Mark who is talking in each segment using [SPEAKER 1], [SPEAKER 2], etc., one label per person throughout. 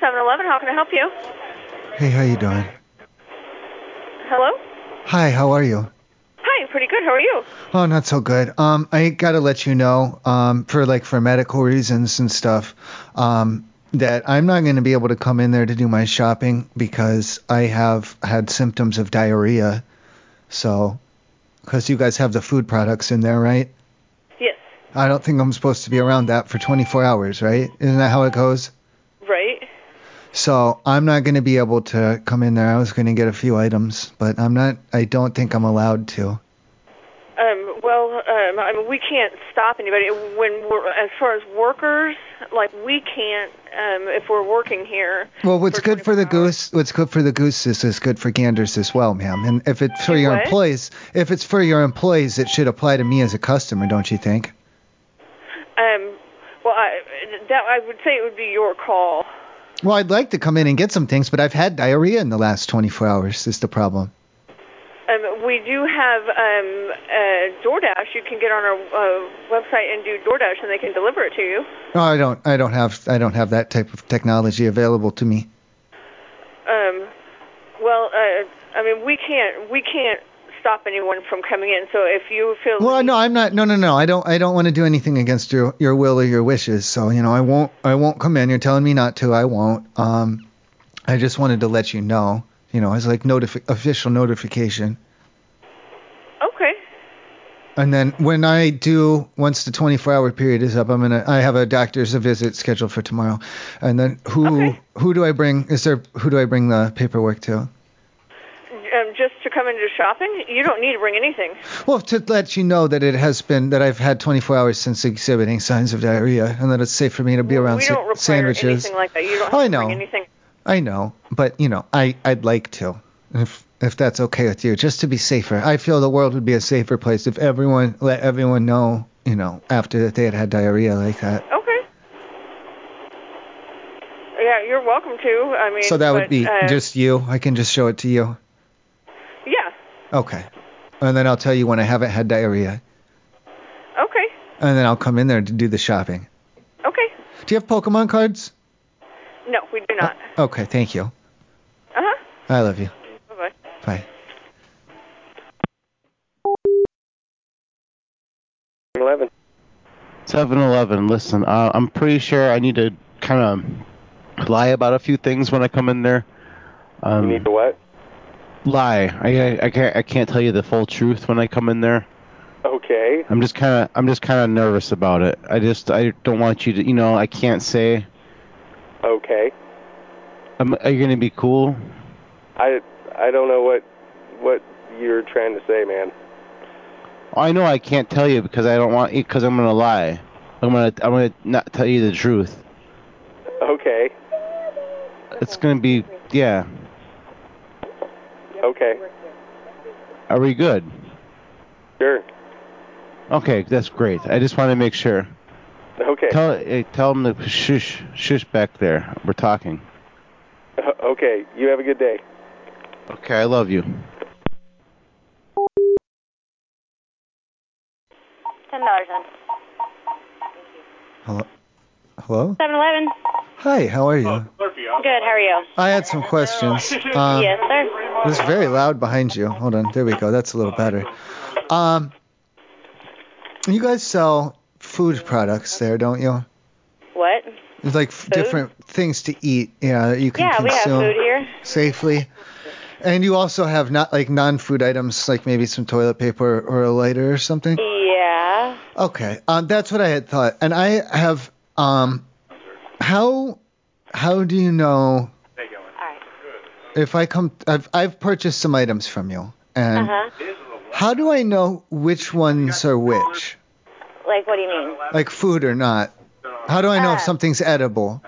[SPEAKER 1] 7-Eleven. How can I help you?
[SPEAKER 2] Hey, how you doing?
[SPEAKER 1] Hello?
[SPEAKER 2] Hi, how are you?
[SPEAKER 1] Hi, pretty good. How are you?
[SPEAKER 2] Oh, not so good. Um, I gotta let you know, um, for like for medical reasons and stuff, um, that I'm not gonna be able to come in there to do my shopping because I have had symptoms of diarrhea. So, because you guys have the food products in there, right?
[SPEAKER 1] Yes.
[SPEAKER 2] I don't think I'm supposed to be around that for 24 hours, right? Isn't that how it goes?
[SPEAKER 1] Right?
[SPEAKER 2] So I'm not going to be able to come in there. I was going to get a few items, but I'm not. I don't think I'm allowed to.
[SPEAKER 1] Um, well, um, I mean, we can't stop anybody. When we're, as far as workers, like we can't, um, if we're working here.
[SPEAKER 2] Well, what's good for the goose, what's good for the goose is, is good for ganders as well, ma'am. And if it's for your
[SPEAKER 1] What?
[SPEAKER 2] employees, if it's for your employees, it should apply to me as a customer, don't you think?
[SPEAKER 1] Um, well, I, that I would say it would be your call.
[SPEAKER 2] Well, I'd like to come in and get some things, but I've had diarrhea in the last 24 hours. Is the problem?
[SPEAKER 1] Um, we do have um, uh, DoorDash. You can get on our uh, website and do DoorDash, and they can deliver it to you.
[SPEAKER 2] Oh, I don't. I don't have. I don't have that type of technology available to me.
[SPEAKER 1] Um, well, uh, I mean, we can't we can't stop anyone from coming in. So if you feel
[SPEAKER 2] Well, no, I'm not. No, no, no. I don't. I don't want to do anything against your your will or your wishes. So you know, I won't. I won't come in. You're telling me not to. I won't. Um, I just wanted to let you know. You know, it's like notifi- official notification.
[SPEAKER 1] okay,
[SPEAKER 2] And then when I do, once the 24 hour period is up, I'm gonna. I have a doctor's visit scheduled for tomorrow. And then who who do I bring? Is there who do I bring the paperwork to?
[SPEAKER 1] um, just to come into shopping, you don't need to bring anything.
[SPEAKER 2] Well, to let you know that it has been that I've had 24 hours since exhibiting signs of diarrhea, and that it's safe for me to be around
[SPEAKER 1] we
[SPEAKER 2] sa-
[SPEAKER 1] don't require
[SPEAKER 2] sandwiches.
[SPEAKER 1] anything like that. You don't have
[SPEAKER 2] Oh, I
[SPEAKER 1] to
[SPEAKER 2] know.
[SPEAKER 1] bring anything.
[SPEAKER 2] I know, but you know, I I'd like to, if if that's okay with you, just to be safer. I feel the world would be a safer place if everyone let everyone know, you know, after that they had had diarrhea like that.
[SPEAKER 1] Okay. Yeah, you're welcome to. I mean,
[SPEAKER 2] so that would
[SPEAKER 1] but,
[SPEAKER 2] be
[SPEAKER 1] uh,
[SPEAKER 2] just you. I can just show it to you.
[SPEAKER 1] yeah.
[SPEAKER 2] Okay. And then I'll tell you when I haven't had diarrhea,
[SPEAKER 1] Okay.
[SPEAKER 2] and then I'll come in there to do the shopping.
[SPEAKER 1] Okay.
[SPEAKER 2] Do you have Pokemon cards?
[SPEAKER 1] No, we do not.
[SPEAKER 2] Okay, thank you.
[SPEAKER 1] Uh huh.
[SPEAKER 2] I love you.
[SPEAKER 1] Bye
[SPEAKER 2] Bye.
[SPEAKER 1] bye.
[SPEAKER 3] Eleven. 7-Eleven. Listen, uh, I'm pretty sure I need to kind of lie about a few things when I come in there. Um,
[SPEAKER 4] You need to what?
[SPEAKER 3] lie. I, I I can't I can't tell you the full truth when I come in there.
[SPEAKER 4] Okay.
[SPEAKER 3] I'm just kind of I'm just kind of nervous about it. I just I don't want you to you know I can't say.
[SPEAKER 4] Okay.
[SPEAKER 3] Um are you gonna be cool?
[SPEAKER 4] I I don't know what what you're trying to say, man.
[SPEAKER 3] I know I can't tell you because I don't want because I'm gonna lie. I'm gonna I'm gonna not tell you the truth.
[SPEAKER 4] Okay.
[SPEAKER 3] It's gonna be yeah.
[SPEAKER 4] Okay.
[SPEAKER 3] Are we good?
[SPEAKER 4] Sure.
[SPEAKER 3] Okay, that's great. I just want to make sure.
[SPEAKER 4] Okay.
[SPEAKER 3] Tell eh, tell them to shush shush back there. We're talking.
[SPEAKER 4] Okay. You have a good day.
[SPEAKER 3] Okay, I love you.
[SPEAKER 5] Ten dollars on.
[SPEAKER 2] Hello. Hello.
[SPEAKER 5] Seven Eleven.
[SPEAKER 2] Hi. How are you?
[SPEAKER 5] Good. How are you?
[SPEAKER 2] I had some questions. Um,
[SPEAKER 5] Oh. yes, sir.
[SPEAKER 2] It's very loud behind you. Hold on. There we go. That's a little better. Um, you guys sell food products there, don't you?
[SPEAKER 5] What?
[SPEAKER 2] It's like f- different things to eat, yeah, that you can
[SPEAKER 5] Yeah, we have
[SPEAKER 2] consume
[SPEAKER 5] food here.
[SPEAKER 2] safely. And you also have not like non-food items, like maybe some toilet paper or a lighter or something.
[SPEAKER 5] Yeah.
[SPEAKER 2] Okay, um, that's what I had thought. And I have, um, how, how do you know if I come? I've I've purchased some items from you, and
[SPEAKER 5] Uh-huh.
[SPEAKER 2] how do I know which ones are which,
[SPEAKER 5] Like, what do you mean?
[SPEAKER 2] like food or not? How do I
[SPEAKER 5] Uh,
[SPEAKER 2] know if something's edible?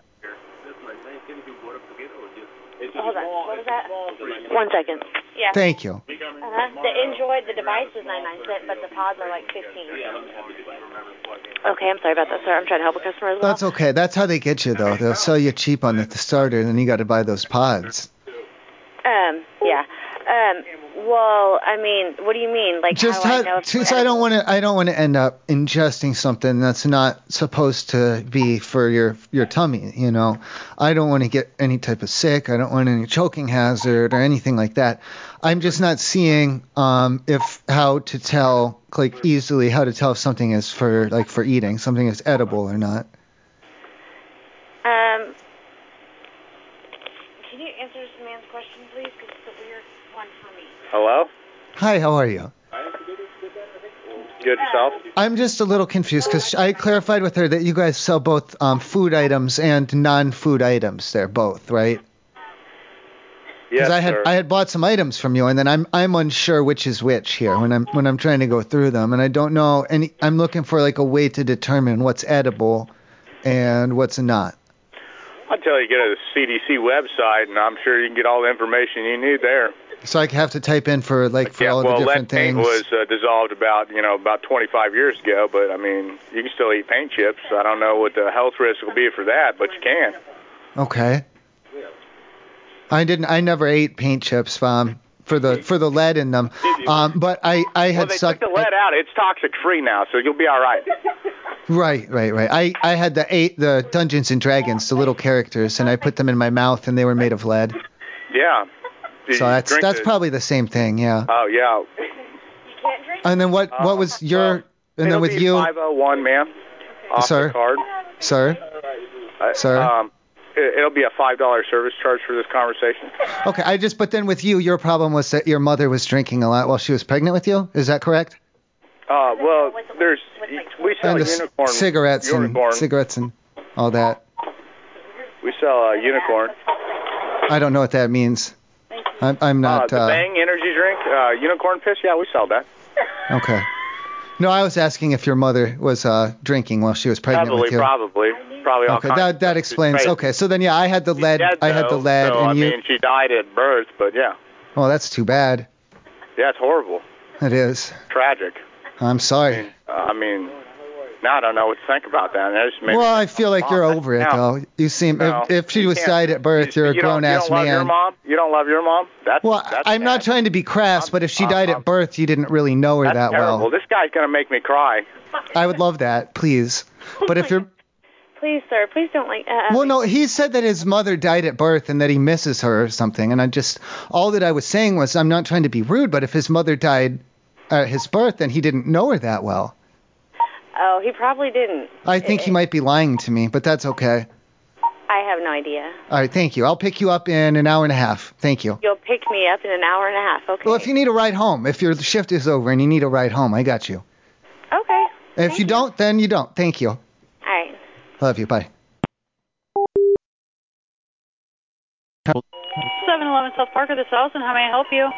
[SPEAKER 5] Hold on. What was that? One second. Yeah.
[SPEAKER 2] Thank you.
[SPEAKER 5] Uh-huh. The Android, the device is 99 cent, but the pods are like 15. Okay, I'm sorry about that, sir. I'm trying to help a customer as well.
[SPEAKER 2] That's okay. That's how they get you though. They'll sell you cheap on the starter, and then you got to buy those pods.
[SPEAKER 5] Um, yeah. Um, Well, I mean, what do you mean? Like,
[SPEAKER 2] just
[SPEAKER 5] how
[SPEAKER 2] ha-
[SPEAKER 5] do I know if
[SPEAKER 2] since I don't want to, I don't want to end up ingesting something that's not supposed to be for your your tummy. You know, I don't want to get any type of sick. I don't want any choking hazard or anything like that. I'm just not seeing um, if how to tell like easily how to tell if something is for like for eating, something is edible or not.
[SPEAKER 5] Um, can you answer this man's question, please? Because it's a weird one for me.
[SPEAKER 6] Hello?
[SPEAKER 2] Hi, how are you?
[SPEAKER 6] Good yourself?
[SPEAKER 2] I'm just a little confused because I clarified with her that you guys sell both um, food items and non-food items. They're both, right?
[SPEAKER 6] Yes,
[SPEAKER 2] I had
[SPEAKER 6] sir.
[SPEAKER 2] I had bought some items from you, and then I'm I'm unsure which is which here when I'm when I'm trying to go through them, and I don't know any. I'm looking for like a way to determine what's edible and what's not.
[SPEAKER 6] I'll tell you, go to the CDC website, and I'm sure you can get all the information you need there.
[SPEAKER 2] So I have to type in for like for
[SPEAKER 6] yeah,
[SPEAKER 2] all of
[SPEAKER 6] well,
[SPEAKER 2] the different
[SPEAKER 6] lead paint
[SPEAKER 2] things.
[SPEAKER 6] was uh, dissolved about you know about 25 years ago, but I mean you can still eat paint chips. I don't know what the health risk will be for that, but you can.
[SPEAKER 2] Okay. I didn't. I never ate paint chips um, for the for the lead in them. Um, but I I
[SPEAKER 6] well,
[SPEAKER 2] had
[SPEAKER 6] they
[SPEAKER 2] sucked.
[SPEAKER 6] took the lead out. It's toxic free now, so you'll be all right.
[SPEAKER 2] Right, right, right. I I had the eight the Dungeons and Dragons, the little characters, and I put them in my mouth, and they were made of lead.
[SPEAKER 6] Yeah. You
[SPEAKER 2] So that's
[SPEAKER 6] drink
[SPEAKER 2] that's
[SPEAKER 6] the-
[SPEAKER 2] probably the same thing, yeah.
[SPEAKER 6] Oh yeah.
[SPEAKER 2] And then what what was your and
[SPEAKER 6] Uh, It'll
[SPEAKER 2] then with
[SPEAKER 6] be
[SPEAKER 2] you,
[SPEAKER 6] 501, ma'am. Off
[SPEAKER 2] Sir?
[SPEAKER 6] The card.
[SPEAKER 2] sir?
[SPEAKER 6] Uh,
[SPEAKER 2] Sir?
[SPEAKER 6] Um, it- it'll be a five dollar service charge for this conversation.
[SPEAKER 2] Okay, I just but then with you, your problem was that your mother was drinking a lot while she was pregnant with you. Is that correct?
[SPEAKER 6] Uh, well, there's we sell
[SPEAKER 2] And the c-
[SPEAKER 6] unicorn
[SPEAKER 2] cigarettes
[SPEAKER 6] unicorn.
[SPEAKER 2] and cigarettes and all that.
[SPEAKER 6] we sell uh, unicorn.
[SPEAKER 2] I don't know what that means. I'm I'm not
[SPEAKER 6] uh, the
[SPEAKER 2] uh,
[SPEAKER 6] Bang energy drink, uh, unicorn piss. Yeah, we sell that.
[SPEAKER 2] okay. No, I was asking if your mother was uh, drinking while she was pregnant
[SPEAKER 6] Probably,
[SPEAKER 2] with you.
[SPEAKER 6] probably, probably. all
[SPEAKER 2] Okay,
[SPEAKER 6] kinds
[SPEAKER 2] that
[SPEAKER 6] of
[SPEAKER 2] that
[SPEAKER 6] stuff.
[SPEAKER 2] explains.
[SPEAKER 6] Right.
[SPEAKER 2] Okay, so then yeah, I had the lead.
[SPEAKER 6] Dead,
[SPEAKER 2] I had the
[SPEAKER 6] though,
[SPEAKER 2] lead,
[SPEAKER 6] so,
[SPEAKER 2] and
[SPEAKER 6] I
[SPEAKER 2] you.
[SPEAKER 6] mean, she died at birth, but yeah,
[SPEAKER 2] oh, that's too bad.
[SPEAKER 6] yeah, it's horrible,
[SPEAKER 2] It is.
[SPEAKER 6] tragic.
[SPEAKER 2] I'm sorry.
[SPEAKER 6] Uh, I mean, now I don't know what to think about that. That just made me-
[SPEAKER 2] Well, I feel like you're over it
[SPEAKER 6] No.
[SPEAKER 2] though. You seem
[SPEAKER 6] No,
[SPEAKER 2] if, if she
[SPEAKER 6] you
[SPEAKER 2] was
[SPEAKER 6] can't.
[SPEAKER 2] died at birth,
[SPEAKER 6] you
[SPEAKER 2] you're a
[SPEAKER 6] don't-
[SPEAKER 2] grown ass
[SPEAKER 6] You don't love your
[SPEAKER 2] man.
[SPEAKER 6] mom. You don't love your mom. That's
[SPEAKER 2] Well, uh,
[SPEAKER 6] that's
[SPEAKER 2] I'm not
[SPEAKER 6] bad.
[SPEAKER 2] trying to be crass, but if she
[SPEAKER 6] I'm-
[SPEAKER 2] died at
[SPEAKER 6] I'm-
[SPEAKER 2] birth, you didn't really know her
[SPEAKER 6] That's
[SPEAKER 2] that
[SPEAKER 6] terrible.
[SPEAKER 2] well.
[SPEAKER 6] This guy's gonna make me cry.
[SPEAKER 2] I would love that, please.
[SPEAKER 5] Oh
[SPEAKER 2] But if you're
[SPEAKER 5] Please, sir, please don't like. Uh,
[SPEAKER 2] well, no, he said that his mother died at birth and that he misses her or something. And I just all that I was saying was I'm not trying to be rude, but if his mother died at his birth, then he didn't know her that well.
[SPEAKER 5] Oh, he probably didn't.
[SPEAKER 2] I think
[SPEAKER 5] Eh.
[SPEAKER 2] he might be lying to me, but that's okay.
[SPEAKER 5] I have no idea.
[SPEAKER 2] All right, thank you. I'll pick you up in an hour and a half. Thank you.
[SPEAKER 5] You'll pick me up in an hour and a half, okay?
[SPEAKER 2] Well, if you need a ride home, if your shift is over and you need a ride home, I got you.
[SPEAKER 5] okay.
[SPEAKER 2] If you don't, then you don't. Thank you.
[SPEAKER 5] All right.
[SPEAKER 2] Love you. Bye.
[SPEAKER 7] 7-Eleven South Parker, this is Allison. How may I help you?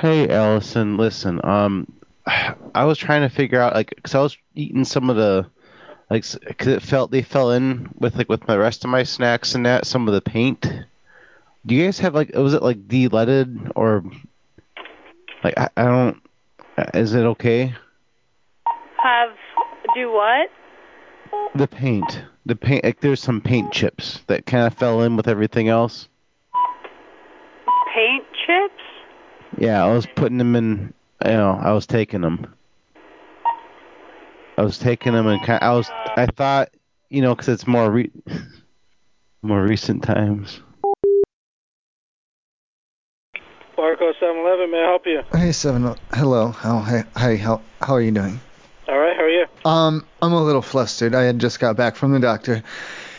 [SPEAKER 3] Hey, Allison, listen. Um, I was trying to figure out like, 'cause I was eating some of the, like, s- 'cause it felt they fell in with like with the rest of my snacks and that some of the paint. Do you guys have like, was it like de-leaded or, like, I, I don't. Is it okay?
[SPEAKER 7] Have do what?
[SPEAKER 3] The paint, the paint. Like, there's some paint chips that kind of fell in with everything else.
[SPEAKER 7] Paint chips?
[SPEAKER 3] Yeah, I was putting them in. You know, I was taking them. I was taking them and kind. I was. I thought, you know, 'cause it's more re- more recent times.
[SPEAKER 4] Barco 711, may I help you?
[SPEAKER 2] Hey, seven. Hello. How hi, hi how how are you doing?
[SPEAKER 4] All right, how are you?
[SPEAKER 2] Um, I'm a little flustered. I had just got back from the doctor,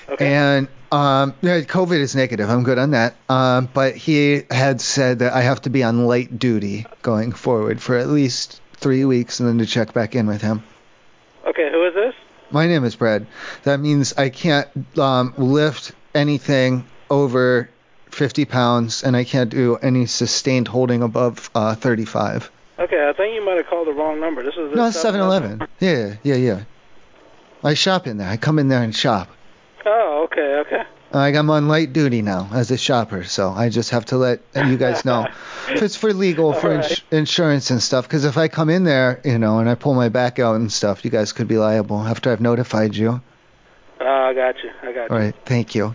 [SPEAKER 4] Okay.
[SPEAKER 2] and um, yeah, COVID is negative. I'm good on that. Um, but he had said that I have to be on light duty going forward for at least three weeks, and then to check back in with him.
[SPEAKER 4] okay, who is this?
[SPEAKER 2] My name is Brad. That means I can't um, lift anything over 50 pounds, and I can't do any sustained holding above uh, 35.
[SPEAKER 4] Okay, I think you might have called the wrong number. This is the
[SPEAKER 2] No, it's 7-Eleven. Yeah, yeah, yeah. I shop in there. I come in there and shop. Uh,
[SPEAKER 4] Oh, okay, okay.
[SPEAKER 2] Like I'm on light duty now as a shopper, so I just have to let you guys know. if it's for legal, for ins- insurance and stuff, because if I come in there, you know, and I pull my back out and stuff, you guys could be liable after I've notified you.
[SPEAKER 4] Uh, I got you. I got you.
[SPEAKER 2] All right, thank you.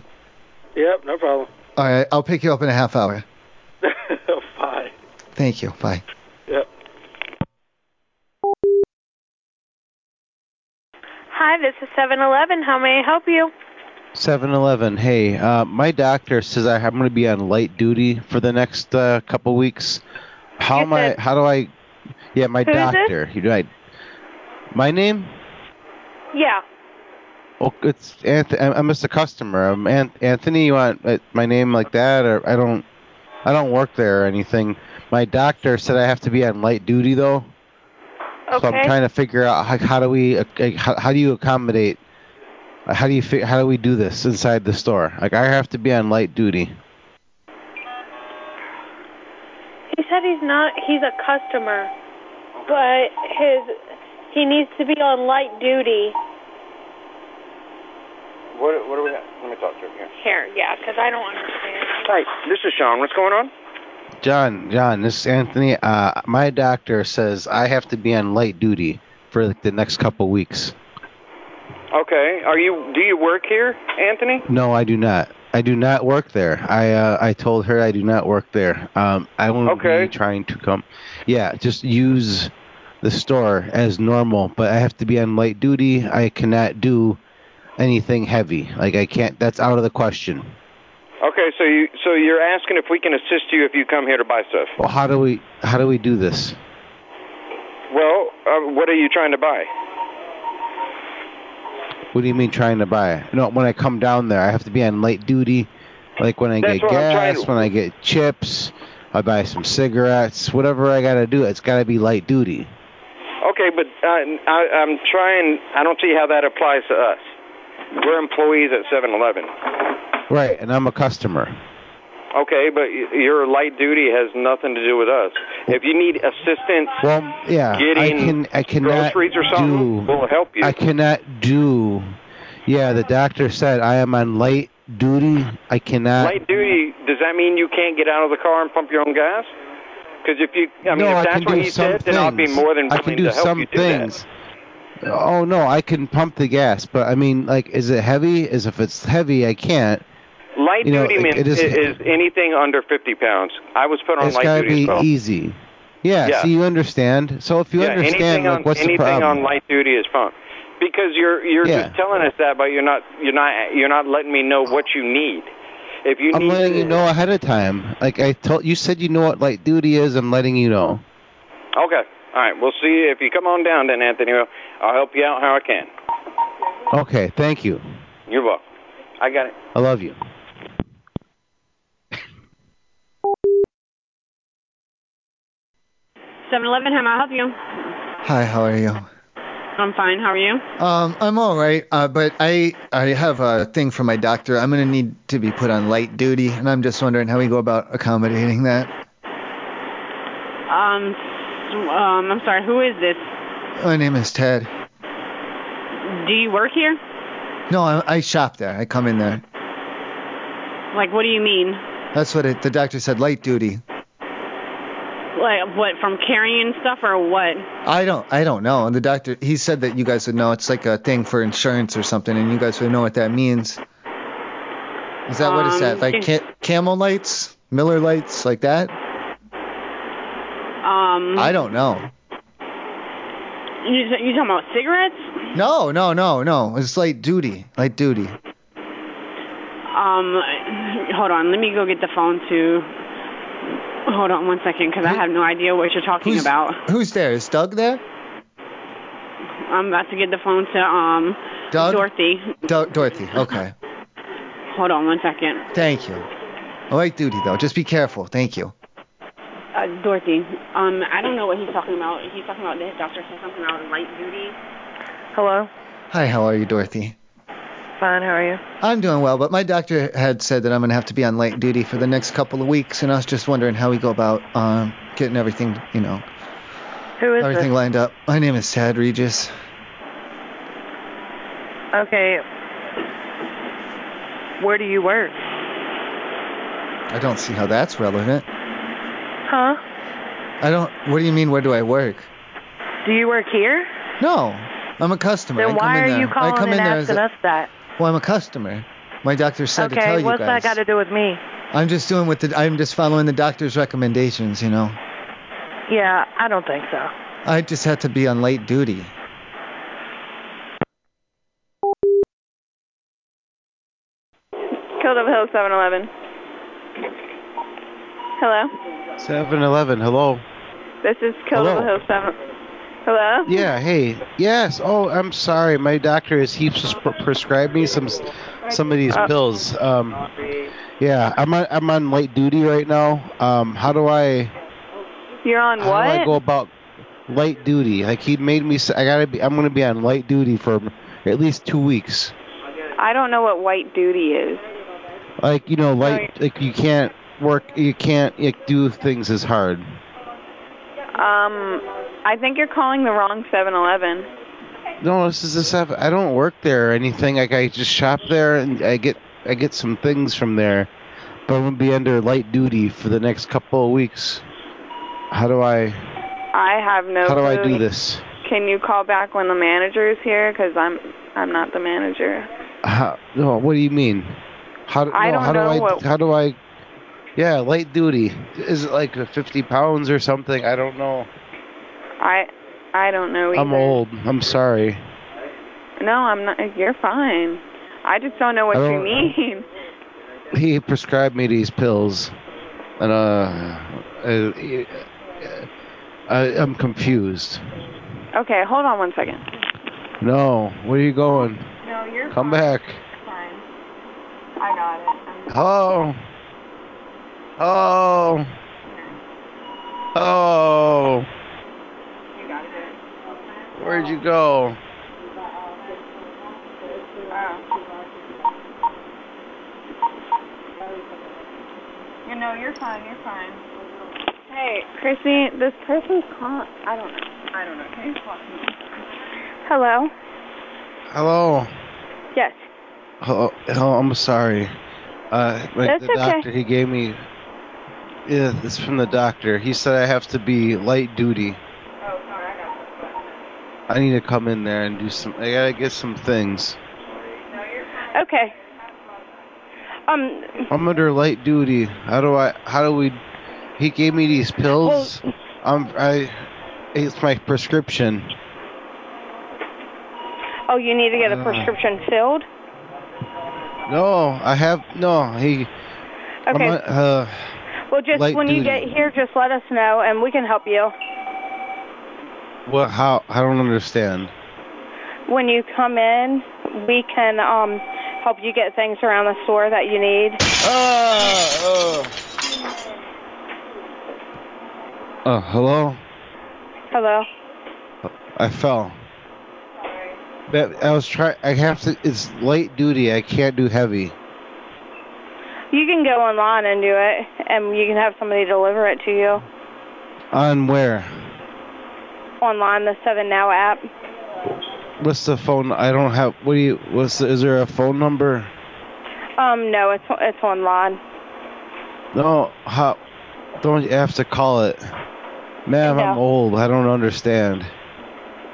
[SPEAKER 4] Yep, no problem.
[SPEAKER 2] All right, I'll pick you up in a half hour.
[SPEAKER 4] Bye.
[SPEAKER 2] Thank you. Bye.
[SPEAKER 5] Yep.
[SPEAKER 7] Hi, this is 7-Eleven. How may I help you?
[SPEAKER 3] 7-Eleven. Hey, uh, my doctor says I, I'm going to be on light duty for the next uh, couple weeks. How am I? How do I? Yeah, my
[SPEAKER 7] Who is this?
[SPEAKER 3] doctor. You know, I, my name?
[SPEAKER 7] Yeah.
[SPEAKER 3] Oh, it's Anthony. I'm just a customer. I'm An- Anthony. You want uh, my name like that, or I don't? I don't work there or anything. My doctor said I have to be on light duty though. So I'm
[SPEAKER 7] Okay.
[SPEAKER 3] trying to figure out how, how do we uh, like, how, how do you accommodate uh, how do you fi- how do we do this inside the store? Like I have to be on light duty.
[SPEAKER 7] He said he's not. He's a customer, but his he needs to be on light duty
[SPEAKER 8] What, what are we at? Let me talk to him here.
[SPEAKER 7] here. Yeah, because I don't understand.
[SPEAKER 8] Hi, this is Sean. What's going on?
[SPEAKER 3] John, John, this is Anthony. Uh, my doctor says I have to be on light duty for like, the next couple weeks.
[SPEAKER 8] Okay. Are you? Do you work here, Anthony?
[SPEAKER 3] No, I do not. I do not work there. I uh, I told her I do not work there. Um, I won't
[SPEAKER 8] Okay.
[SPEAKER 3] be trying to come. Yeah, just use the store as normal, but I have to be on light duty. I cannot do anything heavy. Like I can't. That's out of the question.
[SPEAKER 8] Okay. So you so you're asking if we can assist you if you come here to buy stuff.
[SPEAKER 3] Well, how do we how do we do this?
[SPEAKER 8] Well, uh, what are you trying to buy?
[SPEAKER 3] What do you mean trying to buy? No, when I come down there, I have to be on light duty. Like when I
[SPEAKER 8] That's
[SPEAKER 3] get
[SPEAKER 8] what I'm trying
[SPEAKER 3] gas,
[SPEAKER 8] to-
[SPEAKER 3] when I get chips, I buy some cigarettes, whatever I gotta do. It's gotta be light duty.
[SPEAKER 8] Okay, but uh, I, I'm trying. I don't see how that applies to us. We're employees at 7-Eleven.
[SPEAKER 3] Right, and I'm a customer.
[SPEAKER 8] Okay, but y- your light duty has nothing to do with us. If you need assistance
[SPEAKER 3] Well, yeah, I
[SPEAKER 8] Getting
[SPEAKER 3] can I cannot
[SPEAKER 8] groceries or
[SPEAKER 3] do
[SPEAKER 8] something, we'll help you.
[SPEAKER 3] I cannot do. Yeah, the doctor said I am on light duty. I cannot.
[SPEAKER 8] Light duty, does that mean you can't get out of the car and pump your own gas? Because if you, I mean,
[SPEAKER 3] no,
[SPEAKER 8] if
[SPEAKER 3] I
[SPEAKER 8] that's
[SPEAKER 3] can
[SPEAKER 8] what
[SPEAKER 3] do
[SPEAKER 8] he
[SPEAKER 3] some
[SPEAKER 8] said, then I'd be
[SPEAKER 3] things.
[SPEAKER 8] more than
[SPEAKER 3] I
[SPEAKER 8] willing
[SPEAKER 3] can do
[SPEAKER 8] to help
[SPEAKER 3] some
[SPEAKER 8] you do
[SPEAKER 3] things. Oh no, I can pump the gas, but I mean, like, is it heavy? Is if it's heavy, I can't.
[SPEAKER 8] that. Light
[SPEAKER 3] You know,
[SPEAKER 8] duty
[SPEAKER 3] it-
[SPEAKER 8] means
[SPEAKER 3] it is-
[SPEAKER 8] is anything under 50 pounds. I was put on
[SPEAKER 3] it's
[SPEAKER 8] light
[SPEAKER 3] gotta
[SPEAKER 8] duty.
[SPEAKER 3] be
[SPEAKER 8] as well.
[SPEAKER 3] easy. Yeah,
[SPEAKER 8] Yeah.
[SPEAKER 3] so you understand. So if you
[SPEAKER 8] yeah,
[SPEAKER 3] understand,
[SPEAKER 8] anything
[SPEAKER 3] like,
[SPEAKER 8] on
[SPEAKER 3] what's the
[SPEAKER 8] anything
[SPEAKER 3] problem?
[SPEAKER 8] on light duty is fine. Because you're you're
[SPEAKER 3] Yeah.
[SPEAKER 8] just telling us that, but you're not you're not you're not letting me know what you need. If you
[SPEAKER 3] I'm
[SPEAKER 8] need,
[SPEAKER 3] letting you know ahead of time. Like I told you, said you know what light duty is. I'm letting you know.
[SPEAKER 8] Okay, all right. We'll see if you come on down, then Anthony. I'll- I'll help you out how I can.
[SPEAKER 3] Okay, thank you.
[SPEAKER 8] You're welcome. I got it.
[SPEAKER 3] I love you.
[SPEAKER 9] Seven Eleven, how may I help you?
[SPEAKER 2] Hi, how are you?
[SPEAKER 9] I'm fine. How are you?
[SPEAKER 2] Um, I'm all right, uh, but I I have a thing for my doctor. I'm gonna need to be put on light duty, and I'm just wondering how we go about accommodating that.
[SPEAKER 9] Um, s- um, I'm sorry. Who is this?
[SPEAKER 2] My name is Ted.
[SPEAKER 9] Do you work here?
[SPEAKER 2] No, I, I shop there. I come in there.
[SPEAKER 9] Like, what do you mean?
[SPEAKER 2] That's what it, the doctor said. Light duty.
[SPEAKER 9] Like, what from carrying stuff or what?
[SPEAKER 2] I don't I don't know. And the doctor he said that you guys would know. It's like a thing for insurance or something, and you guys would know what that means. Is that what is that?
[SPEAKER 9] Um,
[SPEAKER 2] Like ca- camel lights, Miller lights, like that?
[SPEAKER 9] Um,
[SPEAKER 2] I don't know.
[SPEAKER 9] You you talking about cigarettes?
[SPEAKER 2] No, no, no, no. It's light duty. Light duty.
[SPEAKER 9] Um, hold on. Let me go get the phone to. Hold on one second, because I have no idea what you're talking
[SPEAKER 2] Who's-
[SPEAKER 9] about.
[SPEAKER 2] Who's there? Is Doug there?
[SPEAKER 9] I'm about to get the phone to um
[SPEAKER 2] Doug?
[SPEAKER 9] Dorothy.
[SPEAKER 2] Do- Dorothy. Okay.
[SPEAKER 9] Hold on one second.
[SPEAKER 2] Thank you. Light duty though. Just be careful. Thank you.
[SPEAKER 9] Uh, Dorothy, um, I don't know what he's talking about. He's talking about this doctor said something about light duty.
[SPEAKER 10] Hello.
[SPEAKER 2] Hi, how are you, Dorothy?
[SPEAKER 10] Fine. How are you?
[SPEAKER 2] I'm doing well, but my doctor had said that I'm gonna have to be on light duty for the next couple of weeks, and I was just wondering how we go about um, getting everything, you know,
[SPEAKER 10] Who is
[SPEAKER 2] everything lined up. My name is Sad Regis.
[SPEAKER 10] this? Okay. Where do you work?
[SPEAKER 2] I don't see how that's relevant.
[SPEAKER 10] Huh?
[SPEAKER 2] I don't. What do you mean? Where do I work?
[SPEAKER 10] Do you work here?
[SPEAKER 2] No, I'm a customer. I
[SPEAKER 10] then
[SPEAKER 2] come
[SPEAKER 10] why
[SPEAKER 2] in
[SPEAKER 10] are
[SPEAKER 2] there.
[SPEAKER 10] you
[SPEAKER 2] I
[SPEAKER 10] calling
[SPEAKER 2] come
[SPEAKER 10] and
[SPEAKER 2] in there as
[SPEAKER 10] asking
[SPEAKER 2] a-
[SPEAKER 10] us that?
[SPEAKER 2] Well, I'm a customer. My doctor said to tell
[SPEAKER 10] okay.
[SPEAKER 2] you
[SPEAKER 10] What's
[SPEAKER 2] guys.
[SPEAKER 10] that got to do with me?
[SPEAKER 2] I'm just doing what the. I'm just following the doctor's recommendations, you know.
[SPEAKER 10] Yeah, I don't think so.
[SPEAKER 2] I just had to be on late duty.
[SPEAKER 11] Killed over hill 711. Hello?
[SPEAKER 3] 7-Eleven, hello.
[SPEAKER 11] This is Killed
[SPEAKER 3] Hello.
[SPEAKER 11] over hill 7. Hello?
[SPEAKER 3] Yeah, hey. Yes. Oh, I'm sorry. My doctor is heaps prescribed me some some of these
[SPEAKER 11] Uh,
[SPEAKER 3] pills. Um, yeah, I'm on I'm on light duty right now. Um, how do I
[SPEAKER 11] You're on
[SPEAKER 3] how do I
[SPEAKER 11] what?
[SPEAKER 3] go about light duty? Like he made me. s- I gotta be. I'm gonna be on light duty for at least two weeks.
[SPEAKER 11] I don't know what white duty is.
[SPEAKER 3] Like you
[SPEAKER 11] Oh,
[SPEAKER 3] know, light. Like you can't work. You can't like, do things as hard.
[SPEAKER 11] Um, I think you're calling the wrong 7-Eleven.
[SPEAKER 3] No, this is the stuff. I don't work there or anything. Like I just shop there and I get I get some things from there, but I'm gonna be under light duty for the next couple of weeks. How do I
[SPEAKER 11] I have no
[SPEAKER 3] how do I
[SPEAKER 11] clue.
[SPEAKER 3] do this?
[SPEAKER 11] Can you call back when the manager is here? Because I'm, I'm not the manager.
[SPEAKER 3] How, no, what do you mean? How do,
[SPEAKER 11] I
[SPEAKER 3] no,
[SPEAKER 11] don't
[SPEAKER 3] how do
[SPEAKER 11] know
[SPEAKER 3] I
[SPEAKER 11] what-
[SPEAKER 3] how do I? Yeah, light duty. Is it like 50 pounds or something? I don't know.
[SPEAKER 11] I, I don't know either.
[SPEAKER 3] I'm old. I'm sorry.
[SPEAKER 11] No, I'm not. You're fine. I just don't know what
[SPEAKER 3] I
[SPEAKER 11] you
[SPEAKER 3] don't-
[SPEAKER 11] mean.
[SPEAKER 3] he prescribed me these pills, and uh, I, I, I'm confused.
[SPEAKER 11] Okay, hold on one second.
[SPEAKER 3] No, where are you going?
[SPEAKER 11] No, you're
[SPEAKER 3] Come back.
[SPEAKER 11] fine. I got it.
[SPEAKER 3] Hello. Hello. Hello. Oh. Where'd you go?
[SPEAKER 11] You know, you're fine. You're fine. Hey, Chrissy, this person's calling. I don't know. I don't know. Can you talk to me? Hello.
[SPEAKER 3] Hello.
[SPEAKER 11] Yes.
[SPEAKER 3] Hello. Hello. I'm sorry. Uh, my,
[SPEAKER 11] That's
[SPEAKER 3] the
[SPEAKER 11] okay.
[SPEAKER 3] doctor he gave me. Yeah, it's from the doctor. He said I have to be light duty.
[SPEAKER 11] Oh,
[SPEAKER 3] I need to come in there and do some. I gotta get some things.
[SPEAKER 12] Okay. Um,
[SPEAKER 3] I'm under light duty. How do I? How do we? He gave me these pills. I'm. I. It's my prescription.
[SPEAKER 12] oh, you need to get a
[SPEAKER 3] Uh.
[SPEAKER 12] prescription filled?
[SPEAKER 3] No, I have no. He. I'm
[SPEAKER 12] Okay.
[SPEAKER 3] not- uh,
[SPEAKER 12] Well, just
[SPEAKER 3] light
[SPEAKER 12] when you
[SPEAKER 3] duty.
[SPEAKER 12] get here, just let us know and we can help you.
[SPEAKER 3] what? How? I don't understand.
[SPEAKER 12] When you come in, we can um help you get things around the store that you need.
[SPEAKER 2] Ah, oh.
[SPEAKER 3] Uh, hello.
[SPEAKER 12] Hello.
[SPEAKER 3] I fell. That I was trying. I have to. It's light duty. I can't do heavy.
[SPEAKER 12] You can go online and do it, and you can have somebody deliver it to you
[SPEAKER 3] On where?
[SPEAKER 12] online. The Seven Now app.
[SPEAKER 3] What's the phone? I don't have. What do you? What's the, is there a phone number?
[SPEAKER 12] Um, no, it's it's online.
[SPEAKER 3] No, how? Don't you have to call it? Ma'am, I'm old. I don't understand.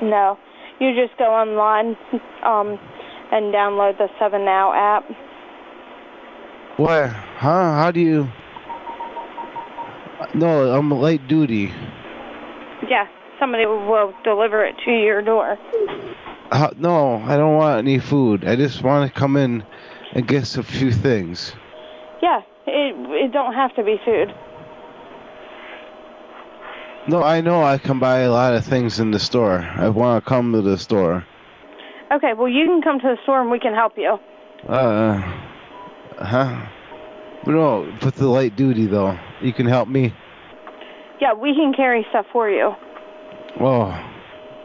[SPEAKER 12] No, you just go online um and download the Seven Now app.
[SPEAKER 3] What? Huh? How do you? No, I'm light duty.
[SPEAKER 12] Yeah, somebody will deliver it to your door.
[SPEAKER 3] How, no, I don't want any food. I just want to come in and get a few things.
[SPEAKER 12] Yeah, it it don't have to be food.
[SPEAKER 3] No, I know I can buy a lot of things in the store. I want to come to the store.
[SPEAKER 12] Okay, well you can come to the store and we can help you.
[SPEAKER 3] Uh, huh? No, but the light duty though. You can help me.
[SPEAKER 12] Yeah, we can carry stuff for you.
[SPEAKER 3] Oh,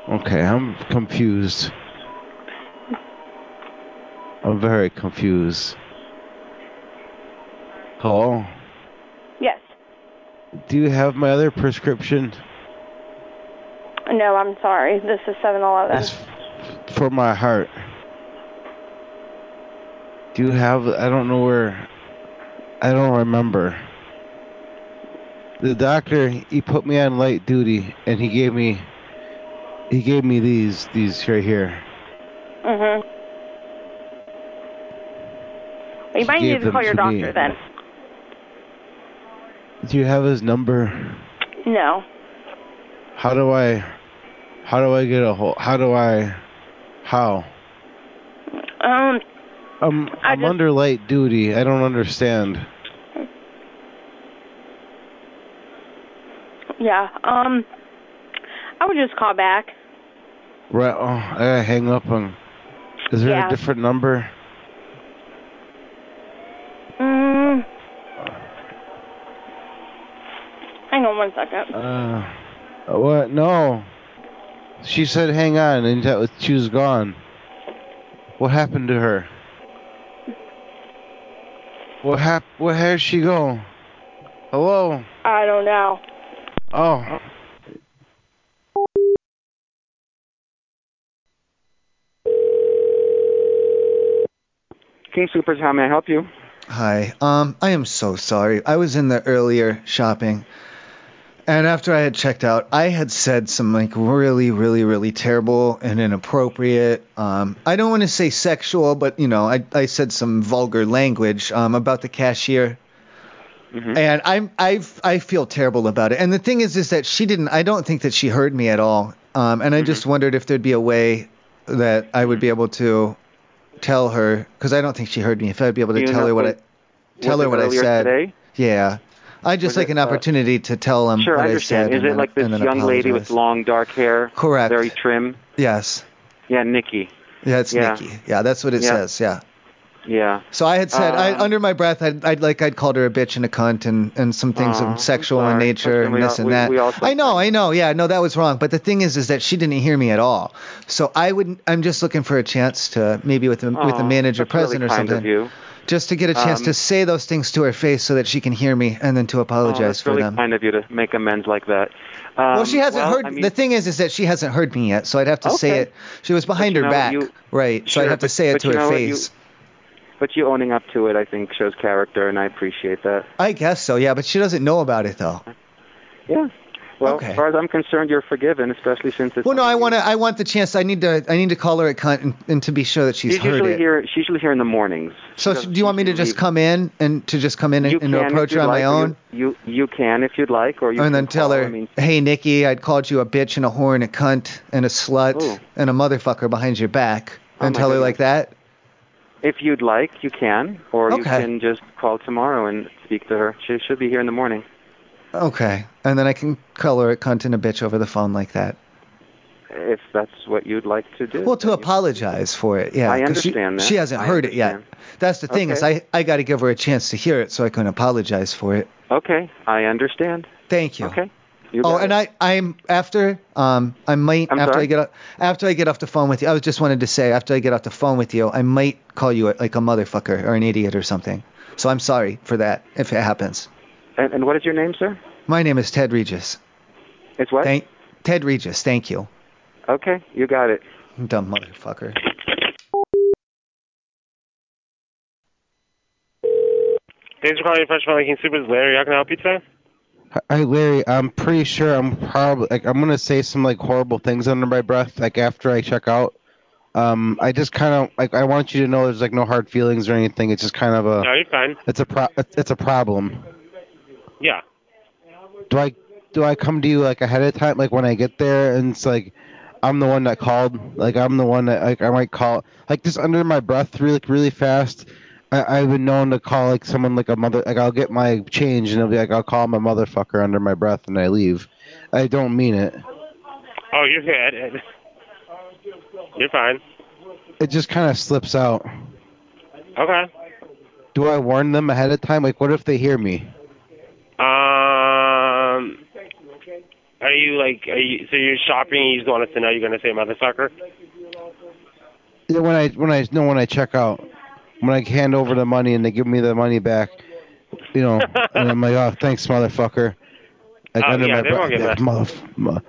[SPEAKER 3] okay. I'm confused. I'm very confused. Hello?
[SPEAKER 12] Yes.
[SPEAKER 3] Do you have my other prescription
[SPEAKER 12] No, I'm sorry. This is 7-Eleven.
[SPEAKER 3] It's- for my heart? Do you have? I don't know where. I don't remember. The doctor he put me on light duty and he gave me he gave me these these right here.
[SPEAKER 12] Mhm. You might
[SPEAKER 3] gave
[SPEAKER 12] need to
[SPEAKER 3] them
[SPEAKER 12] call your
[SPEAKER 3] to me.
[SPEAKER 12] doctor then.
[SPEAKER 3] Do you have his number?
[SPEAKER 12] No.
[SPEAKER 3] How do I? How do I get a hold? How do I? How?
[SPEAKER 10] Um,
[SPEAKER 3] I'm I'm under light duty. I don't understand.
[SPEAKER 10] yeah. Um, I would just call back.
[SPEAKER 3] Right. Oh, I gotta hang up on. Is there
[SPEAKER 10] Yeah.
[SPEAKER 3] a different number?
[SPEAKER 12] Mm. Hang on one second.
[SPEAKER 3] Uh, what? No. She said, "Hang on," and that was she was gone. What happened to her? What hap? Where would she go? Hello.
[SPEAKER 12] I don't know.
[SPEAKER 3] Oh.
[SPEAKER 13] King Supers, how may I help you?
[SPEAKER 2] Hi. Um, I am so sorry. I was in there earlier shopping. And after I had checked out, I had said some like really, really, really terrible and inappropriate. Um, I don't want to say sexual, but you know, I, I said some vulgar language um, about the cashier.
[SPEAKER 13] Mm-hmm.
[SPEAKER 2] And I'm I've I feel terrible about it. And the thing is, is that she didn't. I don't think that she heard me at all. Um,
[SPEAKER 13] Mm-hmm.
[SPEAKER 2] and I just wondered if there'd be a way that I would be able to tell her because I don't think she heard me. If I'd be able to
[SPEAKER 13] You
[SPEAKER 2] tell
[SPEAKER 13] know
[SPEAKER 2] her what I
[SPEAKER 13] what-
[SPEAKER 2] tell
[SPEAKER 13] was
[SPEAKER 2] her
[SPEAKER 13] it
[SPEAKER 2] what I
[SPEAKER 13] earlier
[SPEAKER 2] said.
[SPEAKER 13] today?
[SPEAKER 2] Yeah. I just
[SPEAKER 13] Was
[SPEAKER 2] like
[SPEAKER 13] it,
[SPEAKER 2] an
[SPEAKER 13] uh,
[SPEAKER 2] opportunity to tell them
[SPEAKER 13] sure,
[SPEAKER 2] what
[SPEAKER 13] I
[SPEAKER 2] I,
[SPEAKER 13] understand.
[SPEAKER 2] said.
[SPEAKER 13] Is
[SPEAKER 2] and
[SPEAKER 13] it
[SPEAKER 2] then-
[SPEAKER 13] like this
[SPEAKER 2] and then
[SPEAKER 13] young lady with
[SPEAKER 2] apologize.
[SPEAKER 13] long dark hair?
[SPEAKER 2] Correct.
[SPEAKER 13] Very trim.
[SPEAKER 2] Yes.
[SPEAKER 13] Yeah, Nikki.
[SPEAKER 2] Yeah, it's
[SPEAKER 13] Yeah.
[SPEAKER 2] Nikki. Yeah, that's what it
[SPEAKER 13] Yeah.
[SPEAKER 2] says. Yeah.
[SPEAKER 13] Yeah.
[SPEAKER 2] So I had said, I,
[SPEAKER 13] Um,
[SPEAKER 2] under my breath, I'd, I'd like I'd called her a bitch and a cunt and, and some things
[SPEAKER 13] Aw, I'm
[SPEAKER 2] of sexual in nature and
[SPEAKER 13] we
[SPEAKER 2] this
[SPEAKER 13] all-
[SPEAKER 2] and
[SPEAKER 13] we-
[SPEAKER 2] that.
[SPEAKER 13] we all
[SPEAKER 2] I know, I know, yeah, no, that was wrong. But the thing is, is that she didn't hear me at all. So I would, I'm just looking for a chance to maybe with a, with
[SPEAKER 13] Aw,
[SPEAKER 2] a manager
[SPEAKER 13] Oh, that's really
[SPEAKER 2] present or
[SPEAKER 13] kind
[SPEAKER 2] something,
[SPEAKER 13] Of you.
[SPEAKER 2] just to get a chance
[SPEAKER 13] Um,
[SPEAKER 2] to say those things to her face so that she can hear me and then to
[SPEAKER 13] Oh,
[SPEAKER 2] apologize
[SPEAKER 13] that's
[SPEAKER 2] for
[SPEAKER 13] really
[SPEAKER 2] them.
[SPEAKER 13] kind of you to make amends like that. Um,
[SPEAKER 2] well, she hasn't
[SPEAKER 13] well,
[SPEAKER 2] heard.
[SPEAKER 13] I mean,
[SPEAKER 2] the thing is, is that she hasn't heard me yet, so I'd have to say
[SPEAKER 13] Okay.
[SPEAKER 2] it. She was behind her
[SPEAKER 13] know,
[SPEAKER 2] back,
[SPEAKER 13] you-
[SPEAKER 2] right? so
[SPEAKER 13] sure,
[SPEAKER 2] I'd have to
[SPEAKER 13] but-
[SPEAKER 2] say it
[SPEAKER 13] but
[SPEAKER 2] to
[SPEAKER 13] you
[SPEAKER 2] her
[SPEAKER 13] know what, you-
[SPEAKER 2] face.
[SPEAKER 13] but you owning up to it, I think, shows character, and I appreciate that.
[SPEAKER 2] I guess so, yeah, but she doesn't know about it though.
[SPEAKER 13] Yeah. Well,
[SPEAKER 2] Okay.
[SPEAKER 13] as far as I'm concerned, you're forgiven, especially since it's.
[SPEAKER 2] Well, no, I want to. I want the chance. I need to. I need to call her a cunt and, and to be sure that she's,
[SPEAKER 13] she's
[SPEAKER 2] heard
[SPEAKER 13] usually
[SPEAKER 2] it.
[SPEAKER 13] here. She's usually here in the mornings.
[SPEAKER 2] so, sh- do you want me to just come in and to just come in and,
[SPEAKER 13] you
[SPEAKER 2] and
[SPEAKER 13] can
[SPEAKER 2] approach
[SPEAKER 13] if you'd
[SPEAKER 2] her on
[SPEAKER 13] like,
[SPEAKER 2] my
[SPEAKER 13] or
[SPEAKER 2] own,
[SPEAKER 13] You, you you can if you'd like, or you
[SPEAKER 2] and
[SPEAKER 13] can
[SPEAKER 2] then tell
[SPEAKER 13] call.
[SPEAKER 2] her,
[SPEAKER 13] I mean,
[SPEAKER 2] "Hey, Nikki, I called you a bitch and a whore and a cunt and a slut
[SPEAKER 13] Ooh.
[SPEAKER 2] and a motherfucker behind your back,"
[SPEAKER 13] Oh,
[SPEAKER 2] and
[SPEAKER 13] my
[SPEAKER 2] tell her like that.
[SPEAKER 13] if you'd like, you can, or you
[SPEAKER 2] Okay.
[SPEAKER 13] can just call tomorrow and speak to her. She should be here in the morning.
[SPEAKER 2] Okay, and then I can call her a cunt and a bitch over the phone like that.
[SPEAKER 13] If that's what you'd like to do.
[SPEAKER 2] Well, to apologize for it, yeah.
[SPEAKER 13] I
[SPEAKER 2] 'cause she-
[SPEAKER 13] understand that.
[SPEAKER 2] She, hasn't
[SPEAKER 13] I
[SPEAKER 2] heard it yet. That's the thing is, I
[SPEAKER 13] Okay.
[SPEAKER 2] I got to give her a chance to hear it so I can apologize for it.
[SPEAKER 13] Okay, I understand.
[SPEAKER 2] Thank you.
[SPEAKER 13] Okay.
[SPEAKER 2] oh, and I, I'm after um, I might
[SPEAKER 13] I'm
[SPEAKER 2] after
[SPEAKER 13] sorry?
[SPEAKER 2] I get up, after I get off the phone with you. I was just wanted to say after I get off the phone with you, I might call you a, like a motherfucker or an idiot or something. So I'm sorry for that if it happens.
[SPEAKER 13] And, and what is your name, sir?
[SPEAKER 2] My name is Ted Regis.
[SPEAKER 13] It's what?
[SPEAKER 2] Thank Ted Regis. Thank you.
[SPEAKER 13] Okay, you got it.
[SPEAKER 2] Dumb motherfucker.
[SPEAKER 14] Thanks for calling Fresh Valley King Supers. Larry, how can I help you today?
[SPEAKER 3] Hi, Larry. I'm pretty sure I'm probably like I'm gonna say some like horrible things under my breath like after I check out. Um, I just kind of like I want you to know there's like no hard feelings or anything. It's just kind of a
[SPEAKER 14] no, you're fine.
[SPEAKER 3] it's a pro it's it's a problem.
[SPEAKER 14] Yeah.
[SPEAKER 3] Do I do I come to you like ahead of time like when I get there and it's like I'm the one that called like I'm the one that like I might call like just under my breath really like, really fast. I, I've been known to call like someone like a mother like I'll get my change and it'll be like I'll call my motherfucker under my breath and I leave. I don't mean it.
[SPEAKER 14] Oh, you're good. You're fine.
[SPEAKER 3] It just kind of slips out.
[SPEAKER 14] Okay.
[SPEAKER 3] Do I warn them ahead of time? Like, what if they hear me?
[SPEAKER 14] Um, Ehm, are you like, are you, so you're shopping, you just want us to know you're going to say motherfucker?
[SPEAKER 3] Yeah, When I when I no when I check out, when I hand over the money and they give me the money back, you know, and I'm like, oh, thanks, motherfucker. Like
[SPEAKER 14] Oh,
[SPEAKER 3] under
[SPEAKER 14] yeah,
[SPEAKER 3] my
[SPEAKER 14] they
[SPEAKER 3] breath,
[SPEAKER 14] won't get
[SPEAKER 3] that,
[SPEAKER 14] mad.
[SPEAKER 3] motherf- mo-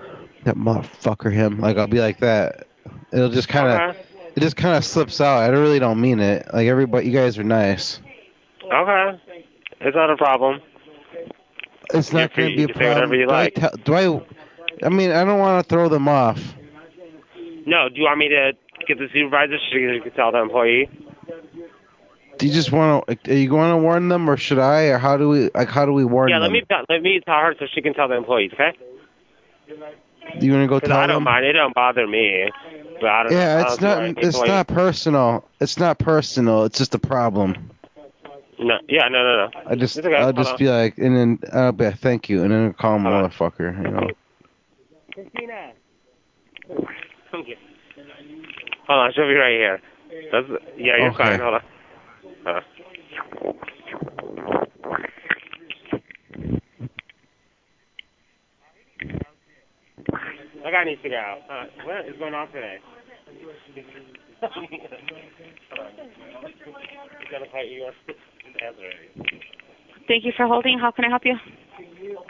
[SPEAKER 3] that motherfucker, him. Like I'll be like that. It'll just kind of,
[SPEAKER 14] Uh-huh.
[SPEAKER 3] it just kind of slips out. I really don't mean it. Like everybody, you guys are nice.
[SPEAKER 14] Okay. It's not a problem.
[SPEAKER 3] It's not
[SPEAKER 14] You're
[SPEAKER 3] going to be a
[SPEAKER 14] free. You can say
[SPEAKER 3] problem.
[SPEAKER 14] whatever you
[SPEAKER 3] do
[SPEAKER 14] like.
[SPEAKER 3] I tell, do I? I mean, I don't want to throw them off.
[SPEAKER 14] No, do you want me to get the supervisor? Should I tell the employee?
[SPEAKER 3] Do you just want to? Are you going to warn them, or should I, or how do we? Like, how do we warn
[SPEAKER 14] yeah,
[SPEAKER 3] them?
[SPEAKER 14] let me, tell- let me tell her so she can tell the employees, okay?
[SPEAKER 3] You want to go
[SPEAKER 14] 'Cause
[SPEAKER 3] tell
[SPEAKER 14] I don't
[SPEAKER 3] them?
[SPEAKER 14] mind. It don't bother me. But I don't. I
[SPEAKER 3] Yeah,
[SPEAKER 14] don't
[SPEAKER 3] it's
[SPEAKER 14] do
[SPEAKER 3] not.
[SPEAKER 14] anything
[SPEAKER 3] It's
[SPEAKER 14] like-
[SPEAKER 3] not personal. It's not personal. It's just a problem.
[SPEAKER 14] No, yeah, no, no, no.
[SPEAKER 3] I just,
[SPEAKER 14] It's okay,
[SPEAKER 3] I'll
[SPEAKER 14] hold
[SPEAKER 3] just
[SPEAKER 14] on.
[SPEAKER 3] be like, and then I'll be like, thank you, and then I'll call him a motherfucker. You know.
[SPEAKER 14] Christina. Thank you. Hold on, she'll be right here. That's, yeah, you're
[SPEAKER 3] Okay.
[SPEAKER 14] fine. Hold on. Uh, Hold on. I got an Instagram out. Uh, what is going on today?
[SPEAKER 10] Thank you for holding. How can I help you?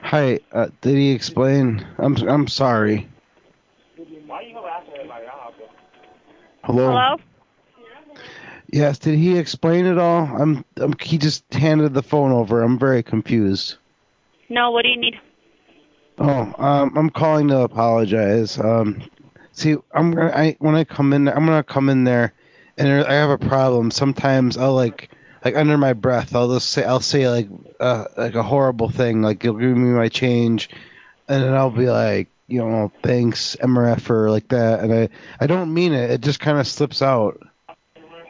[SPEAKER 3] Hi. Uh, did he explain? I'm, I'm sorry.
[SPEAKER 14] Why you harassing everybody? I'll help you.
[SPEAKER 3] Hello.
[SPEAKER 10] Hello?
[SPEAKER 3] Yes. Did he explain it all? I'm, I'm. He just handed the phone over. I'm very confused.
[SPEAKER 10] No, what do you need?
[SPEAKER 3] Oh, um, I'm calling to apologize. Um, see, I'm gonna I, when I come in, I'm gonna come in there, and there- I have a problem. Sometimes I'll like, like under my breath, I'll just say, I'll say like, uh, like a horrible thing, like you'll give me my change, and then I'll be like, you know, thanks, MRF, or like that, and I, I don't mean it. It just kind of slips out.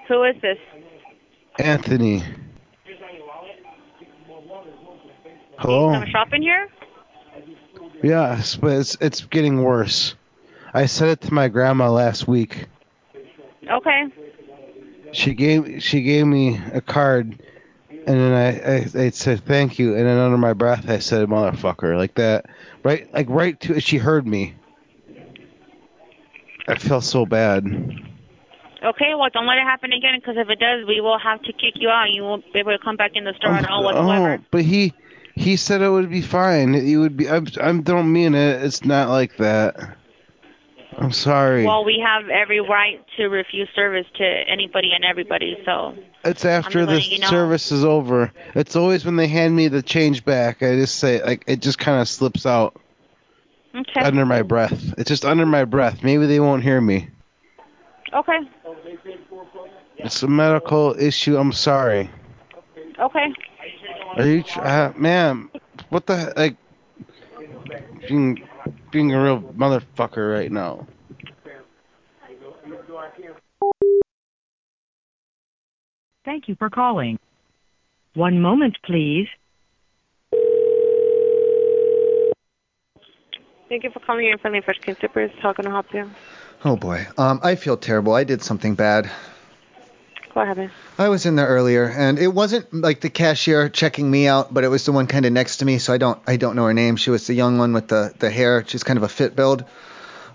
[SPEAKER 10] Who is this?
[SPEAKER 3] Anthony, hello.
[SPEAKER 10] Come shopping here?
[SPEAKER 3] Yes, but it's it's getting worse. I said it to my grandma last week.
[SPEAKER 10] Okay.
[SPEAKER 3] She gave she gave me a card, and then I, I I said thank you, and then under my breath I said motherfucker like that, right like right to she heard me. I felt so bad.
[SPEAKER 10] Okay, well, don't let it happen again because if it does, we will have to kick you out. You won't be able to come back in the store at all whatsoever.
[SPEAKER 3] Oh, but he he said it would be fine. It would be. I'm I don't mean it. It's not like that. I'm sorry.
[SPEAKER 10] Well, we have every right to refuse service to anybody and everybody, so.
[SPEAKER 3] It's after
[SPEAKER 10] I'm letting
[SPEAKER 3] this
[SPEAKER 10] you know.
[SPEAKER 3] service is over. It's always when they hand me the change back. I just say like it just kind of slips out
[SPEAKER 10] Okay.
[SPEAKER 3] under my breath. It's just under my breath. Maybe they won't hear me.
[SPEAKER 10] Okay.
[SPEAKER 3] It's a medical issue. I'm sorry.
[SPEAKER 10] Okay.
[SPEAKER 3] Are you, tr- uh, ma'am? What the he- like? Being being a real motherfucker right now.
[SPEAKER 15] Thank you for calling. One moment, please.
[SPEAKER 16] Thank you for calling in friendly fresh skin sippers. How can I help you?
[SPEAKER 2] Oh boy. Um, I feel terrible. I did something bad.
[SPEAKER 16] What happened?
[SPEAKER 2] I was in there earlier, and it wasn't like the cashier checking me out, but it was the one kind of next to me. So I don't, I don't know her name. She was the young one with the the hair. She's kind of a fit build.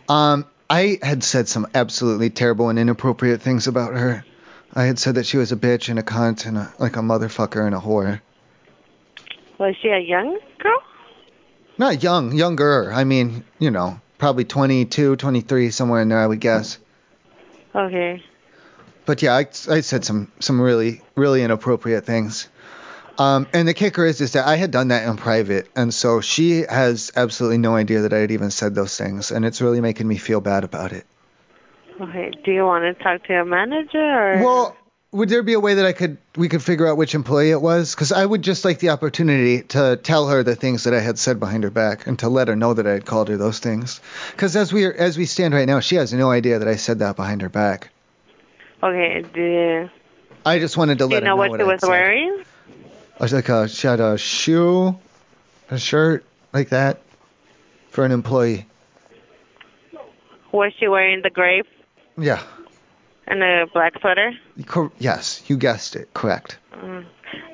[SPEAKER 2] Um, I had said some absolutely terrible and inappropriate things about her. I had said that she was a bitch and a cunt and a, like a motherfucker and a whore.
[SPEAKER 16] Was she a young girl?
[SPEAKER 2] Not young, younger. I mean, you know, probably 22, 23, somewhere in there, I would guess.
[SPEAKER 16] Okay.
[SPEAKER 2] But yeah, I, I said some some really really inappropriate things. Um, and the kicker is is that I had done that in private, and so she has absolutely no idea that I had even said those things, and it's really making me feel bad about it.
[SPEAKER 16] Okay. Do you want to talk to your manager or?
[SPEAKER 2] Well, would there be a way that I could we could figure out which employee it was? Because I would just like the opportunity to tell her the things that I had said behind her back, and to let her know that I had called her those things. Because as we are, as we stand right now, she has no idea that I said that behind her back.
[SPEAKER 16] Okay. Do you,
[SPEAKER 2] I just wanted to
[SPEAKER 16] do you
[SPEAKER 2] let her
[SPEAKER 16] know what
[SPEAKER 2] know
[SPEAKER 16] she
[SPEAKER 2] I
[SPEAKER 16] was
[SPEAKER 2] had said.
[SPEAKER 16] wearing?
[SPEAKER 2] I was like uh she had a shoe, a shirt like that for an employee.
[SPEAKER 16] Was she wearing the grape
[SPEAKER 2] Yeah.
[SPEAKER 16] and the black sweater?
[SPEAKER 2] Cor- yes, you guessed it. Correct.
[SPEAKER 16] Mm.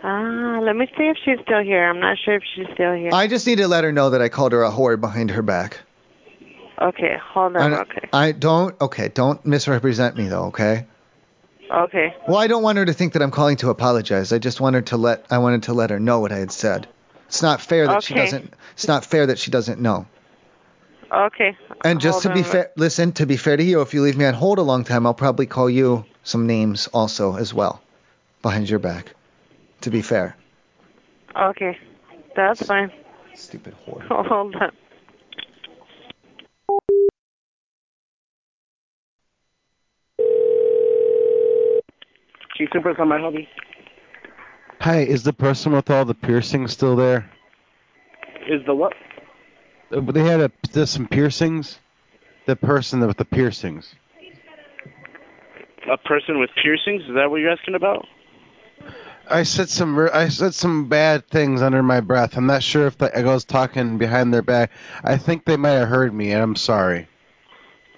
[SPEAKER 16] Ah, let me see if she's still here. I'm not sure if she's still here.
[SPEAKER 2] I just need to let her know that I called her a whore behind her back.
[SPEAKER 16] Okay. Hold on.
[SPEAKER 2] I,
[SPEAKER 16] Okay.
[SPEAKER 2] I don't. Okay, don't misrepresent me though. Okay.
[SPEAKER 16] Okay.
[SPEAKER 2] Well, I don't want her to think that I'm calling to apologize. I just wanted to let I wanted to let her know what I had said. It's not fair that she
[SPEAKER 16] Okay.
[SPEAKER 2] doesn't. It's not fair that she doesn't know.
[SPEAKER 16] Okay.
[SPEAKER 2] And just
[SPEAKER 16] Hold
[SPEAKER 2] to be
[SPEAKER 16] on.
[SPEAKER 2] fair, listen. To be fair to you, if you leave me on hold a long time, I'll probably call you some names also as well, behind your back. To be fair.
[SPEAKER 16] Okay. That's fine.
[SPEAKER 2] Stupid whore.
[SPEAKER 16] Hold on.
[SPEAKER 17] She's super on my hobby.
[SPEAKER 3] Hi, is the person with all the piercings still there?
[SPEAKER 17] Is the what?
[SPEAKER 3] uh, they had a there's some piercings. The person with the piercings.
[SPEAKER 14] A person with piercings? Is that what you're asking about?
[SPEAKER 3] I said some re- I said some bad things under my breath. I'm not sure if the, I was talking behind their back. I think they might have heard me, and I'm sorry.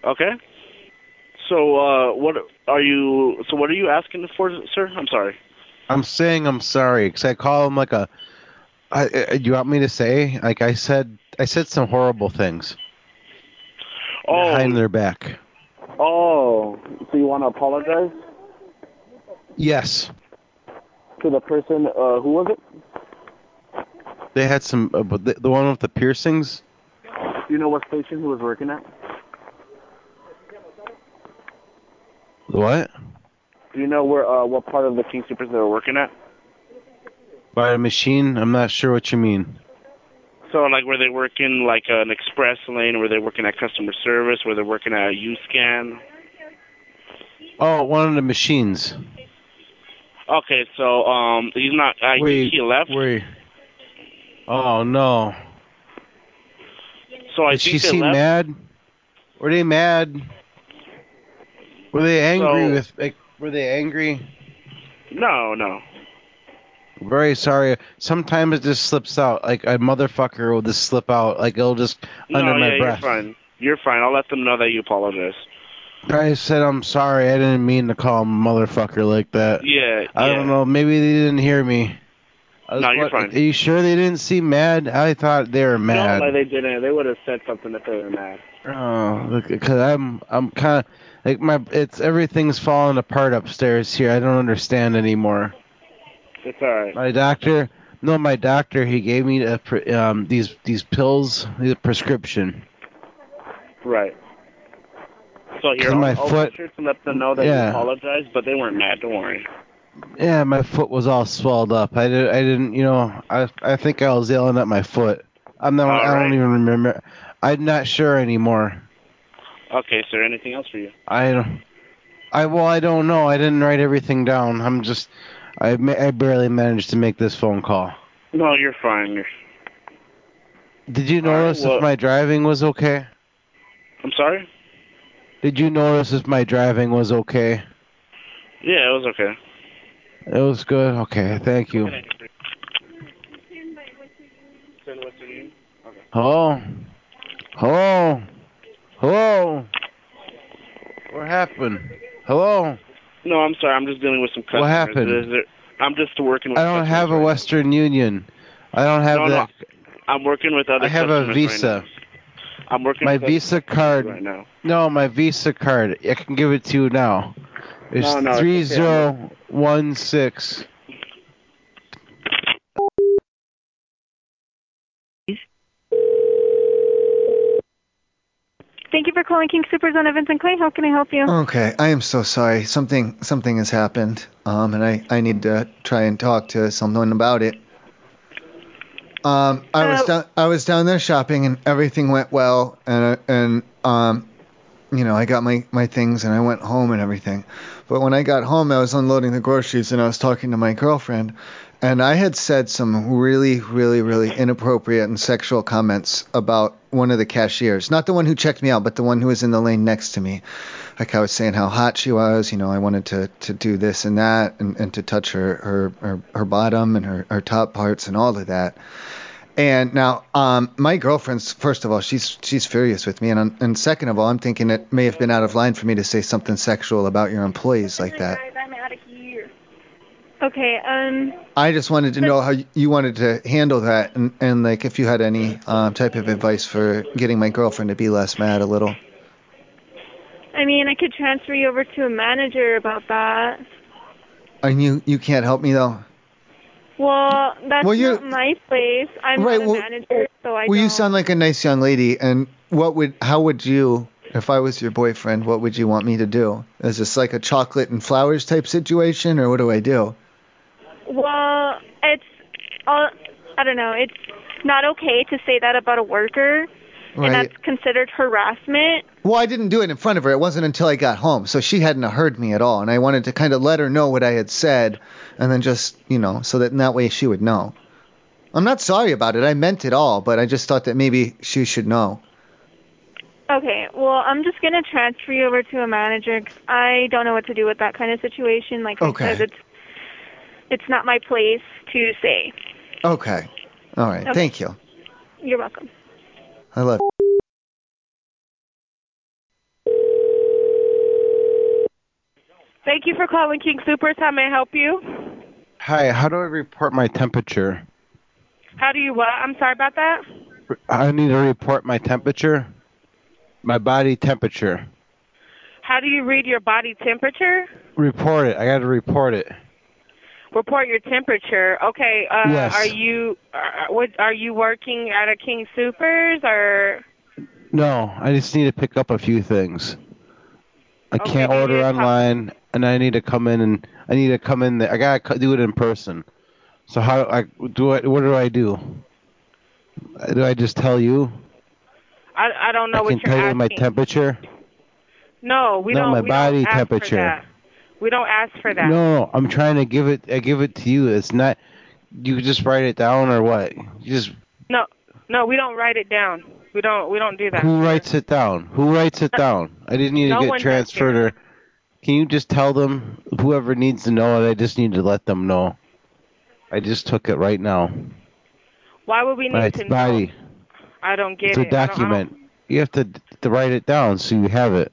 [SPEAKER 14] Okay. So uh, what are you? So what are you asking for, sir? I'm sorry.
[SPEAKER 3] I'm saying I'm sorry because I call them like a. I, I, you want me to say like I said? I said some horrible things
[SPEAKER 14] Oh.
[SPEAKER 3] behind their back.
[SPEAKER 17] Oh, so you want to apologize
[SPEAKER 3] Yes,
[SPEAKER 17] to the person? Uh, who was it?
[SPEAKER 3] they had some. Uh, but the, the one with the piercings.
[SPEAKER 17] Do you know what station he was working at?
[SPEAKER 3] What?
[SPEAKER 17] Do you know where uh, what part of the King Supers they were working at?
[SPEAKER 3] By a machine? I'm not sure what you mean.
[SPEAKER 14] So like, were they working like an express lane? Were they working at customer service? Were they working at a U scan?
[SPEAKER 3] Oh, one of the machines.
[SPEAKER 14] Okay, so um, he's not. I
[SPEAKER 3] Wait,
[SPEAKER 14] think he left.
[SPEAKER 3] Wait. Oh no.
[SPEAKER 14] So I
[SPEAKER 3] Did
[SPEAKER 14] think
[SPEAKER 3] she
[SPEAKER 14] they
[SPEAKER 3] seem
[SPEAKER 14] left.
[SPEAKER 3] mad? Were they mad? Were they angry
[SPEAKER 14] So-
[SPEAKER 3] with? Like, were they angry?
[SPEAKER 14] No, no.
[SPEAKER 3] Very sorry. Sometimes it just slips out. Like a motherfucker will just slip out. Like it'll just under
[SPEAKER 14] no,
[SPEAKER 3] my
[SPEAKER 14] yeah,
[SPEAKER 3] breath.
[SPEAKER 14] you're fine. You're fine. I'll let them know that you apologize.
[SPEAKER 3] I said I'm sorry. I didn't mean to call him a motherfucker like that.
[SPEAKER 14] Yeah.
[SPEAKER 3] I
[SPEAKER 14] yeah.
[SPEAKER 3] don't know. Maybe they didn't hear me. I was
[SPEAKER 14] No, you're
[SPEAKER 3] wondering-
[SPEAKER 14] fine.
[SPEAKER 3] Are you sure they didn't seem mad? I thought they were mad.
[SPEAKER 17] No, they didn't. They would have said something if they were mad.
[SPEAKER 3] Oh, look, because I'm I'm kind of like my it's everything's falling apart upstairs here. I don't understand anymore.
[SPEAKER 17] It's all right.
[SPEAKER 3] My doctor, no, my doctor, he gave me a, pre- um these these pills, the prescription.
[SPEAKER 14] Right. So here,
[SPEAKER 3] 'Cause
[SPEAKER 14] I'll,
[SPEAKER 3] my
[SPEAKER 14] I'll
[SPEAKER 3] foot-
[SPEAKER 14] make sure to let them know that
[SPEAKER 3] Yeah.
[SPEAKER 14] you apologize, but they weren't mad. Don't worry.
[SPEAKER 3] Yeah, my foot was all swelled up. I did I didn't you know I I think I was yelling at my foot. I'm not I don't even remember. I'm not sure anymore.
[SPEAKER 14] Okay, sir. Anything else for you?
[SPEAKER 3] I don't. I well, I don't know. I didn't write everything down. I'm just. I ma- I barely managed to make this phone call.
[SPEAKER 14] No, you're fine. You're...
[SPEAKER 3] Did you notice
[SPEAKER 14] well-
[SPEAKER 3] if my driving was okay?
[SPEAKER 14] I'm sorry.
[SPEAKER 3] Did you notice if my driving was okay?
[SPEAKER 14] Yeah, it was okay.
[SPEAKER 3] It was good. Okay, thank you. Hello. Hello. Hello. What happened? Hello.
[SPEAKER 14] No, I'm sorry. I'm just dealing with some customers.
[SPEAKER 3] What happened?
[SPEAKER 14] Is there- I'm just working with.
[SPEAKER 3] I don't have a Western Union. I don't have
[SPEAKER 14] No, no.
[SPEAKER 3] that.
[SPEAKER 14] I'm working with other.
[SPEAKER 3] I have a
[SPEAKER 14] customers
[SPEAKER 3] Visa.
[SPEAKER 14] Right now. I'm working.
[SPEAKER 3] My
[SPEAKER 14] with other
[SPEAKER 3] Visa
[SPEAKER 14] customers
[SPEAKER 3] card.
[SPEAKER 14] Right now.
[SPEAKER 3] No, my Visa card. I can give it to you now. It's
[SPEAKER 14] No, no, it's okay.
[SPEAKER 3] three zero one six.
[SPEAKER 18] Thank you for calling King Supers on Evans and Clay. How can I help you?
[SPEAKER 2] Okay, I am so sorry. Something something has happened, um, and I, I need to try and talk to someone about it. Um, I was down I was down there shopping, and everything went well, and I- and um, you know, I got my my things, and I went home and everything. But when I got home, I was unloading the groceries, and I was talking to my girlfriend, and I had said some really really really inappropriate and sexual comments about one of the cashiers, not the one who checked me out, but the one who was in the lane next to me like I was saying how hot she was, you know, I wanted to, to do this and that and, and to touch her, her, her, her bottom and her, her top parts and all of that. And now, um, my girlfriend's first of all, she's she's furious with me, and I'm, and second of all, I'm thinking it may have been out of line for me to say something sexual about your employees like that.
[SPEAKER 18] I'm out of here. Okay, um,
[SPEAKER 2] I just wanted to know how you- you wanted to handle that, and, and like if you had any um, type of advice for getting my girlfriend to be less mad a little.
[SPEAKER 18] I mean, I could transfer you over to a manager about that.
[SPEAKER 2] And you you can't help me though.
[SPEAKER 18] Well, that's
[SPEAKER 2] Well, you're-
[SPEAKER 18] not my place. I'm
[SPEAKER 2] Right,
[SPEAKER 18] not a
[SPEAKER 2] well-
[SPEAKER 18] manager, so I
[SPEAKER 2] well, you
[SPEAKER 18] don't.
[SPEAKER 2] sound like a nice young lady. And what would, how would you, if I was your boyfriend, what would you want me to do? Is this like a chocolate and flowers type situation, or what do I do?
[SPEAKER 18] Well, it's all. I don't know. It's not okay to say that about a worker.
[SPEAKER 2] Right.
[SPEAKER 18] And that's considered harassment.
[SPEAKER 2] Well, I didn't do it in front of her. It wasn't until I got home, so she hadn't heard me at all. And I wanted to kind of let her know what I had said, and then just, you know, so that in that way she would know. I'm not sorry about it. I meant it all, but I just thought that maybe she should know.
[SPEAKER 18] Okay, well, I'm just gonna transfer you over to a manager. 'cause I don't know what to do with that kind of situation. Like
[SPEAKER 2] Okay.
[SPEAKER 18] I said, it's it's not my place to say.
[SPEAKER 2] Okay. All right.
[SPEAKER 18] Okay.
[SPEAKER 2] Thank you.
[SPEAKER 18] You're welcome.
[SPEAKER 2] I love.
[SPEAKER 19] Thank you for calling King Supers. How may I help you?
[SPEAKER 3] Hi, how do I report my temperature?
[SPEAKER 19] How do you what? I'm sorry about that.
[SPEAKER 3] I need to report my temperature, my body temperature.
[SPEAKER 19] How do you read your body temperature?
[SPEAKER 3] Report it. I got to report it.
[SPEAKER 19] Report your temperature. Okay. Uh,
[SPEAKER 3] Yes.
[SPEAKER 19] Are you are, what, are you working at a King Supers or?
[SPEAKER 3] No, I just need to pick up a few things. I can't order online, and I need to come in and I need to come in there. I gotta co- do it in person. So how do I do? I, what do I do? Do I just tell you?
[SPEAKER 19] I I don't know
[SPEAKER 3] I
[SPEAKER 19] what
[SPEAKER 3] can
[SPEAKER 19] you're
[SPEAKER 3] tell you
[SPEAKER 19] asking.
[SPEAKER 3] my temperature.
[SPEAKER 19] No, we
[SPEAKER 3] No,
[SPEAKER 19] don't.
[SPEAKER 3] my
[SPEAKER 19] we
[SPEAKER 3] body
[SPEAKER 19] don't ask For
[SPEAKER 3] temperature.
[SPEAKER 19] that. We don't ask for that.
[SPEAKER 3] No, I'm trying to give it. I give it to you. It's not. You just write it down or what? You just
[SPEAKER 19] No, no, we don't write it down. We don't. We don't do that.
[SPEAKER 3] who writes it down? Who writes it down? I didn't need
[SPEAKER 19] No one
[SPEAKER 3] to get
[SPEAKER 19] does
[SPEAKER 3] transferred or. Can you just tell them whoever needs to know it? I just need to let them know. I just took it right now.
[SPEAKER 19] Why would we need
[SPEAKER 3] My
[SPEAKER 19] to?
[SPEAKER 3] body.
[SPEAKER 19] I don't get
[SPEAKER 3] It's
[SPEAKER 19] it.
[SPEAKER 3] a
[SPEAKER 19] I don't- I don't-
[SPEAKER 3] document. You have to, to write it down so you have it.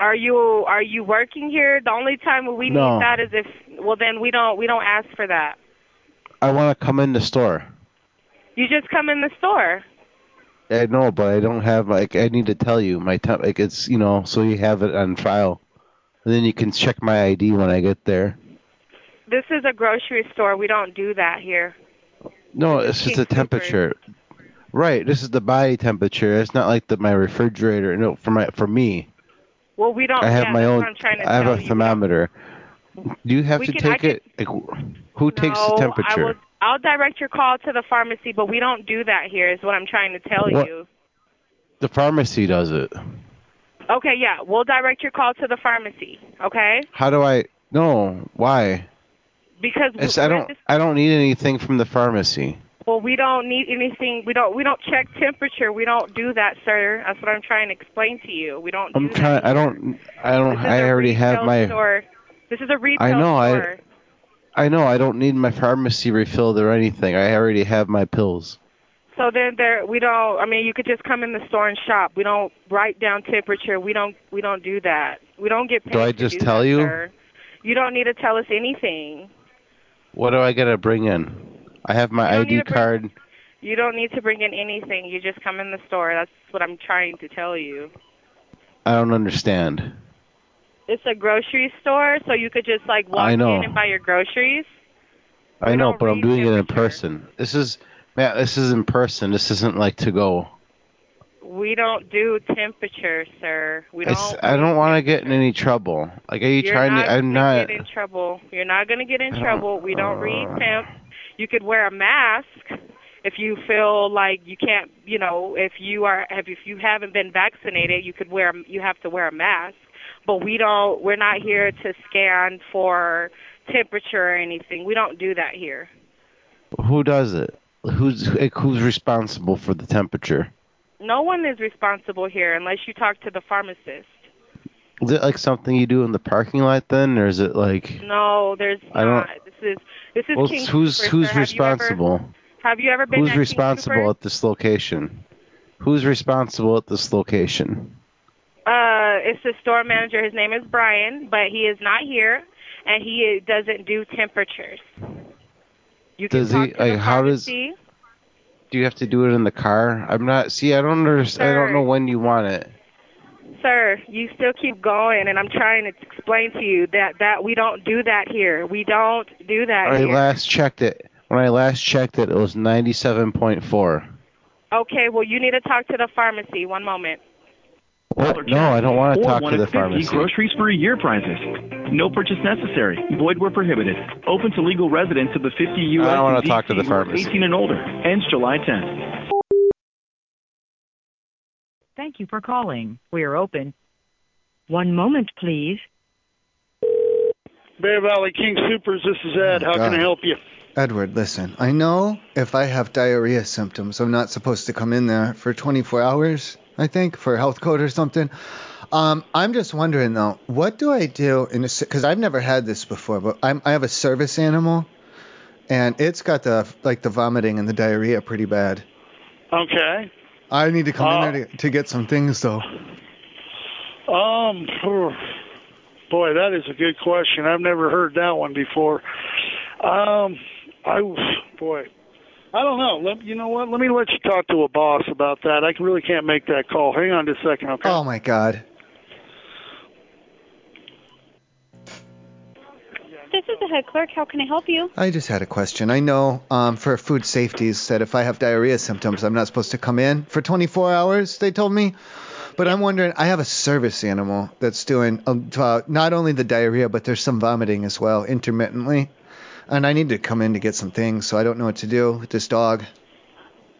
[SPEAKER 19] Are you are you working here? The only time we
[SPEAKER 3] No.
[SPEAKER 19] need that is if well then we don't we don't ask for that.
[SPEAKER 3] I want to come in the store.
[SPEAKER 19] You just come in the store.
[SPEAKER 3] I know, but I don't have like I need to tell you my temp. Like it's you know so you have it on file, and then you can check my ID when I get there.
[SPEAKER 19] This is a grocery store. We don't do that here.
[SPEAKER 3] No, it's just the temperature. Right, this is the body temperature. It's not like the my refrigerator. No, for my for me,
[SPEAKER 19] Well, we don't.
[SPEAKER 3] I have
[SPEAKER 19] Oh, yeah,
[SPEAKER 3] my
[SPEAKER 19] that's
[SPEAKER 3] own.
[SPEAKER 19] What I'm trying to
[SPEAKER 3] I have
[SPEAKER 19] tell
[SPEAKER 3] a
[SPEAKER 19] you.
[SPEAKER 3] thermometer. Do you have
[SPEAKER 19] We
[SPEAKER 3] to
[SPEAKER 19] can- I
[SPEAKER 3] take it? Like, wh- who takes the
[SPEAKER 19] No,
[SPEAKER 3] temperature?
[SPEAKER 19] I will, I'll direct your call to the pharmacy, but we don't do that here. Is what I'm trying to tell
[SPEAKER 3] What?
[SPEAKER 19] you.
[SPEAKER 3] The pharmacy does it.
[SPEAKER 19] Okay, yeah, we'll direct your call to the pharmacy. Okay,
[SPEAKER 3] How do I? No, why?
[SPEAKER 19] because we-
[SPEAKER 3] It's, I
[SPEAKER 19] we're
[SPEAKER 3] don't. I don't need anything from the pharmacy.
[SPEAKER 19] Well, we don't need anything. We don't. We don't check temperature. We don't do that, sir. That's what I'm trying to explain to you. We don't.
[SPEAKER 3] I'm
[SPEAKER 19] do
[SPEAKER 3] trying. I don't. I don't. I already have
[SPEAKER 19] retail
[SPEAKER 3] my.
[SPEAKER 19] Store. This is a retail
[SPEAKER 3] I know, I-
[SPEAKER 19] store.
[SPEAKER 3] I know. I don't need my pharmacy refilled or anything. I already have my pills.
[SPEAKER 19] So then there. We don't. I mean, you could just come in the store and shop. We don't write down temperature. We don't. We don't do that. We don't get paid.
[SPEAKER 3] Do
[SPEAKER 19] to
[SPEAKER 3] I just
[SPEAKER 19] do
[SPEAKER 3] tell
[SPEAKER 19] that,
[SPEAKER 3] you?
[SPEAKER 19] sir. You don't need to tell us anything.
[SPEAKER 3] What do I gotta bring in? I have my ID card.
[SPEAKER 19] You don't need to bring in anything. You just come in the store. That's what I'm trying to tell you.
[SPEAKER 3] I don't understand.
[SPEAKER 19] It's a grocery store, so you could just like walk
[SPEAKER 3] I know.
[SPEAKER 19] in and buy your groceries.
[SPEAKER 3] I know, but I'm doing it in person. This is, Matt. This is in person. This isn't like to go.
[SPEAKER 19] We don't do temperature, sir. We don't.
[SPEAKER 3] It's. I don't want to get in any trouble. Like, are you
[SPEAKER 19] You're
[SPEAKER 3] trying
[SPEAKER 19] not
[SPEAKER 3] to?
[SPEAKER 19] gonna
[SPEAKER 3] I'm not.
[SPEAKER 19] get in trouble. You're not gonna get in
[SPEAKER 3] I don't-
[SPEAKER 19] trouble. We don't read temp. You could wear a mask if you feel like you can't. You know, if you are, if if you haven't been vaccinated, you could wear. You have to wear a mask. But we don't. We're not here to scan for temperature or anything. We don't do that here.
[SPEAKER 3] Who does it? Who's like, who's responsible for the temperature?
[SPEAKER 19] No one is responsible here unless you talk to the pharmacist.
[SPEAKER 3] Is it like something you do in the parking lot then, or is it like?
[SPEAKER 19] No, there's
[SPEAKER 3] I don't-
[SPEAKER 19] not. This is this is
[SPEAKER 3] Well,
[SPEAKER 19] King
[SPEAKER 3] who's
[SPEAKER 19] Supers,
[SPEAKER 3] who's
[SPEAKER 19] sir. Have you ever-
[SPEAKER 3] responsible?
[SPEAKER 19] Have you ever been
[SPEAKER 3] Who's
[SPEAKER 19] at King
[SPEAKER 3] responsible at this location? Who's responsible at this location?
[SPEAKER 19] Supers? Uh, it's the store manager. His name is Brian, but he is not here, and he doesn't do temperatures.
[SPEAKER 3] does he like how does
[SPEAKER 19] See?
[SPEAKER 3] do you have to do it in the car? I'm not see I don't understand I
[SPEAKER 19] Sir.
[SPEAKER 3] don't know when you want it.
[SPEAKER 19] Sir, you still keep going, and I'm trying to explain to you that that we don't do that here. We don't do that
[SPEAKER 3] I
[SPEAKER 19] here.
[SPEAKER 3] last checked it. When I last checked it it was ninety seven point four.
[SPEAKER 19] Okay, well you need to talk to the pharmacy. One moment.
[SPEAKER 3] No, I don't want to
[SPEAKER 20] Or
[SPEAKER 3] talk
[SPEAKER 20] one
[SPEAKER 3] to
[SPEAKER 20] of
[SPEAKER 3] the
[SPEAKER 20] 50
[SPEAKER 3] pharmacy.
[SPEAKER 20] groceries for a year prizes. No purchase necessary. Void where prohibited. Open to legal residents of the 50 U.S.
[SPEAKER 3] I don't wanna
[SPEAKER 20] and
[SPEAKER 3] talk to
[SPEAKER 20] DC
[SPEAKER 3] the
[SPEAKER 20] who are
[SPEAKER 3] pharmacy.
[SPEAKER 20] 18 and older. Ends July 10th.
[SPEAKER 15] Thank you for calling. We are open. One moment, please.
[SPEAKER 2] Oh,
[SPEAKER 21] Bear Valley King Supers, this is Ed. How can I help you?
[SPEAKER 2] Edward, listen. I know if I have diarrhea symptoms, I'm not supposed to come in there for 24 hours, I think, for a health code or something. Um, I'm just wondering, though, what do I do in a, because I've never had this before, but I'm, I have a service animal and it's got the, like, the vomiting and the diarrhea pretty bad.
[SPEAKER 21] Okay.
[SPEAKER 2] I need to come in there to, to get some things, though.
[SPEAKER 21] Um, phew. boy, that is a good question. I've never heard that one before. Um, I, boy, I don't know. Let, you know what? Let me let you talk to a boss about that. I really can't make that call. Hang on just a second, okay?
[SPEAKER 2] Oh, my God.
[SPEAKER 22] This is the head clerk. How can I help you?
[SPEAKER 2] I just had a question. I know um, for food safety said if I have diarrhea symptoms, I'm not supposed to come in for 24 hours. They told me, but I'm wondering. I have a service animal that's doing uh, not only the diarrhea, but there's some vomiting as well intermittently, and I need to come in to get some things. So I don't know what to do with this dog.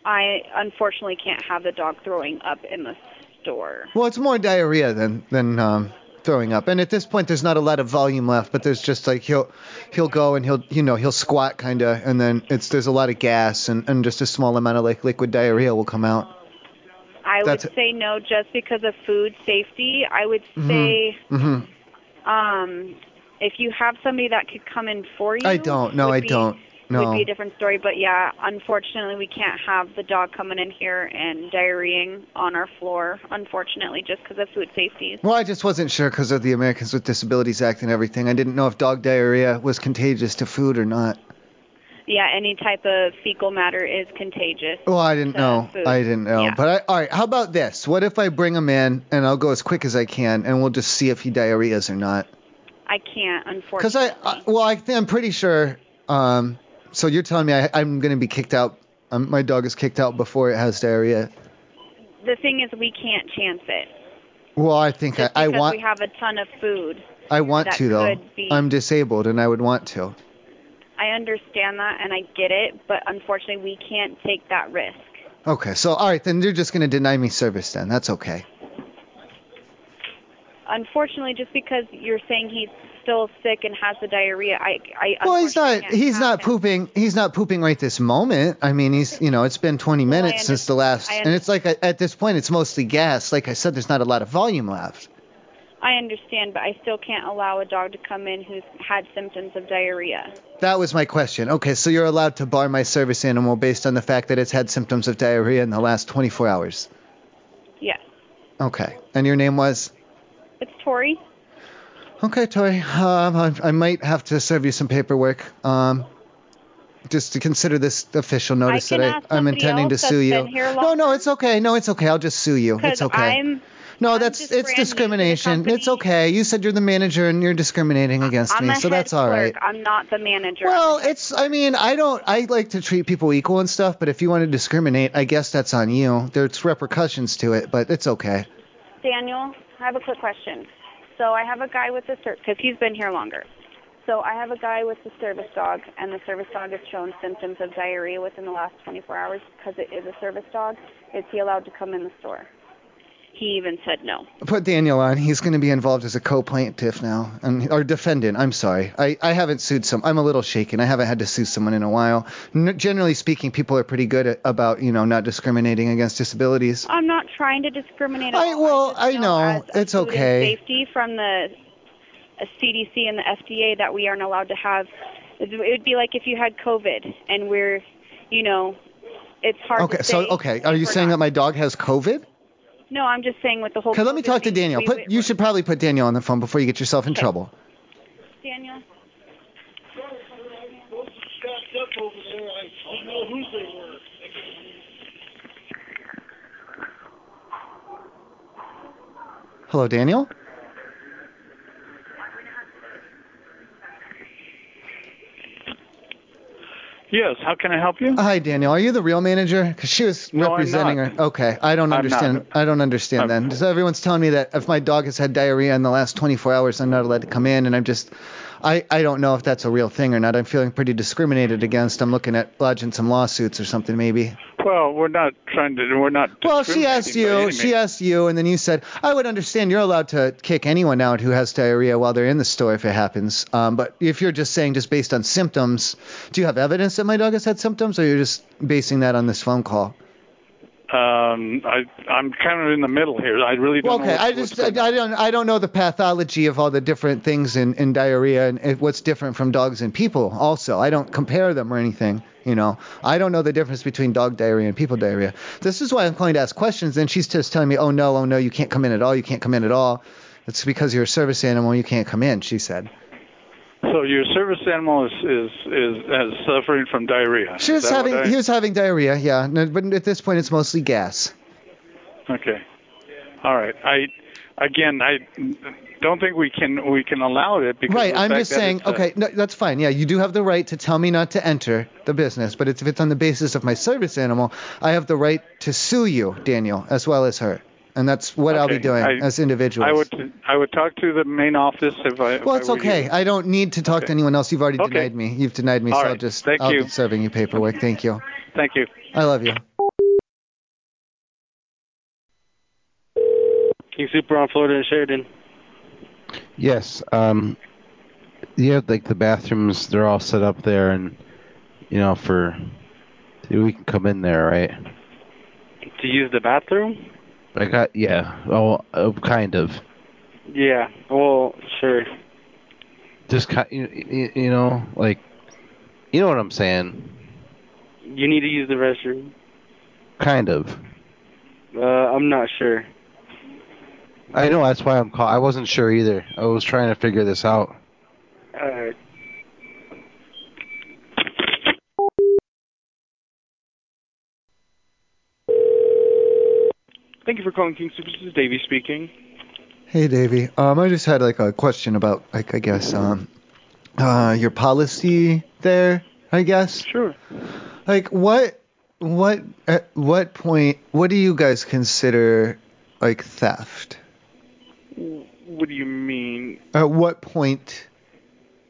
[SPEAKER 22] I unfortunately can't have the dog throwing up in the store.
[SPEAKER 2] Well, it's more diarrhea than than um, throwing up. And at this point, there's not a lot of volume left, but there's just like he'll he'll go and he'll you know he'll squat kind of, and then it's there's a lot of gas and and just a small amount of like liquid diarrhea will come out.
[SPEAKER 22] I
[SPEAKER 2] That's-
[SPEAKER 22] would say no just because of food safety. I would
[SPEAKER 2] Mhm.
[SPEAKER 22] say
[SPEAKER 2] hmm
[SPEAKER 22] um, if you have somebody that could come in for you,
[SPEAKER 2] I don't. No,
[SPEAKER 22] would
[SPEAKER 2] I
[SPEAKER 22] be-
[SPEAKER 2] don't.
[SPEAKER 22] would be
[SPEAKER 2] No.
[SPEAKER 22] a different story. But yeah, unfortunately, we can't have the dog coming in here and diarrheaing on our floor. Unfortunately, just because of food safety.
[SPEAKER 2] Well, I just wasn't sure because of the Americans with Disabilities Act and everything. I didn't know if dog diarrhea was contagious to food or not.
[SPEAKER 22] Yeah, any type of fecal matter is contagious.
[SPEAKER 2] Well, I didn't
[SPEAKER 22] to
[SPEAKER 2] know.
[SPEAKER 22] food.
[SPEAKER 2] I didn't know.
[SPEAKER 22] Yeah.
[SPEAKER 2] But I, all right, how about this? What if I bring him in and I'll go as quick as I can and we'll just see if he diarrheas or not?
[SPEAKER 22] I can't, unfortunately.
[SPEAKER 2] Because I, I, well, I think I'm pretty sure. Um, so you're telling me I, I'm going to be kicked out. Um, my dog is kicked out before it has diarrhea.
[SPEAKER 22] the thing is, we can't chance it
[SPEAKER 2] Well, I think I,
[SPEAKER 22] because
[SPEAKER 2] I
[SPEAKER 22] we
[SPEAKER 2] want,
[SPEAKER 22] have a ton of food.
[SPEAKER 2] I want
[SPEAKER 22] that
[SPEAKER 2] to though.
[SPEAKER 22] could be-
[SPEAKER 2] I'm disabled and I would want to.
[SPEAKER 22] I understand that and I get it, but unfortunately, we can't take that risk.
[SPEAKER 2] Okay, so all right, then you're just going to deny me service then. That's okay.
[SPEAKER 22] Unfortunately, just because you're saying he's still sick and has the diarrhea, I, I
[SPEAKER 2] Well, he's
[SPEAKER 22] unfortunately
[SPEAKER 2] not. He's not pooping. He's not pooping right this moment. I mean, he's. You know, it's been 20 minutes since the last,
[SPEAKER 22] I
[SPEAKER 2] and it's like at at this point, it's mostly gas. Like I said, there's not a lot of volume left.
[SPEAKER 22] I understand, but I still can't allow a dog to come in who's had symptoms of diarrhea.
[SPEAKER 2] That was my question. Okay, so you're allowed to bar my service animal based on the fact that it's had symptoms of diarrhea in the last 24 hours.
[SPEAKER 22] Yes,
[SPEAKER 2] Okay, and your name was.
[SPEAKER 22] it's Tori.
[SPEAKER 2] Okay, Tori. Um, I, I might have to serve you some paperwork. Um, just to consider this official notice
[SPEAKER 22] can
[SPEAKER 2] that
[SPEAKER 22] ask
[SPEAKER 2] I, I'm
[SPEAKER 22] somebody
[SPEAKER 2] intending to
[SPEAKER 22] else that's
[SPEAKER 2] sue you.
[SPEAKER 22] been here
[SPEAKER 2] No, no, it's okay. No, it's okay. I'll just sue you. It's
[SPEAKER 22] 'Cause
[SPEAKER 2] okay.
[SPEAKER 22] I'm-
[SPEAKER 2] no, that's it's discrimination. It's okay. You said you're the manager and you're discriminating against
[SPEAKER 22] I'm
[SPEAKER 2] me,
[SPEAKER 22] a
[SPEAKER 2] so
[SPEAKER 22] head
[SPEAKER 2] that's all right.
[SPEAKER 22] clerk. I'm not the manager.
[SPEAKER 2] Well, it's I mean, I don't I like to treat people equal and stuff, but if you want to discriminate, I guess that's on you. There's repercussions to it, but it's okay.
[SPEAKER 22] Daniel, I have a quick question. So I have a guy with a service because he's been here longer. So I have a guy with a service dog, and the service dog has shown symptoms of diarrhea within the last 24 hours because it is a service dog. Is he allowed to come in the store? He even said no.
[SPEAKER 2] Put Daniel on. He's going to be involved as a co-plaintiff now, and or defendant. I'm sorry. I, I haven't sued some. I'm a little shaken. I haven't had to sue someone in a while. N- generally speaking, people are pretty good at, about you know not discriminating against disabilities.
[SPEAKER 22] I'm not trying to discriminate. at
[SPEAKER 2] I
[SPEAKER 22] all.
[SPEAKER 2] well, I know it's
[SPEAKER 22] food and
[SPEAKER 2] okay.
[SPEAKER 22] Safety from the uh, CDC and the FDA that we aren't allowed to have. It would be like if you had COVID and we're, you know, it's hard.
[SPEAKER 2] Okay,
[SPEAKER 22] to
[SPEAKER 2] so
[SPEAKER 22] say
[SPEAKER 2] okay, are you
[SPEAKER 22] we're
[SPEAKER 2] saying that my dog has COVID?
[SPEAKER 22] No, I'm just saying with the whole.
[SPEAKER 2] Okay, let me
[SPEAKER 22] COVID
[SPEAKER 2] talk to
[SPEAKER 22] thing,
[SPEAKER 2] Daniel.
[SPEAKER 22] we
[SPEAKER 2] Put
[SPEAKER 22] would-
[SPEAKER 2] you should probably put Daniel on the phone before you get yourself in trouble.
[SPEAKER 22] Daniel.
[SPEAKER 2] Hello, Daniel.
[SPEAKER 21] Yes, how can I help you?
[SPEAKER 2] Hi, Daniel. Are you the real manager? Because she was
[SPEAKER 21] No, I'm
[SPEAKER 2] representing
[SPEAKER 21] not.
[SPEAKER 2] her. Okay, I don't
[SPEAKER 21] I'm
[SPEAKER 2] understand. I don't understand then. So everyone's telling me that if my dog has had diarrhea in the last 24 hours, I'm not allowed to come in, and I'm just, I, I don't know if that's a real thing or not. I'm feeling pretty discriminated against. I'm looking at lodging some lawsuits or something maybe.
[SPEAKER 21] Well, we're not trying to. We're not.
[SPEAKER 2] Well, she asked
[SPEAKER 21] discriminating by any
[SPEAKER 2] you.
[SPEAKER 21] means.
[SPEAKER 2] She asked you, and then you said, "I would understand you're allowed to kick anyone out who has diarrhea while they're in the store if it happens." Um, but if you're just saying just based on symptoms, do you have evidence that my dog has had symptoms, or you're just basing that on this phone call?
[SPEAKER 21] Um, I I'm kind of in the middle here. I really don't.
[SPEAKER 2] Okay,
[SPEAKER 21] know
[SPEAKER 2] I just I don't I don't know the pathology of all the different things in, in diarrhea and it- what's different from dogs and people. Also, I don't compare them or anything. You know, I don't know the difference between dog diarrhea and people diarrhea. This is why I'm calling to ask questions. And she's just telling me, oh no, oh no, you can't come in at all. You can't come in at all. It's because you're a service animal. You can't come in. She said.
[SPEAKER 21] So your service animal is is is, is suffering from diarrhea.
[SPEAKER 2] She
[SPEAKER 21] Is
[SPEAKER 2] was
[SPEAKER 21] that what
[SPEAKER 2] having
[SPEAKER 21] I-
[SPEAKER 2] he was having diarrhea. Yeah, No, but at this point it's mostly gas.
[SPEAKER 21] Okay. All right. I again, I don't think we can we can allow it because
[SPEAKER 2] Right,
[SPEAKER 21] of the
[SPEAKER 2] I'm
[SPEAKER 21] fact
[SPEAKER 2] just
[SPEAKER 21] that
[SPEAKER 2] saying,
[SPEAKER 21] it's, uh,
[SPEAKER 2] okay, no, that's fine. Yeah, you do have the right to tell me not to enter the business, but it's, if it's on the basis of my service animal, I have the right to sue you, Daniel, as well as her. And that's what I'll be
[SPEAKER 21] okay,
[SPEAKER 2] doing
[SPEAKER 21] I-
[SPEAKER 2] as individuals.
[SPEAKER 21] I would I would talk to the main office if I. if
[SPEAKER 2] well,
[SPEAKER 21] I
[SPEAKER 2] it's
[SPEAKER 21] were
[SPEAKER 2] okay.
[SPEAKER 21] You.
[SPEAKER 2] I don't need to talk to anyone else. You've already
[SPEAKER 21] Okay.
[SPEAKER 2] denied me. You've denied me,
[SPEAKER 21] All
[SPEAKER 2] so I'll
[SPEAKER 21] right,
[SPEAKER 2] just
[SPEAKER 21] thank
[SPEAKER 2] I'll
[SPEAKER 21] you.
[SPEAKER 2] be serving you paperwork. Thank you.
[SPEAKER 21] Thank you.
[SPEAKER 2] I love you.
[SPEAKER 5] King Super on Florida and Sheridan.
[SPEAKER 3] Yes. Um, you have like the bathrooms; they're all set up there, and you know, for we can come in there, right?
[SPEAKER 5] To use the bathroom?
[SPEAKER 3] I got yeah. Oh, uh, kind of.
[SPEAKER 5] Yeah. Well, sure.
[SPEAKER 3] Just kind, you, you, you know, like, you know what I'm saying?
[SPEAKER 5] You need to use the restroom.
[SPEAKER 3] Kind of.
[SPEAKER 5] Uh, I'm not sure.
[SPEAKER 3] I know that's why I'm call. I wasn't sure either. I was trying to figure this out.
[SPEAKER 5] All right.
[SPEAKER 23] Thank you for calling King Super. This is Davey speaking.
[SPEAKER 2] Hey, Davey. Um, I just had like a question about like I guess um, uh, your policy there. I guess.
[SPEAKER 23] Sure.
[SPEAKER 2] Like what, what, at what point, what do you guys consider like theft?
[SPEAKER 23] What do you mean?
[SPEAKER 2] At what point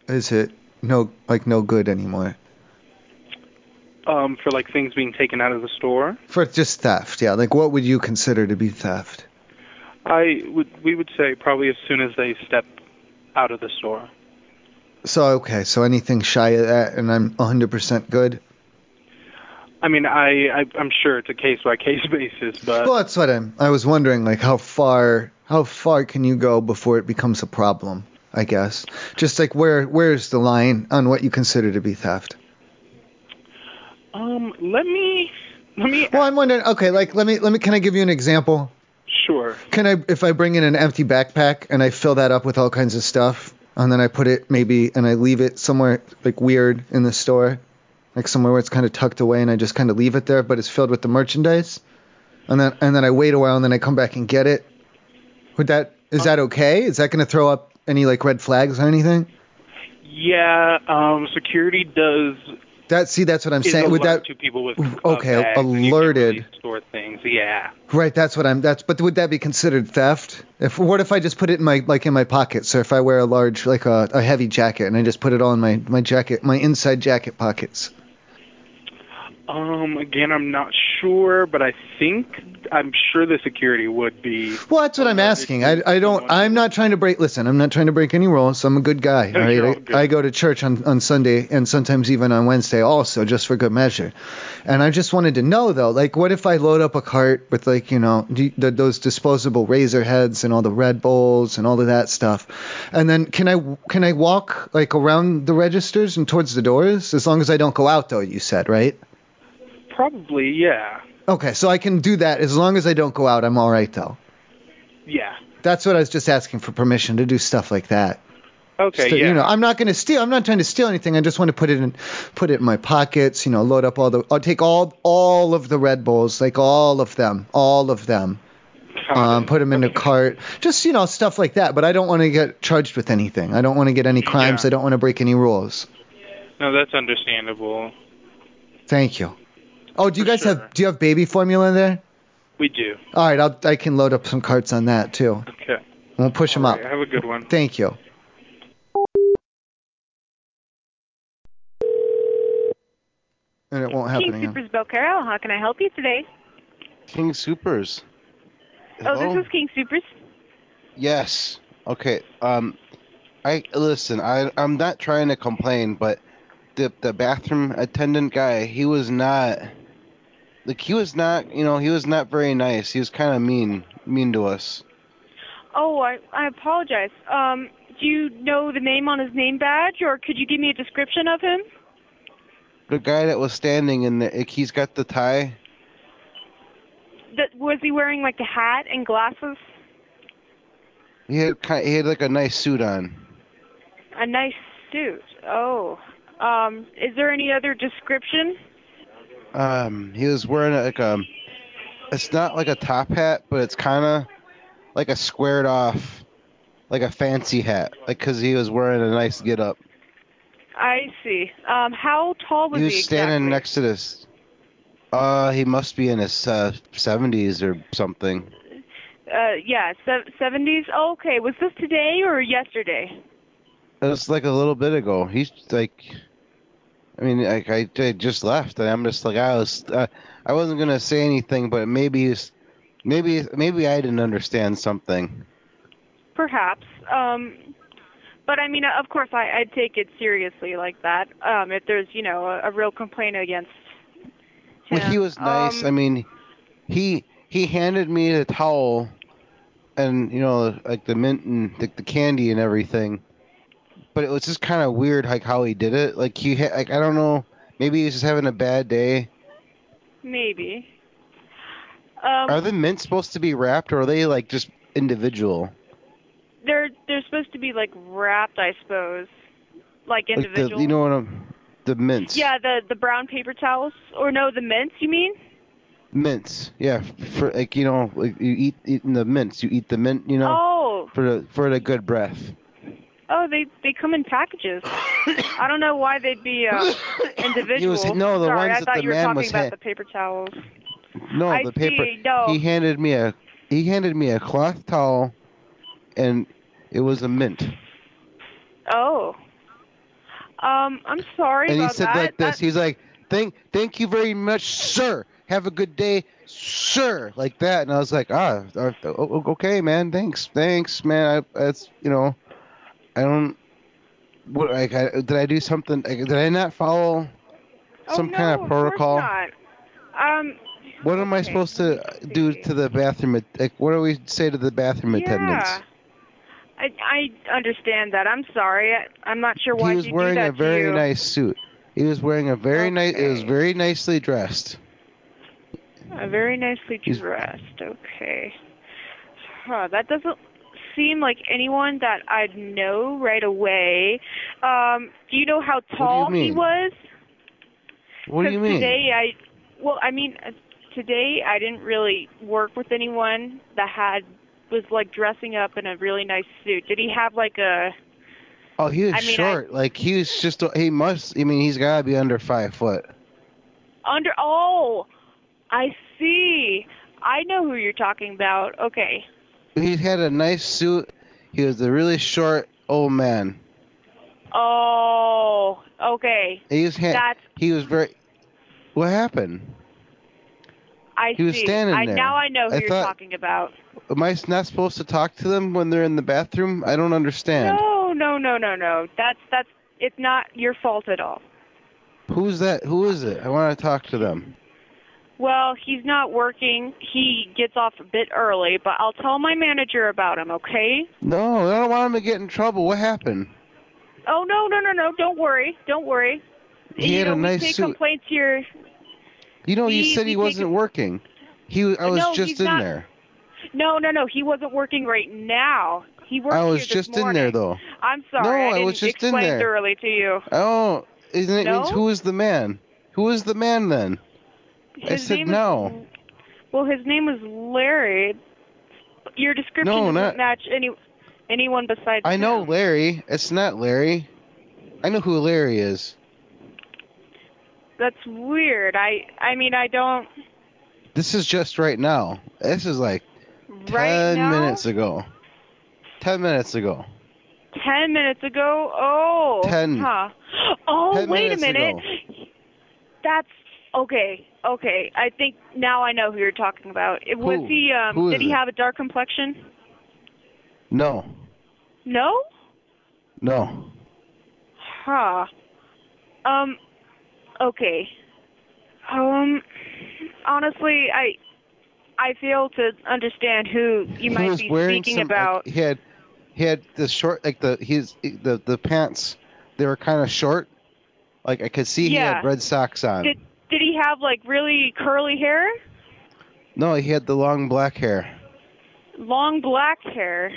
[SPEAKER 2] is it no like no good anymore
[SPEAKER 23] Um, for like things being taken out of the store?
[SPEAKER 2] for just theft? Yeah. Like what would you consider to be theft?
[SPEAKER 23] I would we would say probably as soon as they step out of the store.
[SPEAKER 2] So okay, so anything shy of that, and I'm 100% good.
[SPEAKER 23] I mean, I, I I'm sure it's a case by case basis, but
[SPEAKER 2] well, that's what I'm. I was wondering, like, how far, how far can you go before it becomes a problem? I guess. Just like where, where's the line on what you consider to be theft?
[SPEAKER 23] um, let me let me.
[SPEAKER 2] Well, I'm wondering. Okay, like, let me, let me. Can I give you an example?
[SPEAKER 23] Sure.
[SPEAKER 2] Can I, if I bring in an empty backpack and I fill that up with all kinds of stuff, and then I put it maybe, and I leave it somewhere like weird in the store, like somewhere where it's kind of tucked away, and I just kind of leave it there, but it's filled with the merchandise, and then and then I wait a while, and then I come back and get it. Would that is that okay? Is that going to throw up any like red flags or anything?
[SPEAKER 23] Yeah. Um, security does.
[SPEAKER 2] That see, that's what I'm
[SPEAKER 23] is
[SPEAKER 2] saying. Would
[SPEAKER 23] alert
[SPEAKER 2] that
[SPEAKER 23] to people with uh,
[SPEAKER 2] okay?
[SPEAKER 23] bags and
[SPEAKER 2] Alerted.
[SPEAKER 23] store things? Yeah.
[SPEAKER 2] Right, that's what I'm. That's but would that be considered theft? If what if I just put it in my like in my pocket? So if I wear a large like a, a heavy jacket and I just put it all in my my jacket my inside jacket pockets.
[SPEAKER 23] Um, again, I'm not sure, but I think I'm sure the security would be.
[SPEAKER 2] Well, that's what I'm asking. I I don't. I'm not trying to break. Listen, I'm not trying to break any rules. I'm a good guy. all right?
[SPEAKER 23] you're all
[SPEAKER 2] I- I, go to church on on Sunday and sometimes even on Wednesday also just for good measure. And I just wanted to know though, like what if I load up a cart with like you know d th those disposable razor heads and all the Red Bulls and all of that stuff, and then can I can I walk like around the registers and towards the doors as long as I don't go out though? You said right.
[SPEAKER 23] Probably, yeah,
[SPEAKER 2] Okay, so I can do that as long as I don't go out. I'm all right though.
[SPEAKER 23] yeah.
[SPEAKER 2] That's what I was just asking for permission to do stuff like that.
[SPEAKER 23] Okay,
[SPEAKER 2] So,
[SPEAKER 23] yeah.
[SPEAKER 2] You know, I'm not going to steal. I'm not trying to steal anything. I just want to put it in, put it in my pockets. You know, load up all the. I'll take all all of the Red Bulls, like all of them, all of them. Um, put them in a cart, just you know, stuff like that. But I don't want to get charged with anything. I don't want to get any crimes. I don't want to break any rules.
[SPEAKER 23] No, that's understandable.
[SPEAKER 2] Thank you. Oh, do you guys have do you have baby formula in there?
[SPEAKER 23] We do.
[SPEAKER 2] All right, I'll, I can load up some carts on that too.
[SPEAKER 23] Okay.
[SPEAKER 2] We'll push them up.
[SPEAKER 23] All right, have a good one.
[SPEAKER 2] Thank you.
[SPEAKER 3] happening.
[SPEAKER 1] King Supers Bel Carol. How can I help you today?
[SPEAKER 3] King Supers.
[SPEAKER 1] Oh,
[SPEAKER 3] Hello?
[SPEAKER 1] this is King Supers.
[SPEAKER 3] Yes. Okay. Um, I listen. I I'm not trying to complain, but the the bathroom attendant guy, he was not like he was not. You know, he was not very nice. He was kind of mean mean to us.
[SPEAKER 1] Oh, I, I apologize. Um, do you know the name on his name badge, or could you give me a description of him?
[SPEAKER 3] The guy that was standing in the, like, he's got the tie.
[SPEAKER 1] That was he wearing like a hat and glasses,
[SPEAKER 3] He had kind he had like a nice suit on.
[SPEAKER 1] a nice suit? Oh, um, is there any other description?
[SPEAKER 3] Um, he was wearing like a, it's not like a top hat, but it's kind of like a squared off, like a fancy hat, like 'cause he was wearing a nice get up.
[SPEAKER 1] I see. Um, how tall was
[SPEAKER 3] he
[SPEAKER 1] he?
[SPEAKER 3] was standing next to this. Uh, he must be in his uh, 70s or something.
[SPEAKER 1] Uh, yeah, seventies. Oh, okay, was this today or yesterday?
[SPEAKER 3] It was like a little bit ago. He's like, I mean, like I, I just left, and I'm just like I was, uh, I wasn't gonna say anything, but maybe he's, maybe maybe I didn't understand something.
[SPEAKER 1] Perhaps. Um, but I mean, of course, I, I take it seriously like that. Um, if there's, you know, a, a real complaint against.
[SPEAKER 3] Well, he was
[SPEAKER 1] um,
[SPEAKER 3] nice. I mean, he he handed me the towel, and you know, like the mint and the, the candy and everything. But it was just kind of weird, like how he did it. Like he, ha- like I don't know, maybe he was just having a bad day.
[SPEAKER 1] Maybe. Um,
[SPEAKER 3] are the mints supposed to be wrapped, or are they like just individual?
[SPEAKER 1] they're they're supposed to be like wrapped, I suppose, like
[SPEAKER 3] Like
[SPEAKER 1] individual.
[SPEAKER 3] the, you know what I'm, the mints.
[SPEAKER 1] yeah, the the brown paper towels, or no, the mints. You mean?
[SPEAKER 3] Mints. Yeah, for like you know, like you eat eating the mints. You eat the mint, you know,
[SPEAKER 1] Oh,
[SPEAKER 3] for the for the good breath.
[SPEAKER 1] oh, they they come in packages. I don't know why they'd be uh, individual.
[SPEAKER 3] no, the
[SPEAKER 1] Sorry,
[SPEAKER 3] ones
[SPEAKER 1] I
[SPEAKER 3] that
[SPEAKER 1] thought
[SPEAKER 3] the
[SPEAKER 1] you were
[SPEAKER 3] man
[SPEAKER 1] talking
[SPEAKER 3] was
[SPEAKER 1] about
[SPEAKER 3] ha-
[SPEAKER 1] the paper towels.
[SPEAKER 3] No,
[SPEAKER 1] I
[SPEAKER 3] the paper.
[SPEAKER 1] see, no.
[SPEAKER 3] He handed me a he handed me a cloth towel, and it was a mint.
[SPEAKER 1] Oh. Um, I'm sorry
[SPEAKER 3] and he
[SPEAKER 1] about
[SPEAKER 3] said
[SPEAKER 1] that.
[SPEAKER 3] like this. He's like, "Thank thank you very much, sir. Have a good day, sir." Like that, and I was like, "Ah, uh, o- o- okay, man. Thanks, thanks, man. I, that's you know, I don't. What like I, did I do something? Like, did I not follow some
[SPEAKER 1] oh, no,
[SPEAKER 3] kind of protocol?
[SPEAKER 1] Of course not. Um,
[SPEAKER 3] What am I supposed to do to the bathroom? at- Like, what do we say to the bathroom attendants?
[SPEAKER 1] yeah. I, I understand that. I'm sorry. I, I'm not sure why
[SPEAKER 3] he was
[SPEAKER 1] you
[SPEAKER 3] wearing
[SPEAKER 1] do that
[SPEAKER 3] a very
[SPEAKER 1] to you.
[SPEAKER 3] nice suit. He was wearing a very nice. It was very nicely dressed.
[SPEAKER 1] A very nicely
[SPEAKER 3] He's-
[SPEAKER 1] dressed. Okay. Huh, that doesn't seem like anyone that I'd know right away. Um, do you know how tall he
[SPEAKER 3] mean?
[SPEAKER 1] was?
[SPEAKER 3] What do you
[SPEAKER 1] 'Cause
[SPEAKER 3] mean?
[SPEAKER 1] Today I well, I mean uh, today I didn't really work with anyone that had was like dressing up in a really nice suit. Did he have like a
[SPEAKER 3] oh, he was
[SPEAKER 1] I mean, I-
[SPEAKER 3] short. Like he was just. He must. I mean, he's gotta be under five foot.
[SPEAKER 1] under Oh, I see. I know who you're talking about. Okay.
[SPEAKER 3] He had a nice suit. He was a really short old man.
[SPEAKER 1] Oh, okay.
[SPEAKER 3] He was. Ha-
[SPEAKER 1] That's
[SPEAKER 3] he was very. What happened?
[SPEAKER 1] I
[SPEAKER 3] He was
[SPEAKER 1] see.
[SPEAKER 3] standing
[SPEAKER 1] I,
[SPEAKER 3] there.
[SPEAKER 1] Now I know who
[SPEAKER 3] I
[SPEAKER 1] you're
[SPEAKER 3] thought-
[SPEAKER 1] talking about.
[SPEAKER 3] Am I not supposed to talk to them when they're in the bathroom? I don't understand.
[SPEAKER 1] No, no, no, no, no. That's that's it's not your fault at all.
[SPEAKER 3] Who's that? Who is it? I want to talk to them.
[SPEAKER 1] Well, he's not working. He gets off a bit early, but I'll tell my manager about him, okay?
[SPEAKER 3] No, I don't want him to get in trouble. What happened?
[SPEAKER 1] Oh no, no, no, no. Don't worry. Don't worry.
[SPEAKER 3] He
[SPEAKER 1] you
[SPEAKER 3] had
[SPEAKER 1] know,
[SPEAKER 3] a nice
[SPEAKER 1] we take
[SPEAKER 3] suit.
[SPEAKER 1] complaints here.
[SPEAKER 3] You know, you
[SPEAKER 1] He-
[SPEAKER 3] said
[SPEAKER 1] he
[SPEAKER 3] he
[SPEAKER 1] take-
[SPEAKER 3] wasn't working. He, was- I was
[SPEAKER 1] No,
[SPEAKER 3] just
[SPEAKER 1] he's
[SPEAKER 3] in
[SPEAKER 1] not-
[SPEAKER 3] there.
[SPEAKER 1] No, no, no. He wasn't working right now. He worked
[SPEAKER 3] I
[SPEAKER 1] here
[SPEAKER 3] was
[SPEAKER 1] this
[SPEAKER 3] just in
[SPEAKER 1] morning.
[SPEAKER 3] there though.
[SPEAKER 1] I'm sorry.
[SPEAKER 3] No,
[SPEAKER 1] I
[SPEAKER 3] I
[SPEAKER 1] didn't
[SPEAKER 3] was just in
[SPEAKER 1] explain
[SPEAKER 3] there.
[SPEAKER 1] thoroughly to you.
[SPEAKER 3] Oh, isn't it?
[SPEAKER 1] No?
[SPEAKER 3] means Who is the man? Who is the man then? I
[SPEAKER 1] His
[SPEAKER 3] said
[SPEAKER 1] name
[SPEAKER 3] no.
[SPEAKER 1] Is, well, his name is Larry. Your description
[SPEAKER 3] No,
[SPEAKER 1] doesn't
[SPEAKER 3] not-
[SPEAKER 1] match any anyone besides.
[SPEAKER 3] I know
[SPEAKER 1] him.
[SPEAKER 3] Larry. It's not Larry. I know who Larry is.
[SPEAKER 1] That's weird. I I mean I don't
[SPEAKER 3] This is just right now. This is like
[SPEAKER 1] right
[SPEAKER 3] ten
[SPEAKER 1] now.
[SPEAKER 3] minutes ago. Ten minutes ago.
[SPEAKER 1] Ten minutes ago. Oh.
[SPEAKER 3] Ten.
[SPEAKER 1] Huh. Oh,
[SPEAKER 3] Ten
[SPEAKER 1] wait a
[SPEAKER 3] minutes
[SPEAKER 1] minute.
[SPEAKER 3] ago.
[SPEAKER 1] That's Okay, okay. I think now I know who you're talking about. It, was
[SPEAKER 3] Who?
[SPEAKER 1] he? Um,
[SPEAKER 3] Who is
[SPEAKER 1] did he
[SPEAKER 3] it?
[SPEAKER 1] have a dark complexion?
[SPEAKER 3] No,
[SPEAKER 1] No.
[SPEAKER 3] no.
[SPEAKER 1] Huh. Um. Okay. Um. Honestly, I I fail to understand who you
[SPEAKER 3] he
[SPEAKER 1] might
[SPEAKER 3] was
[SPEAKER 1] be
[SPEAKER 3] wearing
[SPEAKER 1] speaking
[SPEAKER 3] some,
[SPEAKER 1] about.
[SPEAKER 3] Like, he had he had the short like the his the the pants. They were kind of short. Like I could see he
[SPEAKER 1] Yeah.
[SPEAKER 3] had red socks on.
[SPEAKER 1] Did Did he have like really curly hair?
[SPEAKER 3] no, he had the long black hair.
[SPEAKER 1] Long black hair.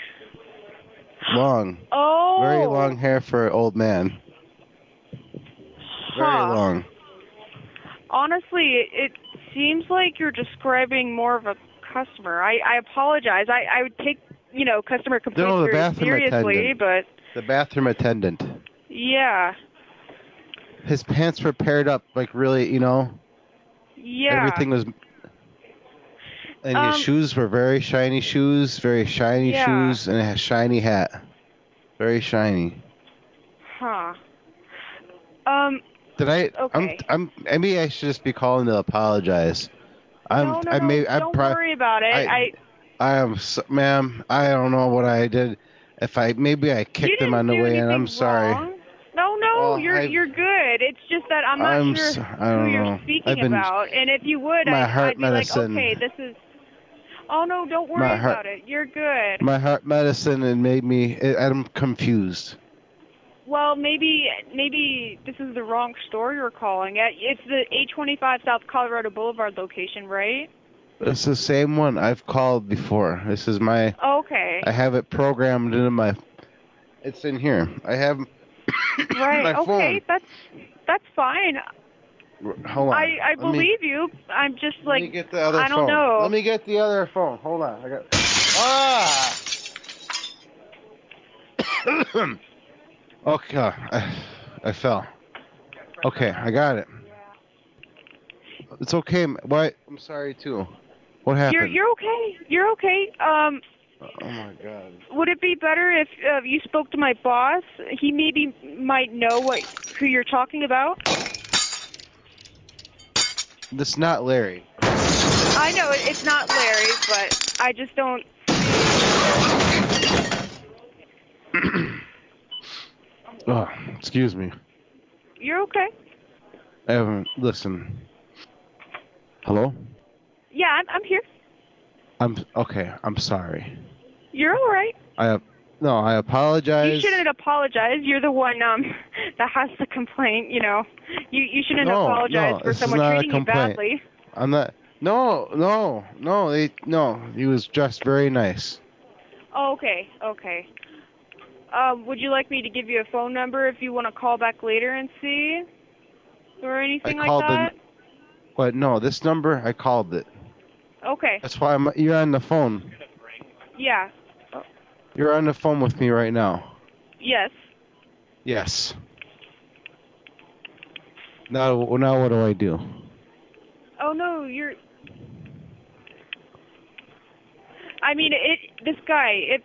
[SPEAKER 3] Long,
[SPEAKER 1] Oh.
[SPEAKER 3] very long hair for an old man. Very
[SPEAKER 1] Huh.
[SPEAKER 3] long.
[SPEAKER 1] Honestly, it, it seems like you're describing more of a customer. I I apologize. I I would take you know customer complaints
[SPEAKER 3] No, the
[SPEAKER 1] very
[SPEAKER 3] bathroom
[SPEAKER 1] seriously,
[SPEAKER 3] attendant.
[SPEAKER 1] but
[SPEAKER 3] The bathroom attendant.
[SPEAKER 1] yeah,
[SPEAKER 3] His pants were paired up like really, you know.
[SPEAKER 1] yeah.
[SPEAKER 3] Everything was. And
[SPEAKER 1] Um,
[SPEAKER 3] his shoes were very shiny shoes, very shiny
[SPEAKER 1] Yeah.
[SPEAKER 3] shoes, and a shiny hat. Very shiny.
[SPEAKER 1] Huh. Um.
[SPEAKER 3] Did I?
[SPEAKER 1] Okay.
[SPEAKER 3] I'm. I'm. I mean, I should just be calling to apologize. I'm.
[SPEAKER 1] no, no,
[SPEAKER 3] I
[SPEAKER 1] no.
[SPEAKER 3] may. I'm
[SPEAKER 1] don't
[SPEAKER 3] pro-
[SPEAKER 1] worry about it.
[SPEAKER 3] I-
[SPEAKER 1] I,
[SPEAKER 3] I am, s- ma'am. I don't know what I did. If I maybe I
[SPEAKER 1] you
[SPEAKER 3] kicked
[SPEAKER 1] didn't
[SPEAKER 3] him on the
[SPEAKER 1] do
[SPEAKER 3] way in.
[SPEAKER 1] anything
[SPEAKER 3] I'm sorry.
[SPEAKER 1] wrong. No, no,
[SPEAKER 3] Oh,
[SPEAKER 1] you're
[SPEAKER 3] I-
[SPEAKER 1] you're good. It's just that I'm not
[SPEAKER 3] I'm
[SPEAKER 1] sure
[SPEAKER 3] so- I don't
[SPEAKER 1] who you're
[SPEAKER 3] know.
[SPEAKER 1] speaking
[SPEAKER 3] I've been-
[SPEAKER 1] about. And if you would,
[SPEAKER 3] my
[SPEAKER 1] I,
[SPEAKER 3] heart
[SPEAKER 1] I'd be
[SPEAKER 3] medicine.
[SPEAKER 1] like, okay, this is. Oh no, don't worry
[SPEAKER 3] My heart-
[SPEAKER 1] about it. You're good.
[SPEAKER 3] My heart medicine and made me. I- I'm confused.
[SPEAKER 1] Well, maybe maybe this is the wrong store you're calling at. It's the 825 South Colorado Boulevard location, right?
[SPEAKER 3] It's the same one I've called before. This is my.
[SPEAKER 1] Okay.
[SPEAKER 3] I have it programmed into my. It's in here. I have.
[SPEAKER 1] right.
[SPEAKER 3] my
[SPEAKER 1] okay, that's that's fine.
[SPEAKER 3] Hold on.
[SPEAKER 1] I I
[SPEAKER 3] Let me-
[SPEAKER 1] believe you. I'm just like
[SPEAKER 3] Let me get the other
[SPEAKER 1] I don't
[SPEAKER 3] phone.
[SPEAKER 1] know.
[SPEAKER 3] Let me get the other phone. Hold on. I got. Ah. okay. I, I fell. Okay, I got it. It's okay. m- Why? I'm sorry too. What happened?
[SPEAKER 1] You're you're okay. You're okay. Um
[SPEAKER 3] Oh my god.
[SPEAKER 1] would it be better if uh, you spoke to my boss? He maybe might know what who you're talking about.
[SPEAKER 3] That's not Larry.
[SPEAKER 1] I know it- it's not Larry, but I just don't
[SPEAKER 3] Oh, excuse me.
[SPEAKER 1] You're okay.
[SPEAKER 3] I haven't. Um, Listen. Hello.
[SPEAKER 1] Yeah, I'm I'm here.
[SPEAKER 3] I'm okay. I'm sorry.
[SPEAKER 1] You're all right.
[SPEAKER 3] I no. I apologize.
[SPEAKER 1] You shouldn't apologize. You're the one um that has the complaint, you know. You you shouldn't
[SPEAKER 3] No,
[SPEAKER 1] apologize
[SPEAKER 3] no,
[SPEAKER 1] for
[SPEAKER 3] this is
[SPEAKER 1] someone
[SPEAKER 3] not a
[SPEAKER 1] treating you
[SPEAKER 3] complaint.
[SPEAKER 1] badly.
[SPEAKER 3] I'm not. No, no, no. They, no. He was dressed very nice.
[SPEAKER 1] Oh, okay, okay. Um, would you like me to give you a phone number if you want to call back later and see? Or anything
[SPEAKER 3] I
[SPEAKER 1] like
[SPEAKER 3] called
[SPEAKER 1] that?
[SPEAKER 3] the. But no, this number I called it.
[SPEAKER 1] Okay.
[SPEAKER 3] That's why I'm. You're on the phone.
[SPEAKER 1] Yeah.
[SPEAKER 3] You're on the phone with me right now.
[SPEAKER 1] Yes.
[SPEAKER 3] Yes. Now, now what do I do?
[SPEAKER 1] Oh no, you're I mean, it this guy, it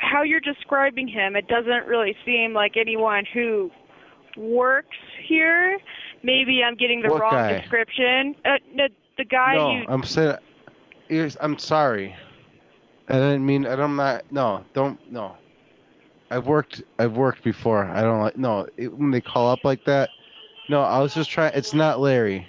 [SPEAKER 1] how you're describing him, it doesn't really seem like anyone who works here. Maybe I'm getting the
[SPEAKER 3] What
[SPEAKER 1] wrong
[SPEAKER 3] guy?
[SPEAKER 1] description. Uh, the, the guy
[SPEAKER 3] no,
[SPEAKER 1] you
[SPEAKER 3] I'm saying. Yes, I'm sorry. I didn't mean. I don't not. No, don't. No. I've worked. I've worked before. I don't like. No, it, when they call up like that. No, I was just trying. It's not Larry.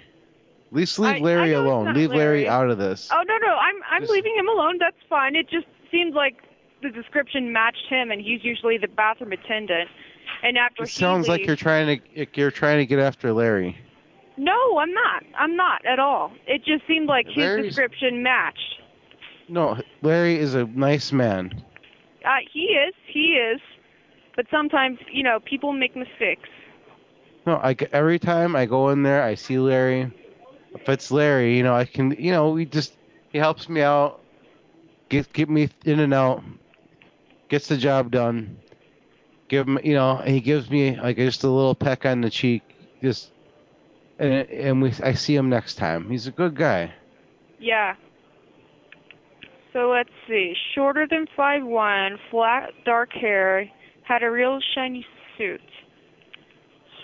[SPEAKER 3] At least leave Larry alone.
[SPEAKER 1] not
[SPEAKER 3] Leave Larry.
[SPEAKER 1] Larry.
[SPEAKER 3] out of this.
[SPEAKER 1] Oh no no, I'm I'm leaving him alone. That's fine. It just seemed like the description matched him, and he's usually the bathroom attendant. And after
[SPEAKER 3] it
[SPEAKER 1] he
[SPEAKER 3] sounds like
[SPEAKER 1] leaves-
[SPEAKER 3] you're trying to. You're trying to get after Larry.
[SPEAKER 1] No, I'm not. I'm not at all. It just seemed like his
[SPEAKER 3] Larry's-
[SPEAKER 1] description matched.
[SPEAKER 3] No, Larry is a nice man.
[SPEAKER 1] Uh, he is. He is. But sometimes, you know, people make mistakes.
[SPEAKER 3] No, I g- every time I go in there, I see Larry. If it's Larry, you know, I can, you know, we just he helps me out, get get me in and out, gets the job done. Give him, you know, he gives me like just a little peck on the cheek, just, and and we I see him next time. He's a good guy.
[SPEAKER 1] Yeah. So let's see. Shorter than five one, flat dark hair, had a real shiny suit.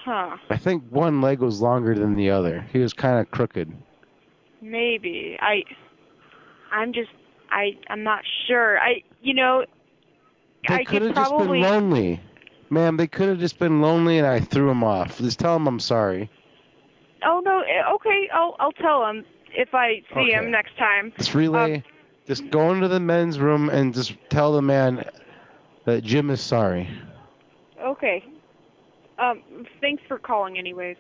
[SPEAKER 19] Huh.
[SPEAKER 3] I think one leg was longer than the other. He was kind of crooked.
[SPEAKER 19] Maybe. I I'm just I I'm not sure. I you know
[SPEAKER 3] They
[SPEAKER 19] I
[SPEAKER 3] could
[SPEAKER 19] could
[SPEAKER 3] have just
[SPEAKER 19] probably
[SPEAKER 3] been lonely. Ma'am, they could have just been lonely and I threw him off. Just tell him I'm sorry.
[SPEAKER 19] Oh no, eh, okay. I'll I'll tell him if I see him next time.
[SPEAKER 3] Just relay, just go into the men's room and just tell the man that Jim is sorry.
[SPEAKER 19] Okay. Um thanks for calling anyways.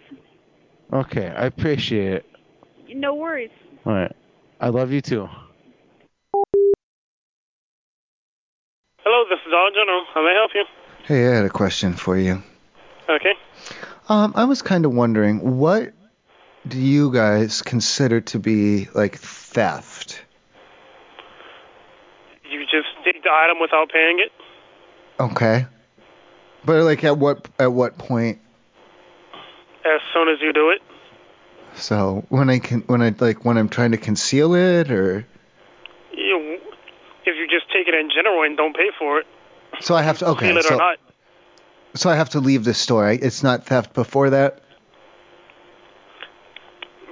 [SPEAKER 3] Okay, I appreciate it.
[SPEAKER 19] No worries.
[SPEAKER 3] All right. I love you too.
[SPEAKER 24] Hello, this is Dollar General. How may I help you?
[SPEAKER 2] Hey, I had a question for you.
[SPEAKER 24] Okay.
[SPEAKER 2] Um, I was kind of wondering what do you guys consider to be like theft?
[SPEAKER 24] You just take the item without paying it?
[SPEAKER 2] Okay. But like at what at what point?
[SPEAKER 24] As soon as you do it?
[SPEAKER 2] So when I can when I like when I'm trying to conceal it or
[SPEAKER 24] You, if you just take it in general and don't pay for it,
[SPEAKER 2] so I have to okay
[SPEAKER 24] steal it
[SPEAKER 2] so
[SPEAKER 24] or not,
[SPEAKER 2] so I have to leave the store. I, it's not theft before that.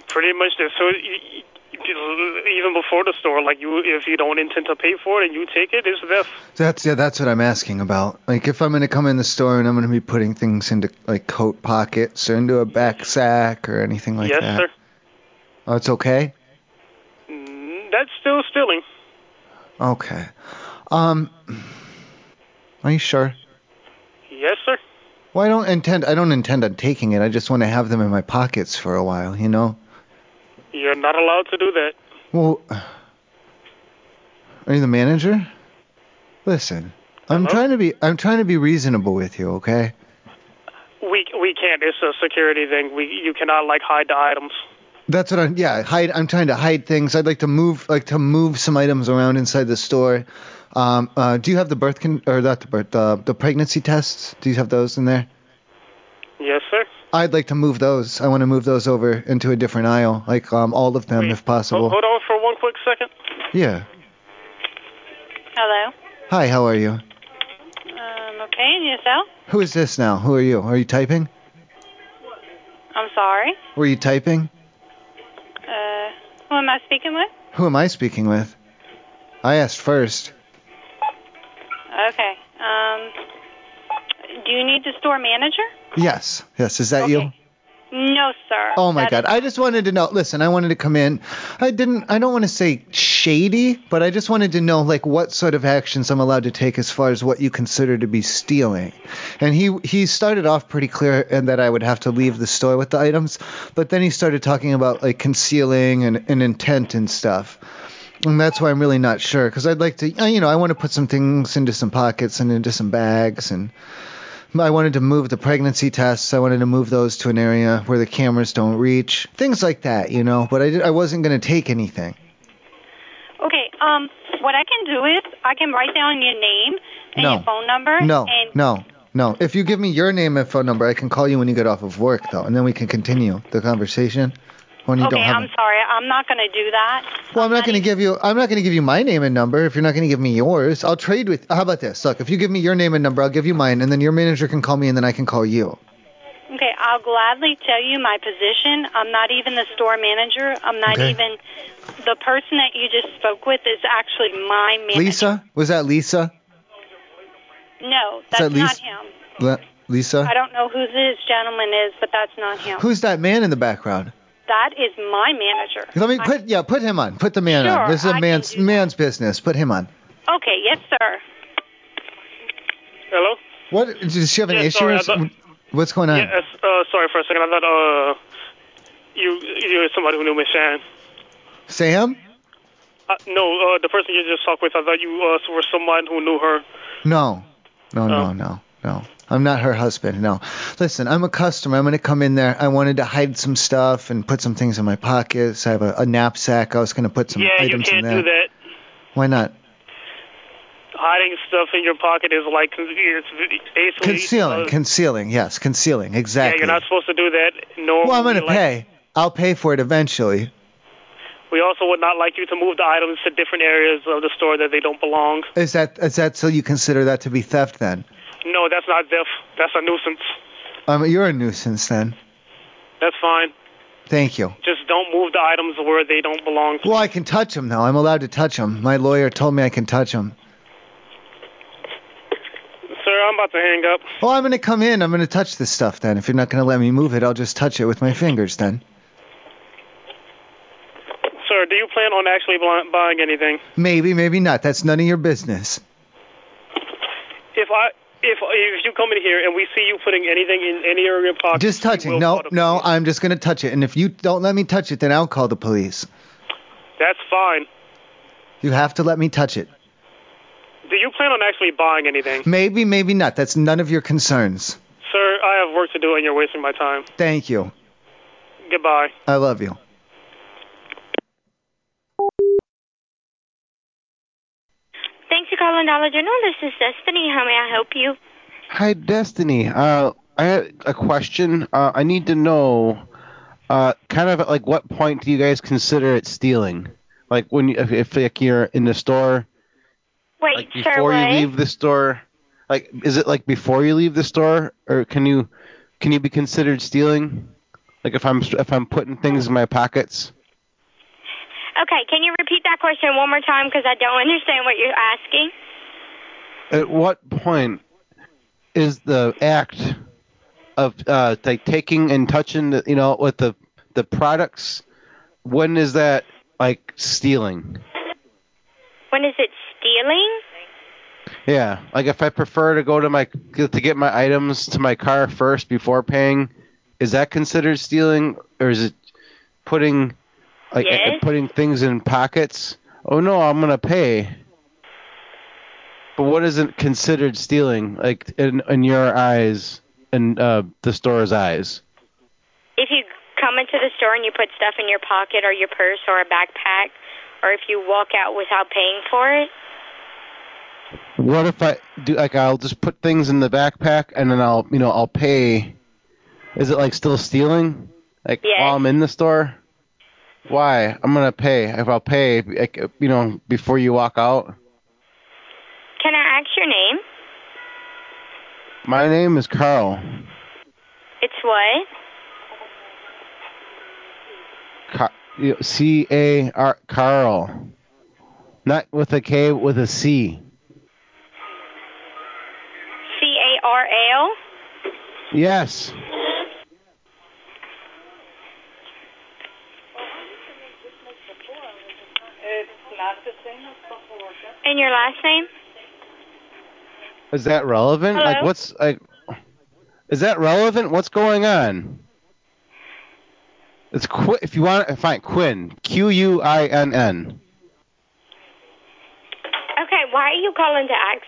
[SPEAKER 24] pretty much this. So you, you- even before the store, like you, if you don't intend to pay for it and you take it, it's theft.
[SPEAKER 2] That's yeah, that's what I'm asking about. Like if I'm gonna come in the store and I'm gonna be putting things into like coat pockets or into a back sack or anything like
[SPEAKER 24] yes,
[SPEAKER 2] that.
[SPEAKER 24] sir.
[SPEAKER 2] Oh, it's okay.
[SPEAKER 24] Mm, That's still stealing.
[SPEAKER 2] Okay. Um, are you sure?
[SPEAKER 24] Yes, sir.
[SPEAKER 2] Well, I don't intend. I don't intend on taking it. I just want to have them in my pockets for a while. You know.
[SPEAKER 24] You're not allowed to do that.
[SPEAKER 2] Well, are you the manager? Listen, I'm trying to be. I'm trying to be reasonable with you. Okay.
[SPEAKER 24] We we can't. It's a security thing. We you cannot like hide the items.
[SPEAKER 2] That's what I'm. Yeah, hide. I'm trying to hide things. I'd like to move, like to move some items around inside the store. Um, uh, do you have the birth con- or not the birth, the the pregnancy tests? Do you have those in there?
[SPEAKER 24] Yes, sir.
[SPEAKER 2] I'd like to move those. I want to move those over into a different aisle, like um, all of them, if possible.
[SPEAKER 24] Hold on for one quick second.
[SPEAKER 2] Yeah.
[SPEAKER 7] Hello.
[SPEAKER 2] Hi, how are you?
[SPEAKER 7] Um, okay, and yourself?
[SPEAKER 2] Who is this now? Who are you? Are you typing?
[SPEAKER 7] I'm sorry.
[SPEAKER 2] Were you typing?
[SPEAKER 7] Uh, who am I speaking with?
[SPEAKER 2] Who am I speaking with? I asked first.
[SPEAKER 7] Okay. Um, do you need the store manager?
[SPEAKER 2] Yes. Yes. Is that you?
[SPEAKER 7] No, sir.
[SPEAKER 2] Oh my
[SPEAKER 7] That
[SPEAKER 2] God. I just wanted to know. Listen, I wanted to come in. I didn't. I don't want to say shady, but I just wanted to know like what sort of actions I'm allowed to take as far as what you consider to be stealing. And he he started off pretty clear and that I would have to leave the store with the items, but then he started talking about like concealing and, and intent and stuff. And that's why I'm really not sure because I'd like to, uh, you know, I want to put some things into some pockets and into some bags and. I wanted to move the pregnancy tests. I wanted to move those to an area where the cameras don't reach. Things like that, you know. But I, did, I wasn't going to take anything.
[SPEAKER 7] is- Okay. Um, what I can do is I can write down your name and
[SPEAKER 2] No.
[SPEAKER 7] your phone number.
[SPEAKER 2] No,
[SPEAKER 7] And
[SPEAKER 2] no, no. If you give me your name and phone number, I can call you when you get off of work, though, and then we can continue the conversation when you
[SPEAKER 7] okay,
[SPEAKER 2] don't have.
[SPEAKER 7] I'm sorry. I'm not gonna do that.
[SPEAKER 2] Well, I'm not going to give you. I'm not going to give you my name and number if you're not going to give me yours. I'll trade with. How about this? Look, if you give me your name and number, I'll give you mine, and then your manager can call me, and then I can call you.
[SPEAKER 7] Okay, I'll gladly tell you my position. I'm not even the store manager. I'm not
[SPEAKER 2] Okay.
[SPEAKER 7] even the person that you just spoke with is actually my manager.
[SPEAKER 2] Lisa, was that Lisa?
[SPEAKER 7] No,
[SPEAKER 2] Is
[SPEAKER 7] that's
[SPEAKER 2] that
[SPEAKER 7] not
[SPEAKER 2] Lisa?
[SPEAKER 7] him.
[SPEAKER 2] Le- Lisa.
[SPEAKER 7] I don't know who this gentleman is, but that's not him.
[SPEAKER 2] Who's that man in the background?
[SPEAKER 7] That is my manager.
[SPEAKER 2] Let me put yeah, put him on. Put the man
[SPEAKER 7] Sure,
[SPEAKER 2] on. This is
[SPEAKER 7] I
[SPEAKER 2] a
[SPEAKER 7] can
[SPEAKER 2] man's man's business. Put him on.
[SPEAKER 7] Okay, yes, sir.
[SPEAKER 24] Hello.
[SPEAKER 2] What does she have an
[SPEAKER 24] Yeah,
[SPEAKER 2] issue?
[SPEAKER 24] sorry,
[SPEAKER 2] or
[SPEAKER 24] I thought-
[SPEAKER 2] some- What's going on?
[SPEAKER 24] Yes. Uh, sorry for a second. I thought uh, you you're somebody who knew Miss Shan.
[SPEAKER 2] Sam?
[SPEAKER 24] Uh, no, uh, the person you just talked with. I thought you uh, were someone who knew her.
[SPEAKER 2] No. No,
[SPEAKER 24] Oh.
[SPEAKER 2] no, no, no. I'm not her husband. No. Listen, I'm a customer. I'm going to come in there. I wanted to hide some stuff and put some things in my pockets. I have a, a knapsack. I was going to put some
[SPEAKER 24] yeah,
[SPEAKER 2] Mm,
[SPEAKER 24] you
[SPEAKER 2] items
[SPEAKER 24] can't
[SPEAKER 2] in there.
[SPEAKER 24] do that.
[SPEAKER 2] Why not?
[SPEAKER 24] Hiding stuff in your pocket is like it's basically
[SPEAKER 2] Concealing, concealing. Yes, concealing.
[SPEAKER 24] uh, Yeah,
[SPEAKER 2] Exactly.
[SPEAKER 24] you're not supposed to do that. Nor
[SPEAKER 2] well, I'm going
[SPEAKER 24] would
[SPEAKER 2] to
[SPEAKER 24] we like-
[SPEAKER 2] pay. I'll pay for it eventually.
[SPEAKER 24] We also would not like you to move the items to different areas of the store that they don't belong.
[SPEAKER 2] Is that is that so you consider that to be theft then?
[SPEAKER 24] No, that's not theft. That's a nuisance.
[SPEAKER 2] Um, you're a nuisance then.
[SPEAKER 24] That's fine.
[SPEAKER 2] Thank you.
[SPEAKER 24] Just don't move the items where they don't belong.
[SPEAKER 2] Well, I can touch them though. I'm allowed to touch them. My lawyer told me I can touch them.
[SPEAKER 24] Sir, I'm about to hang up.
[SPEAKER 2] Well, Oh, I'm going to come in. I'm going to touch this stuff then. If you're not going to let me move it, I'll just touch it with my fingers then.
[SPEAKER 24] Sir, do you plan on actually bli- buying anything?
[SPEAKER 2] Maybe, maybe not. That's none of your business.
[SPEAKER 24] If I if if you come in here and we see you putting anything in any area of your pocket,
[SPEAKER 2] Just touching. No, no, I'm just going to touch it. And if you don't let me touch it, then I'll call the police.
[SPEAKER 24] that's fine.
[SPEAKER 2] You have to let me touch it.
[SPEAKER 24] Do you plan on actually buying anything?
[SPEAKER 2] Maybe, maybe not. That's none of your concerns.
[SPEAKER 24] Sir, I have work to do and you're wasting my time.
[SPEAKER 2] Thank you.
[SPEAKER 24] Goodbye.
[SPEAKER 2] I love you.
[SPEAKER 8] Thanks for calling Dollar General. This is Destiny. How may I help you?
[SPEAKER 3] Hi, Destiny. Uh, I had a question. Uh, I need to know, uh, kind of at, like what point do you guys consider it stealing? Like when you, if, if like you're in the store
[SPEAKER 8] Wait,
[SPEAKER 3] like
[SPEAKER 8] sir,
[SPEAKER 3] before you
[SPEAKER 8] what?
[SPEAKER 3] leave the store, like is it like before you leave the store, or can you can you be considered stealing? Like if I'm if I'm putting things in my pockets.
[SPEAKER 8] Okay, can you repeat that question one more time because I don't understand what you're asking?
[SPEAKER 3] At what point is the act of uh, like taking and touching, the, you know, with the the products? When is that like stealing?
[SPEAKER 8] When is it stealing?
[SPEAKER 3] Yeah, like if I prefer to go to my to get my items to my car first before paying, is that considered stealing, or is it putting like
[SPEAKER 8] Yes.
[SPEAKER 3] putting things in pockets? Oh no, I'm gonna pay. But what isn't considered stealing, like in in your eyes, in uh, the store's eyes?
[SPEAKER 8] If you come into the store and you put stuff in your pocket or your purse or a backpack, or if you walk out without paying for it,
[SPEAKER 3] What if I do like I'll just put things in the backpack and then I'll you know I'll pay? Is it like still stealing? Like while I'm in the store? Why? I'm gonna pay. If I'll pay, like, you know, before you walk out.
[SPEAKER 8] can I ask your name?
[SPEAKER 3] My name is Carl.
[SPEAKER 8] It's what?
[SPEAKER 3] Ca- you know, C A R Carl. Not with a K, with a C.
[SPEAKER 8] C A R L?
[SPEAKER 3] Yes.
[SPEAKER 8] And your last name?
[SPEAKER 3] Is that relevant? Like,
[SPEAKER 8] Hello?
[SPEAKER 3] what's like? Is that relevant? What's going on? It's Qu- if you want to find Quinn, Q U I N N.
[SPEAKER 8] Okay, why are you calling to ask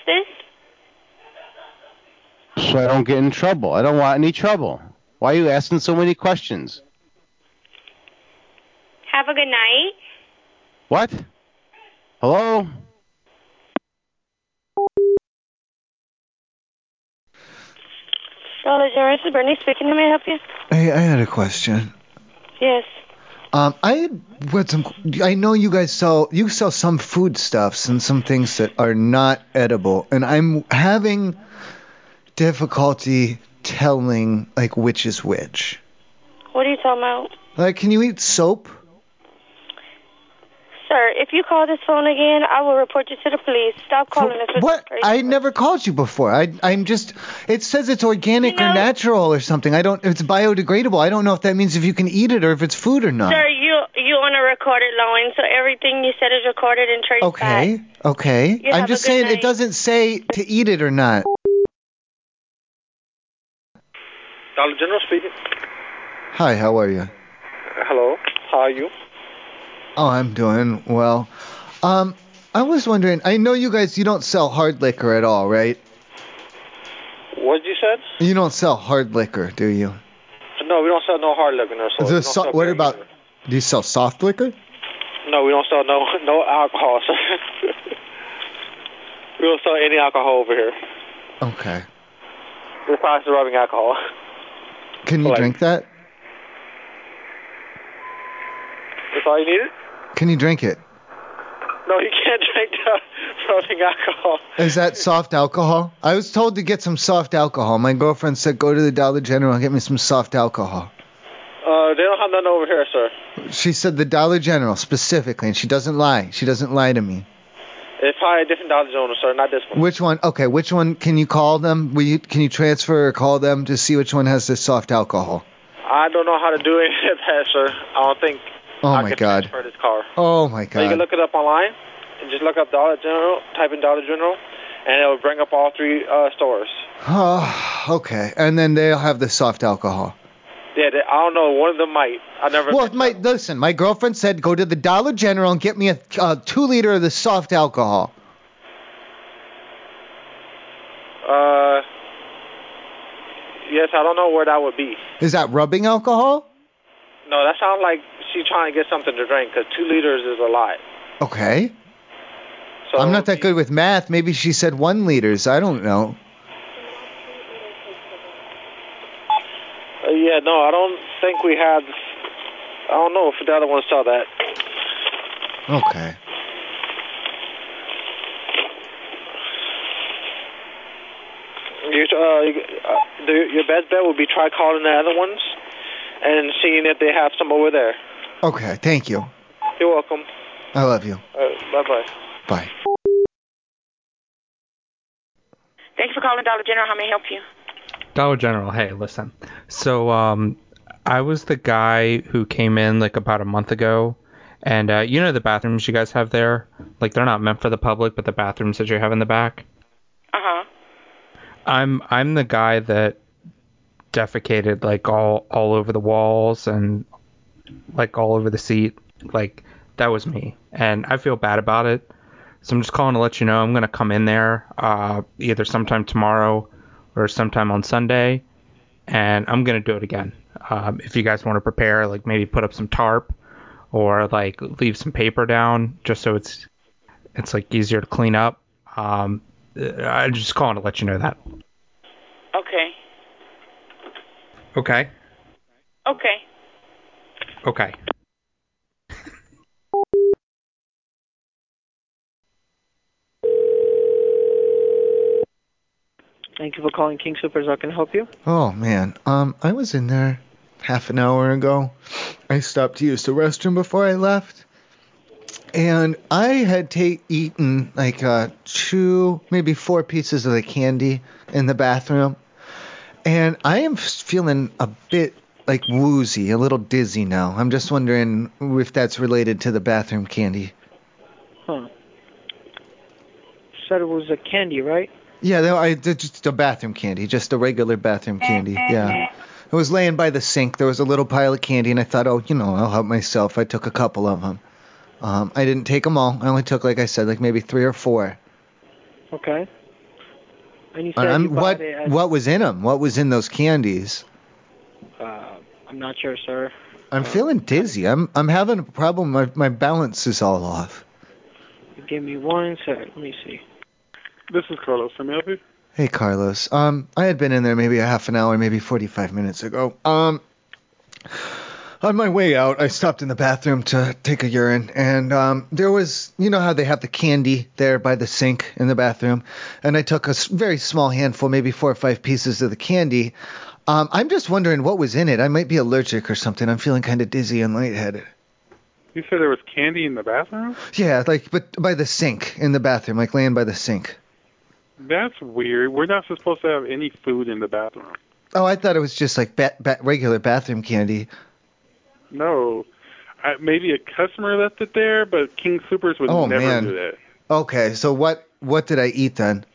[SPEAKER 8] this?
[SPEAKER 3] So I don't get in trouble. I don't want any trouble. Why are you asking so many questions?
[SPEAKER 8] Have a good night.
[SPEAKER 3] What? Hello?
[SPEAKER 9] Dollar General, this is Brittany speaking. How may I help you?
[SPEAKER 2] Hey, I had a question.
[SPEAKER 9] Yes.
[SPEAKER 2] Um, I had read some. I know you guys sell you sell some foodstuffs and some things that are not edible, and I'm having difficulty telling like which is which.
[SPEAKER 9] What are you talking about?
[SPEAKER 2] Like, can you eat soap?
[SPEAKER 9] Sir, if you call this phone again, I will report you to the police. Stop calling us. with-
[SPEAKER 2] What? I never called you before. I I'm just. It says it's organic or natural or something. I don't. It's biodegradable. I don't know if that means if you can eat it or if it's food or not.
[SPEAKER 9] Sir, you you on a recorded line, so everything you said is recorded and traced back.
[SPEAKER 2] Okay. Okay.
[SPEAKER 9] You have
[SPEAKER 2] I'm
[SPEAKER 9] a
[SPEAKER 2] just
[SPEAKER 9] good
[SPEAKER 2] saying
[SPEAKER 9] night.
[SPEAKER 2] it doesn't say to eat it or not.
[SPEAKER 4] Dollar General speaking.
[SPEAKER 2] Hi, how are you?
[SPEAKER 4] Hello. How are you?
[SPEAKER 2] Oh, I'm doing well. Um, I was wondering. I know you guys you don't sell hard liquor at all, right?
[SPEAKER 4] What you said?
[SPEAKER 2] You don't sell hard liquor, do you?
[SPEAKER 4] No, we don't sell no hard liquor, no. So we
[SPEAKER 2] The
[SPEAKER 4] don't
[SPEAKER 2] so-
[SPEAKER 4] sell
[SPEAKER 2] what
[SPEAKER 4] beer
[SPEAKER 2] about?
[SPEAKER 4] either.
[SPEAKER 2] Do you sell soft liquor?
[SPEAKER 4] No, we don't sell no no alcohol. sir. we don't sell any alcohol over here.
[SPEAKER 2] Okay.
[SPEAKER 4] We're products of rubbing alcohol.
[SPEAKER 2] Can you drink that?
[SPEAKER 4] That's all you needed.
[SPEAKER 2] Can you drink it?
[SPEAKER 4] No, you can't drink the rubbing alcohol.
[SPEAKER 2] Is that soft alcohol? I was told to get some soft alcohol. My girlfriend said go to the Dollar General and get me some soft alcohol.
[SPEAKER 4] Uh, they don't have none over here, sir.
[SPEAKER 2] She said the Dollar General specifically, and she doesn't lie. She doesn't lie to me.
[SPEAKER 4] It's probably a different Dollar General, sir, not this one.
[SPEAKER 2] Which one? Okay, which one can you call them? Will you can you transfer or call them to see which one has this soft alcohol?
[SPEAKER 4] I don't know how to do any of that, sir. I don't think
[SPEAKER 2] Oh
[SPEAKER 4] I
[SPEAKER 2] my
[SPEAKER 4] can
[SPEAKER 2] God.
[SPEAKER 4] transfer this car.
[SPEAKER 2] Oh my
[SPEAKER 4] So you
[SPEAKER 2] god.
[SPEAKER 4] can look it up online and just look up Dollar General, type in Dollar General, and it will bring up all three uh, stores.
[SPEAKER 2] Oh, okay. And then they'll have the soft alcohol.
[SPEAKER 4] Yeah, they, I don't know. One of them might. I never.
[SPEAKER 2] Well, my listen, my girlfriend said go to the Dollar General and get me a, a two liter of the soft alcohol.
[SPEAKER 4] Uh, yes, I don't know where that would be.
[SPEAKER 2] Is that rubbing alcohol?
[SPEAKER 4] No, that sounds like she's trying to get something to drink because two liters is a lot.
[SPEAKER 2] Okay. I'm not that good with math. Maybe she said one liters. I don't know.
[SPEAKER 4] Uh, yeah, no, I don't think we had. I don't know if the other one saw that.
[SPEAKER 2] Okay.
[SPEAKER 4] You, uh, you- uh, the, your best bet would be try calling the other ones and seeing if they have some over there.
[SPEAKER 2] Okay. Thank you.
[SPEAKER 4] You're welcome.
[SPEAKER 2] I love you.
[SPEAKER 4] Uh, bye bye.
[SPEAKER 2] Bye.
[SPEAKER 9] Thank you for calling Dollar General. How may I help you?
[SPEAKER 11] Dollar General, hey, listen. So, um, I was the guy who came in like about a month ago, and uh, you know the bathrooms you guys have there? Like, they're not meant for the public, but the bathrooms that you have in the back?
[SPEAKER 9] Uh huh.
[SPEAKER 11] I'm I'm the guy that defecated like all all over the walls and like all over the seat. Like that was me, and I feel bad about it. So I'm just calling to let you know I'm gonna come in there uh, either sometime tomorrow or sometime on Sunday, and I'm gonna do it again. Um, if you guys want to prepare, like maybe put up some tarp or like leave some paper down just so it's it's like easier to clean up. Um, I'm just calling to let you know that.
[SPEAKER 9] Okay.
[SPEAKER 11] Okay.
[SPEAKER 9] Okay.
[SPEAKER 11] Okay.
[SPEAKER 12] Thank you for calling King Supers. How can I help you?
[SPEAKER 2] Oh man, um, I was in there half an hour ago. I stopped to use the restroom before I left, and I had ta- eaten like uh, two, maybe four pieces of the candy in the bathroom, and I am feeling a bit like woozy, a little dizzy now. I'm just wondering if that's related to the bathroom candy.
[SPEAKER 12] Huh. Said it was a candy, right?
[SPEAKER 2] Yeah, no, I did just the bathroom candy, just the regular bathroom candy. Yeah. I was laying by the sink. There was a little pile of candy, and I thought, oh, you know, I'll help myself. I took a couple of them. Um, I didn't take them all. I only took, like I said, like maybe three or four.
[SPEAKER 12] Okay. And you said you
[SPEAKER 2] Um,
[SPEAKER 12] bought
[SPEAKER 2] what
[SPEAKER 12] it as-
[SPEAKER 2] what was in them? What was in those candies?
[SPEAKER 12] Uh, I'm not sure, sir. Oh.
[SPEAKER 2] I'm feeling dizzy. I'm I'm having a problem. My my balance is all off.
[SPEAKER 12] Give me one sec. Let me see.
[SPEAKER 21] This is Carlos. Can I help you?
[SPEAKER 2] Hey Carlos, um, I had been in there maybe a half an hour, maybe 45 minutes ago. Um, on my way out, I stopped in the bathroom to take a urine, and um, there was, you know how they have the candy there by the sink in the bathroom, and I took a s- very small handful, maybe four or five pieces of the candy. Um, I'm just wondering what was in it. I might be allergic or something. I'm feeling kind of dizzy and lightheaded.
[SPEAKER 21] You said there was candy in the bathroom?
[SPEAKER 2] Yeah, like but by the sink in the bathroom, like laying by the sink.
[SPEAKER 21] That's weird. We're not supposed to have any food in the bathroom.
[SPEAKER 2] Oh, I thought it was just like ba- ba- regular bathroom candy.
[SPEAKER 21] No. I, maybe a customer left it there, but King Supers would
[SPEAKER 2] Oh,
[SPEAKER 21] never
[SPEAKER 2] man.
[SPEAKER 21] do that.
[SPEAKER 2] Okay, so what what did I eat then?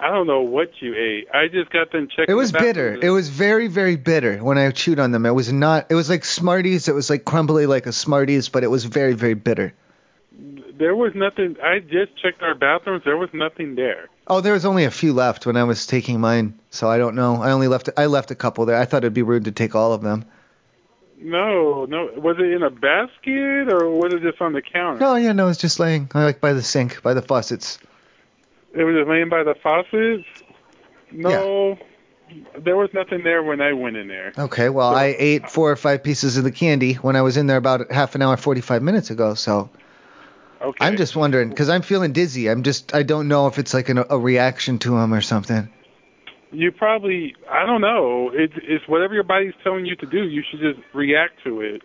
[SPEAKER 21] I don't know what you ate. I just got them checking.
[SPEAKER 2] It was
[SPEAKER 21] the bathroom.
[SPEAKER 2] bitter. It was very very bitter when I chewed on them. It was not. It was like Smarties. It was like crumbly like a Smarties, but it was very very bitter.
[SPEAKER 21] There was nothing. I just checked our bathrooms. There was nothing there.
[SPEAKER 2] Oh, there was only a few left when I was taking mine, so I don't know. I only left I left a couple there. I thought it'd be rude to take all of them.
[SPEAKER 21] No, no. Was it in a basket or was it just on the counter?
[SPEAKER 2] No, yeah, no, it's just laying I like by the sink, by the faucets.
[SPEAKER 21] It was just laying by the faucets. No, there was nothing there when I went in there.
[SPEAKER 2] Okay, well, I ate four or five pieces of the candy when I was in there about half an hour, 45 minutes ago, so
[SPEAKER 14] Okay.
[SPEAKER 2] I'm just wondering because I'm feeling dizzy. I'm just I don't know if it's like an, a reaction to him or something.
[SPEAKER 10] You probably, I don't know. It, it's whatever your body's telling you to do. You should just react to it.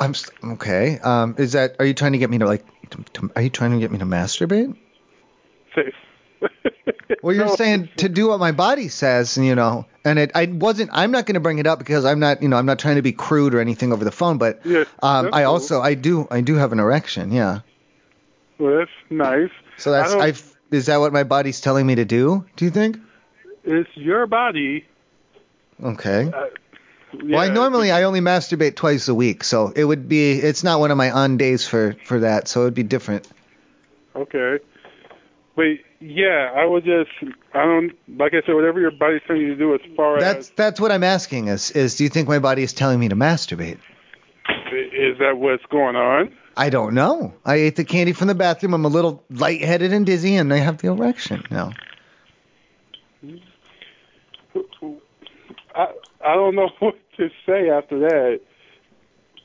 [SPEAKER 2] I'm s okay. Um, is that are you trying to get me to like? To, to, are you trying to get me to masturbate? well, you're saying to do what my body says, you know, and it. I wasn't. I'm not going to bring it up because I'm not, you know, I'm not trying to be crude or anything over the phone. But
[SPEAKER 10] Yeah,
[SPEAKER 2] um,
[SPEAKER 10] that's
[SPEAKER 2] I
[SPEAKER 10] cool.
[SPEAKER 2] also I do I do have an erection. Yeah.
[SPEAKER 10] Well, that's nice.
[SPEAKER 2] So that's
[SPEAKER 10] I don't-
[SPEAKER 2] I. have Is that what my body's telling me to do? Do you think?
[SPEAKER 10] It's your body.
[SPEAKER 2] Okay.
[SPEAKER 10] Uh,
[SPEAKER 2] well, I normally I only masturbate twice a week, so it would be it's not one of my on days for for that, so it'd be different.
[SPEAKER 10] Okay. But yeah, I would just, I don't, like I said, whatever your body's telling you to do as far
[SPEAKER 2] That's that's what I'm asking is is do you think my body is telling me to masturbate?
[SPEAKER 10] as, is that what's going on?
[SPEAKER 2] I don't know. I ate the candy from the bathroom. I'm a little lightheaded and dizzy, and I have the erection now.
[SPEAKER 10] I, I don't know what to say after that.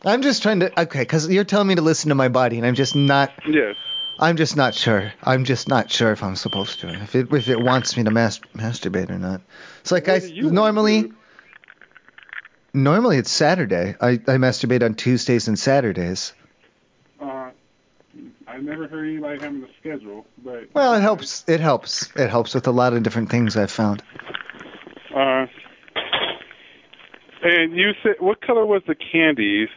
[SPEAKER 2] I'm just trying to okay, because you're telling me to listen to my body, and I'm just not.
[SPEAKER 10] Yes.
[SPEAKER 2] I'm just not sure. I'm just not sure if I'm supposed to, if it if it wants me to mas- masturbate or not. It's like I normally. Normally it's Saturday. I, I masturbate on Tuesdays and Saturdays.
[SPEAKER 10] Uh, I've never heard anybody having a schedule, but
[SPEAKER 2] Well, it helps. It helps. It helps with a lot of different things I've found.
[SPEAKER 10] Uh, and you said what color was the candies?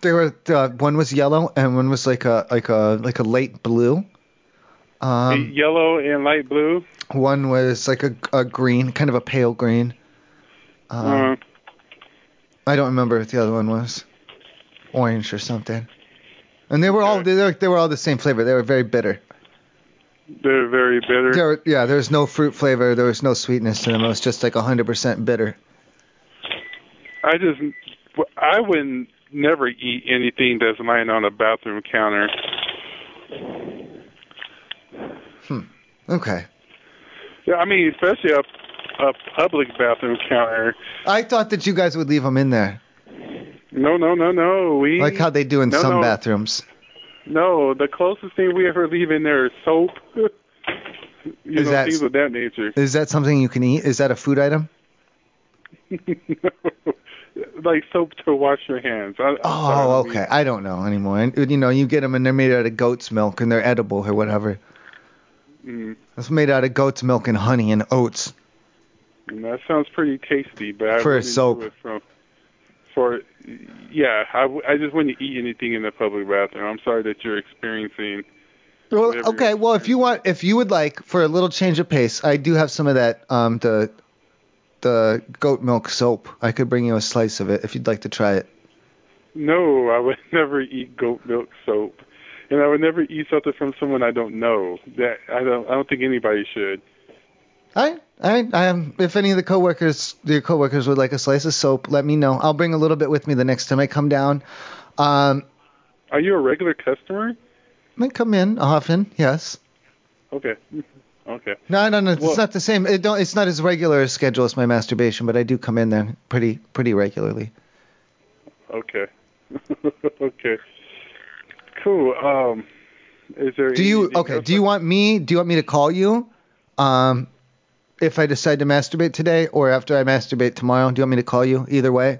[SPEAKER 2] They were uh, one was yellow and one was like a like a like a late blue. Um,
[SPEAKER 10] Yellow and light blue.
[SPEAKER 2] one was like a, a green, kind of a pale green. Um,
[SPEAKER 10] Uh,
[SPEAKER 2] I don't remember what the other one was, orange or something. And they were all they were, they were all the same flavor. They were very bitter.
[SPEAKER 10] they're very bitter.
[SPEAKER 2] There, were- yeah, there was no fruit flavor. There was no sweetness to them. It was just like 100% bitter.
[SPEAKER 10] I just I wouldn't never eat anything that's lying on a bathroom counter.
[SPEAKER 2] Okay.
[SPEAKER 10] Yeah, I mean especially a a public bathroom counter.
[SPEAKER 2] I thought that you guys would leave them in there,
[SPEAKER 10] No, no, no, no. We
[SPEAKER 2] like how they do in
[SPEAKER 10] no,
[SPEAKER 2] some
[SPEAKER 10] no,
[SPEAKER 2] bathrooms.
[SPEAKER 10] No, the closest thing we ever leave in there is soap. you
[SPEAKER 2] Is
[SPEAKER 10] know,
[SPEAKER 2] that-
[SPEAKER 10] things of that nature.
[SPEAKER 2] Is that something you can eat? Is that a food item?
[SPEAKER 10] like soap to wash your hands. I,
[SPEAKER 2] Oh, okay. I don't know anymore. And, you know, you get them and they're made out of goat's milk and they're edible or whatever.
[SPEAKER 10] Mm,
[SPEAKER 2] It's made out of goat's milk and honey and oats.
[SPEAKER 10] that sounds pretty tasty, but I
[SPEAKER 2] For a
[SPEAKER 10] wouldn't do
[SPEAKER 2] soap.
[SPEAKER 10] it from, for yeah, I, w- I just wouldn't eat anything in the public bathroom. I'm sorry that you're experiencing.
[SPEAKER 2] Well,
[SPEAKER 10] whatever
[SPEAKER 2] okay. Well, if you want, if you would like, for a little change of pace, I do have some of that, um, the, the goat milk soap. I could bring you a slice of it if you'd like to try it.
[SPEAKER 10] No, I would never eat goat milk soap, and I would never eat something from someone I don't know. That I don't. I don't think anybody should.
[SPEAKER 2] All right. All right. Um, if any of the coworkers, your coworkers would like a slice of soap, let me know. I'll bring a little bit with me the next time I come down. Um,
[SPEAKER 10] Are you a regular customer?
[SPEAKER 2] I come in often. Yes.
[SPEAKER 10] Okay. Okay.
[SPEAKER 2] No, no, no. It's
[SPEAKER 10] Well-
[SPEAKER 2] not the same. It don't, it's not as regular a schedule as my masturbation, but I do come in there pretty pretty regularly.
[SPEAKER 10] Okay. okay. Cool. Um, is there?
[SPEAKER 2] Do you
[SPEAKER 10] anything
[SPEAKER 2] okay?
[SPEAKER 10] else?
[SPEAKER 2] Do you want me? Do you want me to call you? Um, if I decide to masturbate today or after I masturbate tomorrow, do you want me to call you? Either way,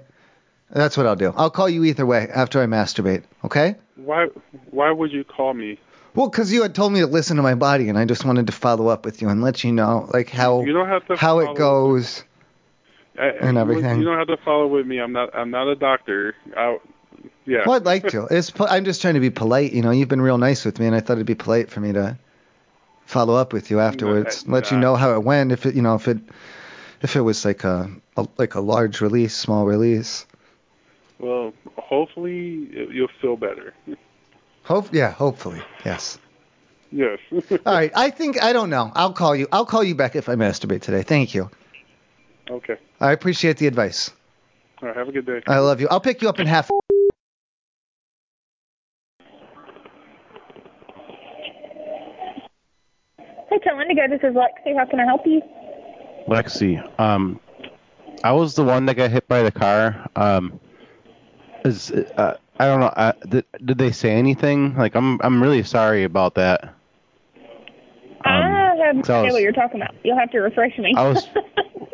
[SPEAKER 2] that's what I'll do. I'll call you either way after I masturbate. Okay?
[SPEAKER 10] Why? Why would you call me?
[SPEAKER 2] Well, 'cause you had told me to listen to my body, and I just wanted to follow up with you and let you know like how
[SPEAKER 10] You don't have to
[SPEAKER 2] how
[SPEAKER 10] follow
[SPEAKER 2] it
[SPEAKER 10] up.
[SPEAKER 2] goes.
[SPEAKER 10] I,
[SPEAKER 2] And everything.
[SPEAKER 10] You don't have to follow with me. I'm not. I'm not a doctor. I, yeah.
[SPEAKER 2] Well, I'd like to. It's po- I'm just trying to be polite. You know, you've been real nice with me, and I thought it'd be polite for me to follow up with you afterwards, let you know how it went. If it, you know, if it, if it was like a, a like a large release, small release.
[SPEAKER 10] well, hopefully you'll feel better.
[SPEAKER 2] Hope, yeah, hopefully, yes.
[SPEAKER 10] Yes.
[SPEAKER 2] All right, I think I don't know. I'll call you. I'll call you back if I masturbate today. Thank you.
[SPEAKER 10] okay.
[SPEAKER 2] I appreciate the advice.
[SPEAKER 10] All right. Have a good day.
[SPEAKER 2] I love you. I'll pick you up in half.
[SPEAKER 13] Hey, Tell Indigo, this is Lexi. How can I help you?
[SPEAKER 3] Lexi, um, I was the one that got hit by the car. Um, is uh, I don't know. I, did, did they say anything? Like, I'm I'm really sorry about that.
[SPEAKER 13] Ah, I have no
[SPEAKER 3] so I
[SPEAKER 13] idea
[SPEAKER 3] was-
[SPEAKER 13] what you're talking about. You'll have to refresh me.
[SPEAKER 3] Um, I was-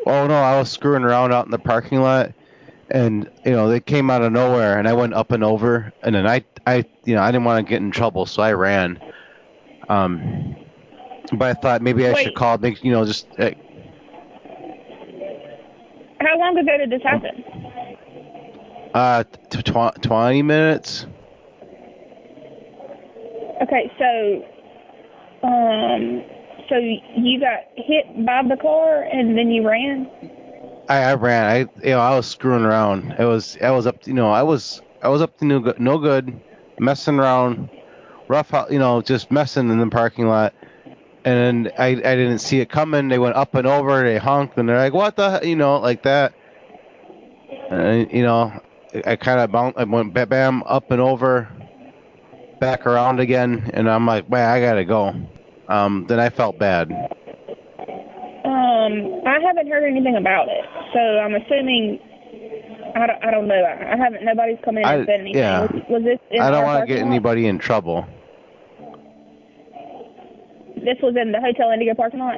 [SPEAKER 3] Oh no, I was screwing around out in the parking lot, and you know they came out of nowhere, and I went up and over, and then I I you know I didn't want to get in trouble, so I ran. Um, but I thought maybe I should
[SPEAKER 13] Wait.
[SPEAKER 3] call, make you know just uh,
[SPEAKER 13] How long ago did
[SPEAKER 3] Oh.
[SPEAKER 13] this happen?
[SPEAKER 3] uh t- tw- 20 minutes.
[SPEAKER 13] Okay, so, um, so you got hit by the car and then you ran.
[SPEAKER 3] I, I ran. I you know I was screwing around. I was I was up. You know I was I was up to no good, no good, messing around, rough. You know just messing in the parking lot. And then I I didn't see it coming. They went up and over. They honked and they're like what the he-" you know like that. And you know I kind of bounced. I went ba- bam up and over, back around again. And I'm like man I gotta go. Um then I felt bad.
[SPEAKER 13] Um, I haven't heard anything about it, so I'm assuming. I don't, I don't know. I, I haven't. Nobody's come in and
[SPEAKER 3] I-
[SPEAKER 13] said anything.
[SPEAKER 3] yeah.
[SPEAKER 13] Was, was this? In
[SPEAKER 3] I don't
[SPEAKER 13] want to
[SPEAKER 3] get anybody in trouble.
[SPEAKER 13] This was in the Hotel Indigo parking lot.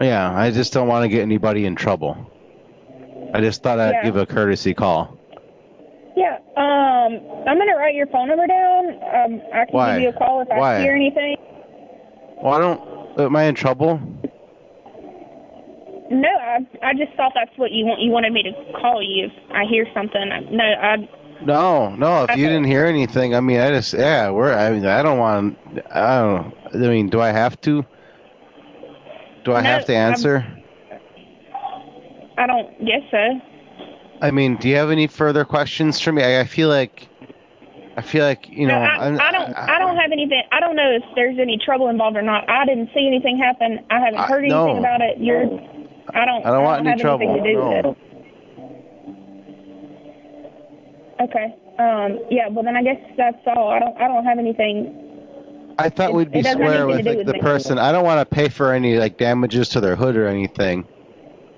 [SPEAKER 3] Yeah, I just don't want to get anybody in trouble. I just thought I'd
[SPEAKER 13] Yeah.
[SPEAKER 3] give a courtesy call.
[SPEAKER 13] Yeah. Um, I'm gonna write your phone number down. Um, I can
[SPEAKER 3] Why?
[SPEAKER 13] give you a call if
[SPEAKER 3] Why?
[SPEAKER 13] I hear anything.
[SPEAKER 3] Well, I don't. Am I in trouble?
[SPEAKER 13] No, I I just thought that's what you want. You wanted me to call you if I hear something. No, I
[SPEAKER 3] No, no. If you didn't hear anything, I mean, I just yeah. We're. I mean, I don't want. I don't. I mean, do I have to? Do I
[SPEAKER 13] No, um,
[SPEAKER 3] have to
[SPEAKER 13] I'm-
[SPEAKER 3] answer?
[SPEAKER 13] I don't guess so.
[SPEAKER 3] i mean, do you have any further questions for me? I, I feel like. I feel like you know. I'm,
[SPEAKER 13] I don't I don't have anything. I don't know if there's any trouble involved or not. I didn't see anything happen. I haven't
[SPEAKER 3] I-
[SPEAKER 13] heard
[SPEAKER 3] no.
[SPEAKER 13] anything about it. You're I don't
[SPEAKER 3] I don't want
[SPEAKER 13] have
[SPEAKER 3] any trouble.
[SPEAKER 13] anything to do with
[SPEAKER 3] No.
[SPEAKER 13] it. Okay. Um yeah, well then I guess that's all. I don't I don't have anything.
[SPEAKER 3] I thought we'd be
[SPEAKER 13] it doesn't have
[SPEAKER 3] square
[SPEAKER 13] anything to
[SPEAKER 3] with
[SPEAKER 13] do with
[SPEAKER 3] like, the
[SPEAKER 13] me.
[SPEAKER 3] person. I don't want to pay for any like damages to their hood or anything.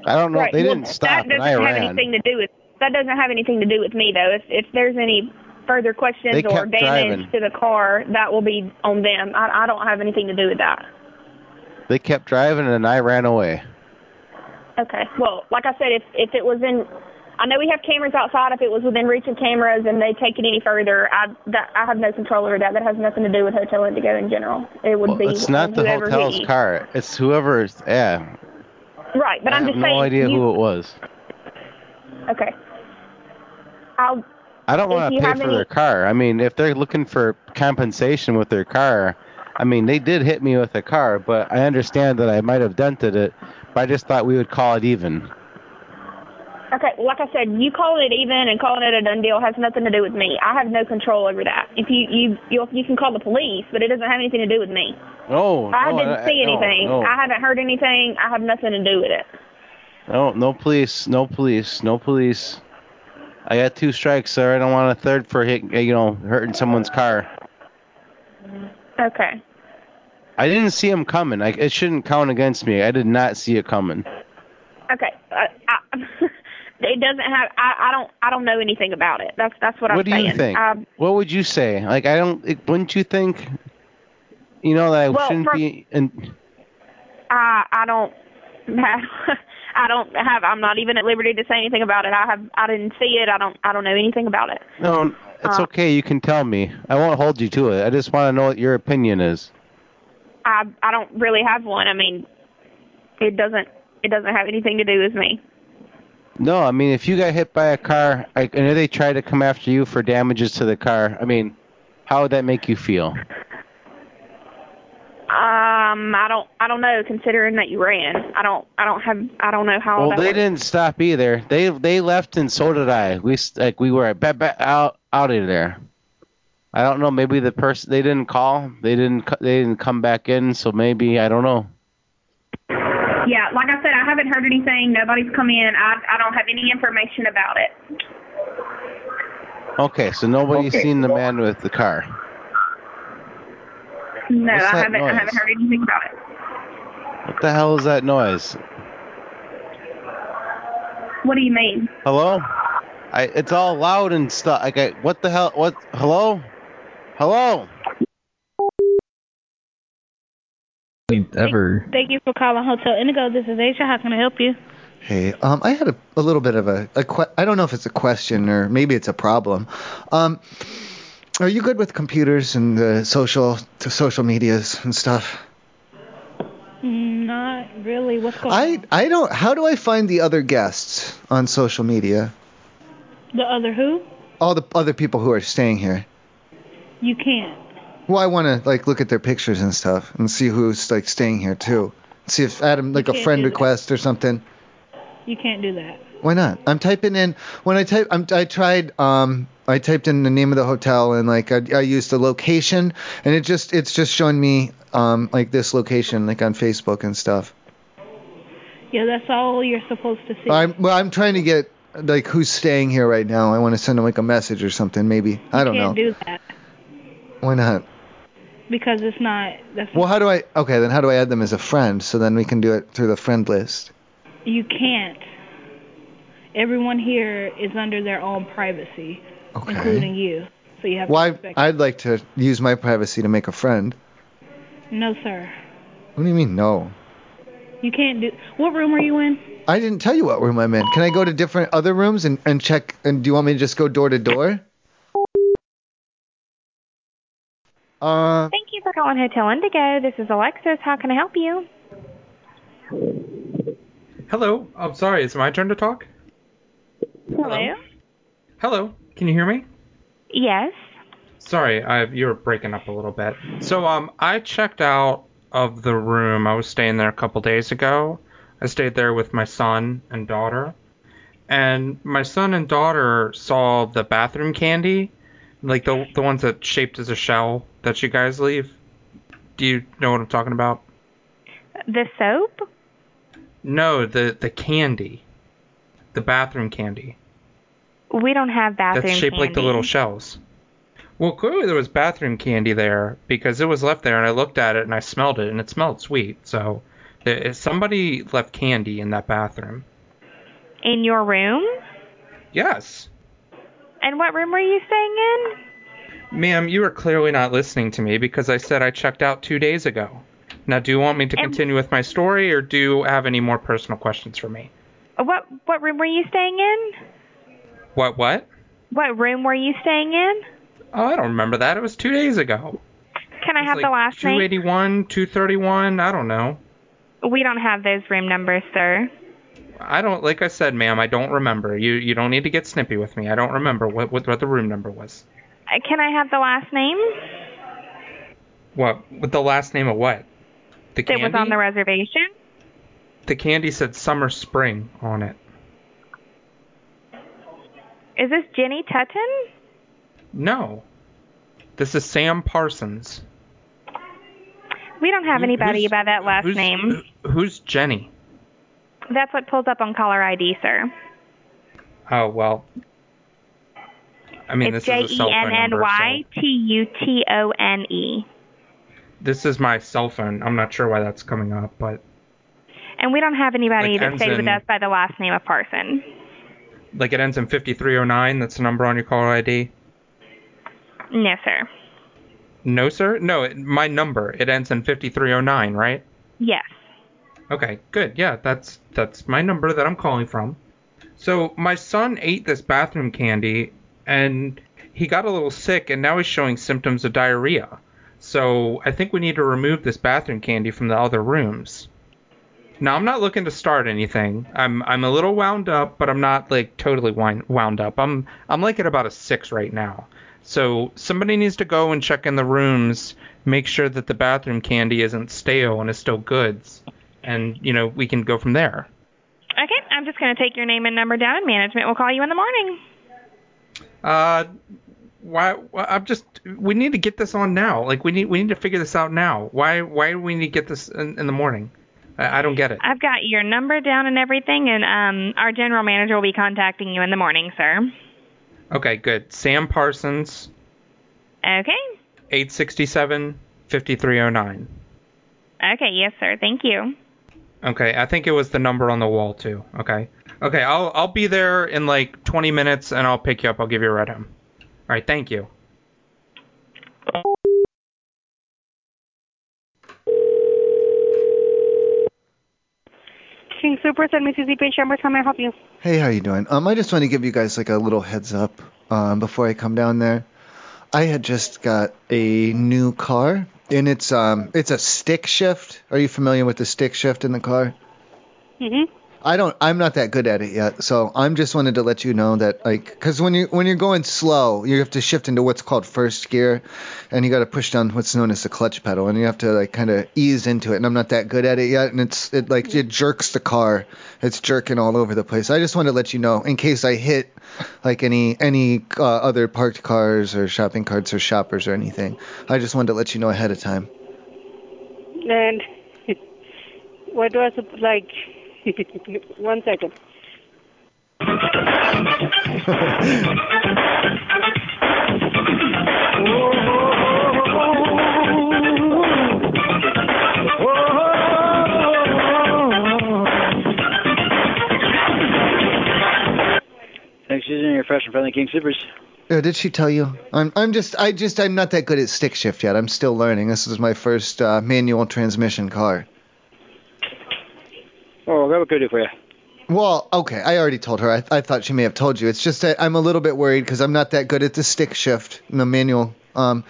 [SPEAKER 3] I don't know.
[SPEAKER 13] right.
[SPEAKER 3] They
[SPEAKER 13] well,
[SPEAKER 3] didn't stop,
[SPEAKER 13] That
[SPEAKER 3] and
[SPEAKER 13] doesn't
[SPEAKER 3] I
[SPEAKER 13] have
[SPEAKER 3] ran.
[SPEAKER 13] anything to do with that doesn't have anything to do with me though. If if there's any further questions
[SPEAKER 3] They
[SPEAKER 13] or
[SPEAKER 3] kept
[SPEAKER 13] damage
[SPEAKER 3] driving.
[SPEAKER 13] to the car, that will be on them. I I don't have anything to do with that.
[SPEAKER 3] They kept driving, and I ran away.
[SPEAKER 13] Okay. Well, like I said, if if it was in, I know we have cameras outside. If it was within reach of cameras and they take it any further, I that I have no control over that. That has nothing to do with Hotel Indigo in general. It would be
[SPEAKER 3] It's not
[SPEAKER 13] on
[SPEAKER 3] the
[SPEAKER 13] whoever
[SPEAKER 3] hotel's
[SPEAKER 13] hit you.
[SPEAKER 3] car. It's whoever's. Yeah.
[SPEAKER 13] Right, but
[SPEAKER 3] I
[SPEAKER 13] am
[SPEAKER 3] have
[SPEAKER 13] just
[SPEAKER 3] no
[SPEAKER 13] saying.
[SPEAKER 3] idea
[SPEAKER 13] you,
[SPEAKER 3] who it was.
[SPEAKER 13] Okay. I'll.
[SPEAKER 3] I don't
[SPEAKER 13] If
[SPEAKER 3] want
[SPEAKER 13] you
[SPEAKER 3] to pay
[SPEAKER 13] have
[SPEAKER 3] for
[SPEAKER 13] any-
[SPEAKER 3] their car. I mean, if they're looking for compensation with their car, I mean, they did hit me with a car, but I understand that I might have dented it. But I just thought we would call it even.
[SPEAKER 13] Okay. Like I said, you calling it even and calling it a done deal has nothing to do with me. I have no control over that. If you you you you can call the police, but it doesn't have anything to do with me.
[SPEAKER 3] Oh, No,
[SPEAKER 13] I
[SPEAKER 3] no,
[SPEAKER 13] didn't see
[SPEAKER 3] no,
[SPEAKER 13] anything.
[SPEAKER 3] No,
[SPEAKER 13] I haven't heard anything. I have nothing to do with it.
[SPEAKER 3] no, no police, no police, no police. I got two strikes, sir. I don't want a third for hit, uh, you know, hurting someone's car.
[SPEAKER 13] Okay.
[SPEAKER 3] I didn't see him coming. I, it shouldn't count against me. I did not see it coming.
[SPEAKER 13] Okay. I, I, it doesn't have. I, I don't. I don't know anything about it. That's that's what, I'm
[SPEAKER 3] do
[SPEAKER 13] saying.
[SPEAKER 3] you think?
[SPEAKER 13] Um,
[SPEAKER 3] what would you say? Like, I don't. It, wouldn't you think? You know that I
[SPEAKER 13] Well,
[SPEAKER 3] shouldn't
[SPEAKER 13] for-
[SPEAKER 3] be. And
[SPEAKER 13] I I don't have. I don't have. I'm not even at liberty to say anything about it. I have. I didn't see it. I don't. I don't know anything about it.
[SPEAKER 3] no, it's
[SPEAKER 13] Uh,
[SPEAKER 3] okay. You can tell me. I won't hold you to it. I just want to know what your opinion is.
[SPEAKER 13] I I don't really have one. I mean, it doesn't. It doesn't have anything to do with me.
[SPEAKER 3] No, I mean, if you got hit by a car, I, and if they try to come after you for damages to the car, I mean, how would that make you feel?
[SPEAKER 13] Um, I don't. I don't know. Considering that you ran, I don't. I don't have. I don't know how.
[SPEAKER 3] Well,
[SPEAKER 13] that
[SPEAKER 3] they
[SPEAKER 13] works.
[SPEAKER 3] didn't stop either. They they left, and so did I. We s- like we were ba- ba- out out of there. I don't know. Maybe the person they didn't call. They didn't co- they didn't come back in. So maybe I don't know.
[SPEAKER 13] Yeah, like I said, I haven't heard anything. Nobody's come in. I I don't have any information about it.
[SPEAKER 3] Okay, so nobody's seen the man with the car.
[SPEAKER 13] No,
[SPEAKER 3] What's
[SPEAKER 13] I
[SPEAKER 3] that
[SPEAKER 13] haven't. I
[SPEAKER 3] noise?
[SPEAKER 13] haven't heard anything about it.
[SPEAKER 3] What the hell is that noise?
[SPEAKER 13] What do you mean?
[SPEAKER 3] Hello? I, it's all loud and stuff. Like, I, what the hell? What? Hello? Hello?
[SPEAKER 16] Ever.
[SPEAKER 17] Thank you for calling Hotel Indigo. This is Asia. How can I help you?
[SPEAKER 2] Hey, um, I had a, a little bit of a, a que- I don't know if it's a question or maybe it's a problem. Um, are you good with computers and the social to social medias and stuff?
[SPEAKER 17] Not really. What's going
[SPEAKER 2] I I don't. How do I find the other guests on social media?
[SPEAKER 17] The other who?
[SPEAKER 2] All the other people who are staying here.
[SPEAKER 17] You can't.
[SPEAKER 2] Well, I want to like look at their pictures and stuff and see who's like staying here too. See if Adam like a
[SPEAKER 17] can't
[SPEAKER 2] friend
[SPEAKER 17] do that.
[SPEAKER 2] request or something.
[SPEAKER 17] You can't do that.
[SPEAKER 2] Why not? I'm typing in when I type. I'm, I tried. Um, I typed in the name of the hotel and like I, I used the location and it just it's just showing me um like this location like on Facebook and stuff.
[SPEAKER 17] Yeah, that's all you're supposed to see.
[SPEAKER 2] I'm well, I'm trying to get like who's staying here right now. I want to send them like a message or something maybe. I don't
[SPEAKER 17] you
[SPEAKER 2] know.
[SPEAKER 15] can't
[SPEAKER 17] can't do that
[SPEAKER 2] Why not?
[SPEAKER 17] because it's not. That's
[SPEAKER 2] Well, how do I? Okay, then how do I add them as a friend? So then we can do it through the friend list.
[SPEAKER 17] you can't. Everyone here is under their own privacy, including you. So you have to
[SPEAKER 2] Why?
[SPEAKER 17] respect.
[SPEAKER 2] I'd like to use my privacy to make a friend.
[SPEAKER 17] no, sir.
[SPEAKER 2] What do you mean no?
[SPEAKER 17] You can't do. What room are you in?
[SPEAKER 2] I didn't tell you what room I'm in. Can I go to different other rooms and, and check? And do you want me to just go door to door? Uh,
[SPEAKER 18] Thank you for calling Hotel Indigo. This is Alexis. How can I help you?
[SPEAKER 11] Hello. I'm sorry. It's my turn to talk.
[SPEAKER 18] Hello.
[SPEAKER 11] Hello. Can you hear me?
[SPEAKER 18] Yes.
[SPEAKER 11] Sorry, I, you're breaking up a little bit. So um, I checked out of the room. I was staying there a couple days ago. I stayed there with my son and daughter, and my son and daughter saw the bathroom candy, like the the ones that shaped as a shell that you guys leave. Do you know what I'm talking about?
[SPEAKER 18] The soap?
[SPEAKER 11] No, the the candy, the bathroom candy
[SPEAKER 18] We don't have bathroom
[SPEAKER 11] that's shaped
[SPEAKER 18] candy.
[SPEAKER 11] like the little shells. Well, clearly there was bathroom candy there because it was left there, and I looked at it and I smelled it, and it smelled sweet. So there, somebody left candy in that bathroom.
[SPEAKER 18] in your room?
[SPEAKER 11] Yes,
[SPEAKER 18] And what room were you staying in?
[SPEAKER 11] ma'am, you are clearly not listening to me because I said I checked out two days ago. Now, do you want me to continue with my story, or do you have any more personal questions for me?
[SPEAKER 18] What what room were you staying in?
[SPEAKER 11] What? What?
[SPEAKER 18] What room were you staying in?
[SPEAKER 11] Oh, I don't remember that. It was two days ago.
[SPEAKER 18] Can I have the last name?
[SPEAKER 11] 281, 231. I don't know.
[SPEAKER 18] We don't have those room numbers, sir.
[SPEAKER 11] I don't like I said, ma'am, I don't remember. You you don't need to get snippy with me. I don't remember what what, what the room number was.
[SPEAKER 18] Uh, Can I have the last name
[SPEAKER 11] What with the last name of what? The
[SPEAKER 18] that
[SPEAKER 11] candy.
[SPEAKER 18] was on the reservation?
[SPEAKER 11] the candy said summer spring on it.
[SPEAKER 18] Is this Jenny Tutton?
[SPEAKER 11] No. This is Sam Parsons.
[SPEAKER 18] We don't have
[SPEAKER 11] Who-
[SPEAKER 18] anybody
[SPEAKER 11] who's-
[SPEAKER 18] by that last
[SPEAKER 11] who's-
[SPEAKER 18] name.
[SPEAKER 11] Who's Jenny?
[SPEAKER 18] That's what pulls up on caller ID, sir.
[SPEAKER 11] Oh well. I mean
[SPEAKER 18] it's E
[SPEAKER 11] this is a cell phone number. so-
[SPEAKER 18] J-E-N-N-Y T U T O N E.
[SPEAKER 11] This is my cell phone. I'm not sure why that's coming up, but
[SPEAKER 18] And we don't have anybody
[SPEAKER 11] Like
[SPEAKER 18] that
[SPEAKER 11] ends
[SPEAKER 18] stayed with
[SPEAKER 11] in-
[SPEAKER 18] us by the last name of Parson.
[SPEAKER 11] like it ends in 5309. That's the number on your caller ID.
[SPEAKER 18] No, sir.
[SPEAKER 11] No, sir. No, it, my number. It ends in 5309, right?
[SPEAKER 18] Yes.
[SPEAKER 11] Okay, good. Yeah, that's that's my number that I'm calling from. So my son ate this bathroom candy and he got a little sick and now he's showing symptoms of diarrhea. So I think we need to remove this bathroom candy from the other rooms. Now I'm not looking to start anything. I'm I'm a little wound up, but I'm not like totally wind, wound up. I'm I'm like at about a six right now. So somebody needs to go and check in the rooms, make sure that the bathroom candy isn't stale and is still goods, and you know we can go from there.
[SPEAKER 18] Okay, I'm just going to take your name and number down, and management will call you in the morning.
[SPEAKER 11] Uh, why? why- I'm just. We need to get this on now. Like we need we need to figure this out now. Why why do we need to get this in, in the morning? I, I don't get it.
[SPEAKER 18] I've got your number down and everything, and um, our general manager will be contacting you in the morning, sir.
[SPEAKER 11] Okay, good. Sam Parsons,
[SPEAKER 18] Okay.
[SPEAKER 11] 867 5309.
[SPEAKER 18] Okay, yes, sir. Thank you.
[SPEAKER 11] Okay, I think it was the number on the wall too. Okay. Okay, I'll I'll be there in like 20 minutes and I'll pick you up. I'll give you a ride home. All right, thank you.
[SPEAKER 16] King Super, send me to the patient chambers. How may I help you?
[SPEAKER 2] Hey, how you doing? Um, I just want to give you guys like a little heads up um, before I come down there. I had just got a new car, and it's um, it's a stick shift. Are you familiar with the stick shift in the car?
[SPEAKER 16] Mm-hmm.
[SPEAKER 2] I don't. I'm not that good at it yet, so I'm just wanted to let you know that like, because when you when you're going slow, you have to shift into what's called first gear, and you got to push down what's known as the clutch pedal, and you have to like kind of ease into it. And I'm not that good at it yet, and it's it like it jerks the car. It's jerking all over the place. I just wanted to let you know in case I hit like any any uh, other parked cars or shopping carts or shoppers or anything. I just wanted to let you know ahead of time.
[SPEAKER 16] And what do I sup- like? One second.
[SPEAKER 20] Thanks, Susan. You're fresh and friendly King Supers.
[SPEAKER 2] Uh, did she tell you? I'm I'm just I just I'm not that good at stick shift yet. I'm still learning. This is my first uh, manual transmission car.
[SPEAKER 20] Oh, that would go do for you.
[SPEAKER 2] Well, okay. I already told her. I, I thought she may have told you. It's just that I'm a little bit worried because I'm not that good at the stick shift in the manual. Um,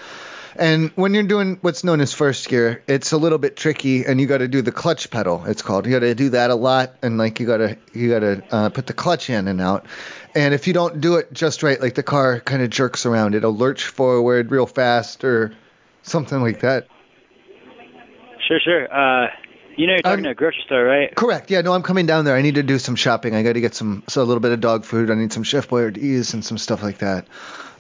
[SPEAKER 2] and when you're doing what's known as first gear, it's a little bit tricky, and you got to do the clutch pedal. It's called. You got to do that a lot, and like you got to you got to uh, put the clutch in and out. And if you don't do it just right, like the car kind of jerks around. It'll lurch forward real fast or something like that.
[SPEAKER 20] Sure, sure. Uh, you know you're
[SPEAKER 2] Um,
[SPEAKER 20] talking to a grocery store, right?
[SPEAKER 2] Correct. Yeah, no, I'm coming down there. I need to do some shopping. I got to get some so a little bit of dog food. I need some Chef Boyardee's and some stuff like that.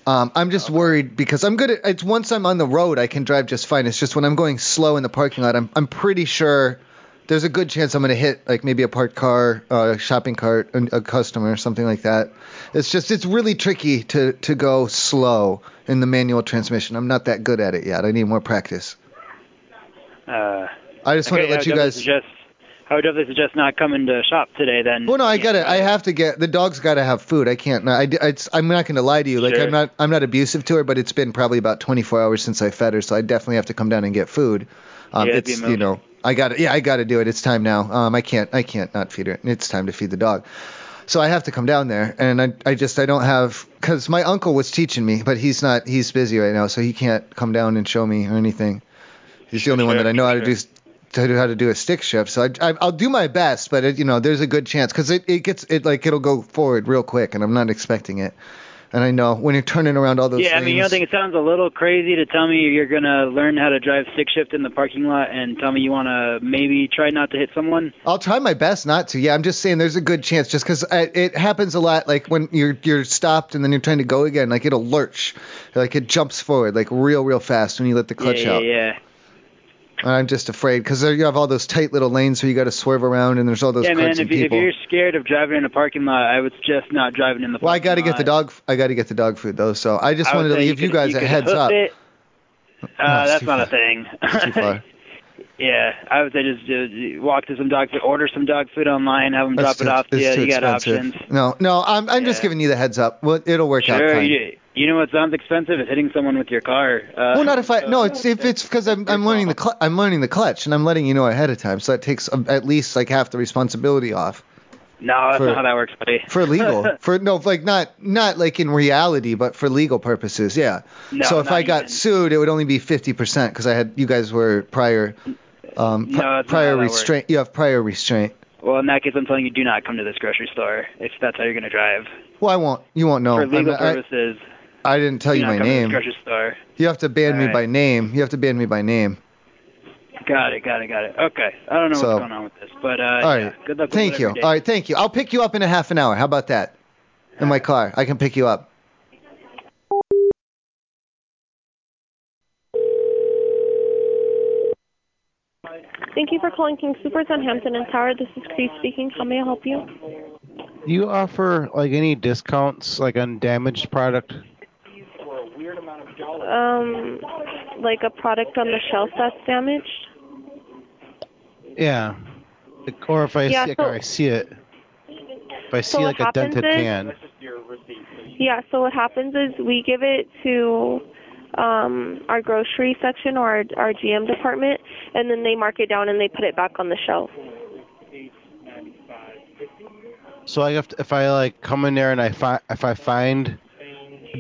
[SPEAKER 2] Um, I'm just worried because I'm good at it's once I'm on the road I can drive just fine. It's just when I'm going slow in the parking lot, I'm I'm pretty sure there's a good chance I'm going to hit like maybe a parked car, uh, shopping cart, an- a customer, something like that. It's just it's really tricky to to go slow in the manual transmission. I'm not that good at it yet. I need more practice.
[SPEAKER 20] Uh,
[SPEAKER 2] I just wanted to
[SPEAKER 20] okay, I
[SPEAKER 2] let
[SPEAKER 20] would
[SPEAKER 2] you
[SPEAKER 20] definitely
[SPEAKER 2] guys-
[SPEAKER 20] Suggest, I would definitely suggest not coming to shop today then.
[SPEAKER 2] Well, no, I got it. I have to get the dog's got to have food. I can't. I, it's, I'm not going to lie to you. Like
[SPEAKER 20] Sure.
[SPEAKER 2] I'm not. I'm not abusive to her, but it's been probably about 24 hours since I fed her, so I definitely have to come down and get food. Um,
[SPEAKER 20] Yeah, it'd be
[SPEAKER 2] it's
[SPEAKER 20] a
[SPEAKER 2] you know, I got to Yeah, I got to do it. It's time now. Um, I can't. I can't not feed her. It's time to feed the dog. So I have to come down there, and I, I just I don't have because my uncle was teaching me, but he's not. He's busy right now, so he can't come down and show me or anything. He's the only one that I know how to do to do how to do a stick shift. So I, I, I'll do my best, but it, you know, there's a good chance because it, it gets it like it'll go forward real quick, and I'm not expecting it. And I know when you're turning around all those
[SPEAKER 20] yeah,
[SPEAKER 2] things.
[SPEAKER 20] I mean, you don't think it sounds a little crazy to tell me you're gonna learn how to drive stick shift in the parking lot and tell me you wanna maybe try not to hit someone?
[SPEAKER 2] I'll try my best not to. Yeah, I'm just saying there's a good chance just because it happens a lot. Like when you're you're stopped and then you're trying to go again, like it'll lurch, like it jumps forward like real real fast when you let the clutch
[SPEAKER 20] yeah,
[SPEAKER 2] out.
[SPEAKER 20] yeah, yeah.
[SPEAKER 2] And I'm just afraid because you have all those tight little lanes where you got to swerve around and there's all those
[SPEAKER 20] yeah, man.
[SPEAKER 2] crazy
[SPEAKER 20] If, you, if
[SPEAKER 2] people.
[SPEAKER 20] you're scared of driving in a parking lot, I would suggest not driving in the.
[SPEAKER 2] well, I
[SPEAKER 20] parking
[SPEAKER 2] got to get the
[SPEAKER 20] lot.
[SPEAKER 2] dog. I got to get the dog food though. So I just
[SPEAKER 20] would
[SPEAKER 2] wanted to
[SPEAKER 20] say
[SPEAKER 2] give you,
[SPEAKER 20] could-
[SPEAKER 2] guys a
[SPEAKER 20] could
[SPEAKER 2] heads
[SPEAKER 20] hoof
[SPEAKER 2] up. Oh,
[SPEAKER 20] it.
[SPEAKER 2] No,
[SPEAKER 20] Uh,
[SPEAKER 2] it's
[SPEAKER 20] that's
[SPEAKER 2] too
[SPEAKER 20] not a
[SPEAKER 2] far.
[SPEAKER 20] thing.
[SPEAKER 2] It's too far.
[SPEAKER 20] yeah, I would say just uh, walk to some dog food, order some dog food online, have them
[SPEAKER 2] That's
[SPEAKER 20] drop
[SPEAKER 2] too,
[SPEAKER 20] it off to
[SPEAKER 2] it's
[SPEAKER 20] you.
[SPEAKER 2] too
[SPEAKER 20] You got
[SPEAKER 2] expensive.
[SPEAKER 20] options.
[SPEAKER 2] No, no, I'm, I'm just
[SPEAKER 20] Yeah.
[SPEAKER 2] giving you the heads up. Well, it'll work out
[SPEAKER 20] Sure.
[SPEAKER 2] fine.
[SPEAKER 20] You, you know what sounds expensive is hitting someone with your car. Uh,
[SPEAKER 2] well, not if I. No, it's if it's because I'm I'm learning the cl- I'm learning the clutch and I'm letting you know ahead of time, so that takes um, at least like half the responsibility off
[SPEAKER 20] No, that's
[SPEAKER 2] for-
[SPEAKER 20] not how that works, buddy.
[SPEAKER 2] for legal for no like not not like in reality, but for legal purposes, yeah.
[SPEAKER 20] No,
[SPEAKER 2] so if
[SPEAKER 20] not
[SPEAKER 2] I got sued, it would only be 50% because I had you guys were prior um
[SPEAKER 20] No, that's not
[SPEAKER 2] prior
[SPEAKER 20] how that
[SPEAKER 2] restraint. You have prior restraint.
[SPEAKER 20] well, in that case, I'm telling you, do not come to this grocery store if that's how you're gonna drive.
[SPEAKER 2] Well, I won't. You won't know.
[SPEAKER 20] for
[SPEAKER 2] I'm
[SPEAKER 20] legal
[SPEAKER 2] not- I,
[SPEAKER 20] purposes,
[SPEAKER 2] I didn't tell
[SPEAKER 20] do
[SPEAKER 2] you
[SPEAKER 20] not
[SPEAKER 2] my
[SPEAKER 20] come
[SPEAKER 2] name.
[SPEAKER 20] to this grocery store.
[SPEAKER 2] You have to ban me
[SPEAKER 20] Alright.
[SPEAKER 2] by name. You have to ban me by name.
[SPEAKER 20] Got it, got it, got it. Okay, I don't know
[SPEAKER 2] So-
[SPEAKER 20] what's going on with this, but uh,
[SPEAKER 2] All right.
[SPEAKER 20] yeah, good luck. With
[SPEAKER 2] thank you.
[SPEAKER 20] whatever
[SPEAKER 2] All right. Thank you. I'll pick you up in a half an hour. How about that? In my car. I can pick you up.
[SPEAKER 22] Thank you for calling King Supers on Hampton and Tower. This is Cree speaking. How may I help you?
[SPEAKER 3] Do you offer like any discounts like on damaged product?
[SPEAKER 22] Um, like a product on the shelf that's damaged.
[SPEAKER 3] Yeah. Like, or if I
[SPEAKER 22] Yeah,
[SPEAKER 3] see, like,
[SPEAKER 22] so-
[SPEAKER 3] or I see it, if I see
[SPEAKER 25] So what
[SPEAKER 3] like a
[SPEAKER 25] happens
[SPEAKER 3] dented
[SPEAKER 25] is-
[SPEAKER 3] pan.
[SPEAKER 25] Yeah, so what happens is we give it to um our grocery section or our, our GM department and then they mark it down and they put it back on the shelf.
[SPEAKER 3] So I have to, if I like come in there and I find if I find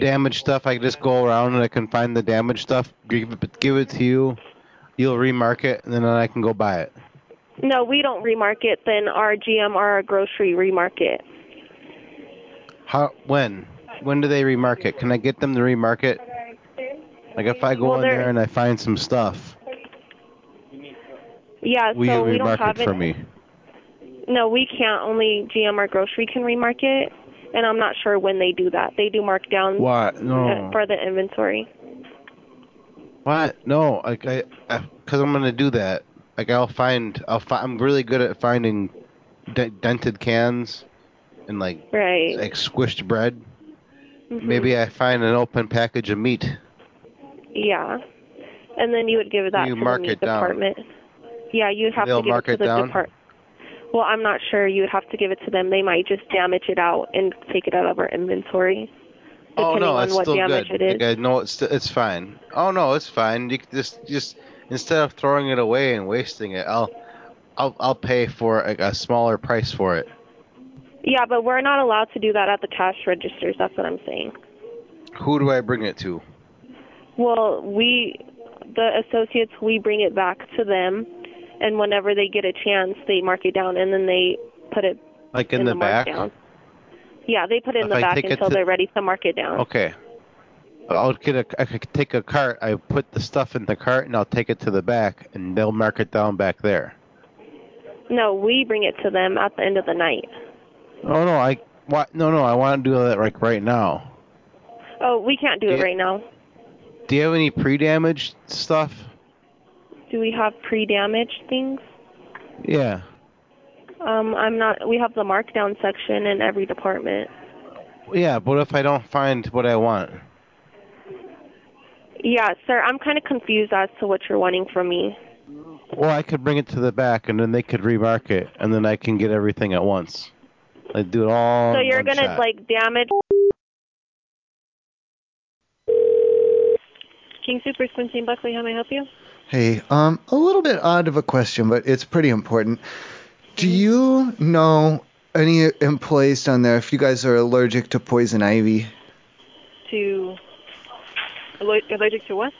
[SPEAKER 3] damaged stuff, I can just go around and I can find the damaged stuff, give it, give it to you. You'll remark it, and then I can go buy it.
[SPEAKER 25] No, we don't remark it, then our GM or our grocery remark it.
[SPEAKER 3] How when? When do they remark it? Can I get them to remark it? Like if I go
[SPEAKER 25] Well,
[SPEAKER 3] in
[SPEAKER 25] they're-
[SPEAKER 3] there and I find some stuff,
[SPEAKER 25] Yeah,
[SPEAKER 3] will you
[SPEAKER 25] so we don't
[SPEAKER 3] remark
[SPEAKER 25] have
[SPEAKER 3] it
[SPEAKER 25] it.
[SPEAKER 3] for me?
[SPEAKER 25] No, we can't. Only GM or grocery can remark it, and I'm not sure when they do that. They do markdowns
[SPEAKER 3] What?
[SPEAKER 25] uh,
[SPEAKER 3] No.
[SPEAKER 25] for the inventory.
[SPEAKER 3] What? No. Like I, because I'm gonna do that. Like I'll find. I'll fi- I'm really good at finding de- dented cans and like
[SPEAKER 25] Right.
[SPEAKER 3] like squished bread.
[SPEAKER 25] Mhm.
[SPEAKER 3] Maybe I find an open package of meat.
[SPEAKER 25] Yeah. And then you would give that
[SPEAKER 3] You
[SPEAKER 25] to
[SPEAKER 3] mark
[SPEAKER 25] the meat
[SPEAKER 3] it down.
[SPEAKER 25] department. Yeah, you'd have
[SPEAKER 3] They'll
[SPEAKER 25] to give
[SPEAKER 3] mark
[SPEAKER 25] it to
[SPEAKER 3] it
[SPEAKER 25] the
[SPEAKER 3] down?
[SPEAKER 25] department. Well, I'm not sure. You would have to give it to them. They might just damage it out and take it out of our inventory,
[SPEAKER 3] oh
[SPEAKER 25] depending
[SPEAKER 3] no,
[SPEAKER 25] on
[SPEAKER 3] it's
[SPEAKER 25] what
[SPEAKER 3] still
[SPEAKER 25] damage
[SPEAKER 3] good.
[SPEAKER 25] it is.
[SPEAKER 3] Like, I know it's it's fine. Oh no, it's fine. You can just just instead of throwing it away and wasting it, I'll I'll I'll pay for like, a smaller price for it.
[SPEAKER 25] Yeah, but we're not allowed to do that at the cash registers. That's what I'm saying.
[SPEAKER 3] Who do I bring it to?
[SPEAKER 25] Well, we, the associates, we bring it back to them, and whenever they get a chance, they mark it down and then they put it.
[SPEAKER 3] Like in, the, back.
[SPEAKER 25] markdown. Yeah, they put it in
[SPEAKER 3] If
[SPEAKER 25] the
[SPEAKER 3] I
[SPEAKER 25] back
[SPEAKER 3] take it
[SPEAKER 25] until
[SPEAKER 3] to-
[SPEAKER 25] they're ready to mark it down.
[SPEAKER 3] Okay. I'll get a. I could take a cart. I put the stuff in the cart and I'll take it to the back, and they'll mark it down back there.
[SPEAKER 25] No, we bring it to them at the end of the night.
[SPEAKER 3] Oh no, I. What? No, no, I want to do that like right now.
[SPEAKER 25] Oh, we can't do it right now.
[SPEAKER 3] Do you have any pre-damaged stuff?
[SPEAKER 25] Do we have pre-damaged things?
[SPEAKER 3] Yeah.
[SPEAKER 25] Um, I'm not. We have the markdown section in every department.
[SPEAKER 3] Yeah, but if I don't find what I want?
[SPEAKER 25] Yeah, sir. I'm kind of confused as to what you're wanting from me.
[SPEAKER 3] Well, I could bring it to the back, and then they could remark it, and then I can get everything at once. I do it all.
[SPEAKER 25] so
[SPEAKER 3] in
[SPEAKER 25] you're
[SPEAKER 3] Um, one
[SPEAKER 25] gonna
[SPEAKER 3] shot.
[SPEAKER 25] like damage.
[SPEAKER 1] King Super, Quincy and Buckley, how may I help you?
[SPEAKER 2] Hey, um, a little bit odd of a question, but it's pretty important. Do
[SPEAKER 20] Mm-hmm.
[SPEAKER 2] you know any employees down there if you guys are allergic to poison ivy?
[SPEAKER 1] To allerg- allergic to what?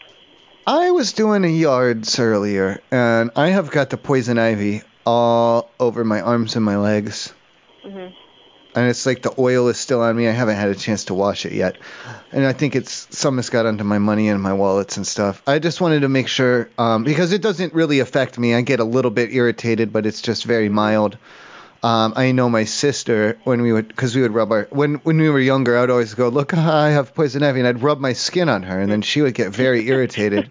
[SPEAKER 2] I was doing a yards earlier, and I have got the poison ivy all over my arms and my legs.
[SPEAKER 1] hmm
[SPEAKER 2] And it's like the oil is still on me. I haven't had a chance to wash it yet. And I think it's some has got onto my money and my wallets and stuff. I just wanted to make sure um, because it doesn't really affect me. I get a little bit irritated, but it's just very mild. Um, I know my sister when we would because we would rub our when when we were younger. I'd always go look, I have poison ivy, and I'd rub my skin on her, and then she would get very irritated.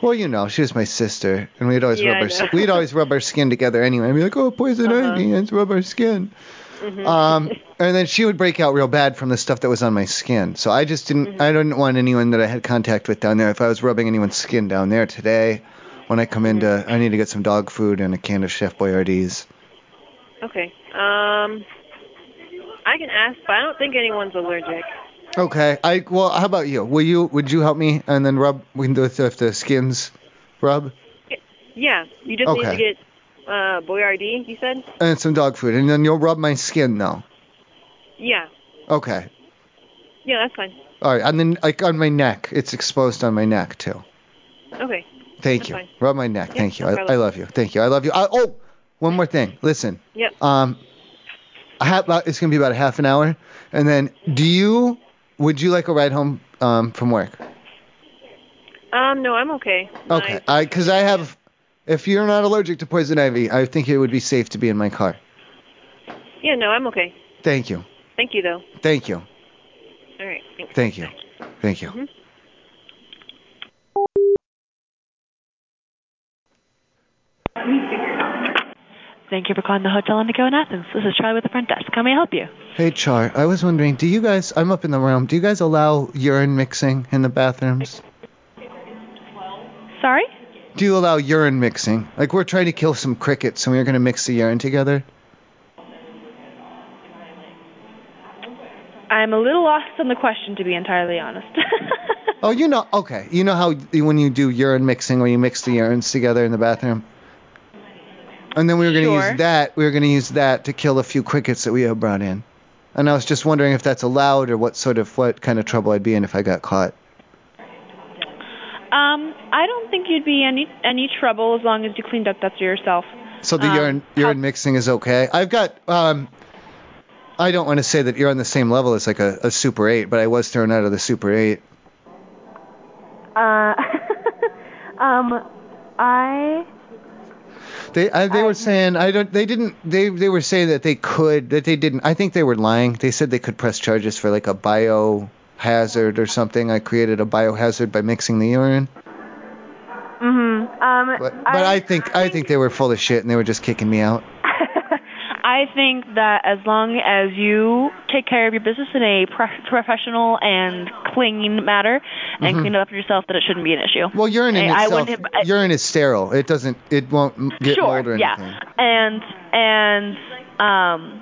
[SPEAKER 2] Well, you know, she was my sister, and we'd always
[SPEAKER 26] Yeah, I
[SPEAKER 2] rub our
[SPEAKER 26] know. Uh-huh.
[SPEAKER 2] s- we'd always rub our skin together anyway. I'd be like, oh, poison ivy, let's rub our skin.
[SPEAKER 26] Mm-hmm.
[SPEAKER 2] Um, and then she would break out real bad from the stuff that was on my skin. So I just didn't,
[SPEAKER 26] Mm-hmm.
[SPEAKER 2] I didn't want anyone that I had contact with down there. If I was rubbing anyone's skin down there today, when I come in
[SPEAKER 26] Mm-hmm.
[SPEAKER 2] to, I need to get some dog food and a can of Chef Boyardee's.
[SPEAKER 1] Okay. Um, I can ask, but I don't think anyone's allergic.
[SPEAKER 2] Okay. I well, how about you? Will you? Would you help me and then rub? We can do it if the skins rub
[SPEAKER 1] Yeah, you just need to
[SPEAKER 2] Okay.
[SPEAKER 1] get uh, Boyardee, you said?
[SPEAKER 2] and some dog food, and then you'll rub my skin though.
[SPEAKER 1] Yeah.
[SPEAKER 2] Okay.
[SPEAKER 1] Yeah, that's fine.
[SPEAKER 2] All right, and then like on my neck, it's exposed on my neck too.
[SPEAKER 1] Okay.
[SPEAKER 2] Thank
[SPEAKER 1] That's
[SPEAKER 2] you.
[SPEAKER 1] fine.
[SPEAKER 2] Rub my neck. Thank you.
[SPEAKER 1] no
[SPEAKER 2] I, I
[SPEAKER 1] problem.
[SPEAKER 2] love you. Thank you. I love you. I, oh, one more thing. Listen.
[SPEAKER 1] Yep.
[SPEAKER 2] Um, I have, it's gonna be about a half an hour, and then do you? Would you like a ride home um, from work?
[SPEAKER 1] Um, no, I'm okay.
[SPEAKER 2] Okay. I because I have. If you're not allergic to poison ivy, I think it would be safe to be in my car.
[SPEAKER 1] Yeah, no, I'm okay.
[SPEAKER 2] Thank you.
[SPEAKER 1] Thank you, though.
[SPEAKER 2] Thank you.
[SPEAKER 1] All right. Thanks.
[SPEAKER 2] Thank you. Thank you.
[SPEAKER 1] Mhm.
[SPEAKER 5] Thank you for calling the Hotel on the Go in Athens. This is Charlie with the front desk. How may I help you?
[SPEAKER 2] Hey Char, I was wondering, do you guys? I'm up in the room. Do you guys allow urine mixing in the bathrooms?
[SPEAKER 5] Sorry?
[SPEAKER 2] Do you allow urine mixing? Like we're trying to kill some crickets and we are going to mix the urine together.
[SPEAKER 5] I'm a little lost on the question, to be entirely honest.
[SPEAKER 2] Oh, you know, okay. You know how y- when you do urine mixing, where you mix the urines together in the bathroom? And then we were going to
[SPEAKER 5] Sure.
[SPEAKER 2] use that. We were going to use that to kill a few crickets that we had brought in. And I was just wondering if that's allowed or what sort of what kind of trouble I'd be in if I got caught.
[SPEAKER 5] um, I don't think you'd be any any trouble as long as you cleaned up after yourself.
[SPEAKER 2] So the urine urine mixing is okay. I've got um I don't want to say that you're on the same level as like a, a Super 8, but I was thrown out of the Super 8.
[SPEAKER 27] Uh, um, I
[SPEAKER 2] They I, they were saying I don't they didn't they they were saying that they could that they didn't. I think they were lying. They said they could press charges for like a biohazard or something. I created a biohazard by mixing the urine.
[SPEAKER 5] mm-hmm,
[SPEAKER 27] mhm. Um,
[SPEAKER 2] But but I think I think they were full of shit and they were just kicking me out.
[SPEAKER 5] I think that as long as you take care of your business in a prof- professional and clean matter and
[SPEAKER 2] Mhm.
[SPEAKER 5] clean it up for yourself, that it shouldn't be an issue.
[SPEAKER 2] Well, urine in
[SPEAKER 5] I, I
[SPEAKER 2] itself,
[SPEAKER 5] wouldn't have- I-
[SPEAKER 2] urine is sterile. It doesn't it won't m- get
[SPEAKER 5] sure,
[SPEAKER 2] mold or
[SPEAKER 5] yeah.
[SPEAKER 2] anything.
[SPEAKER 5] And and um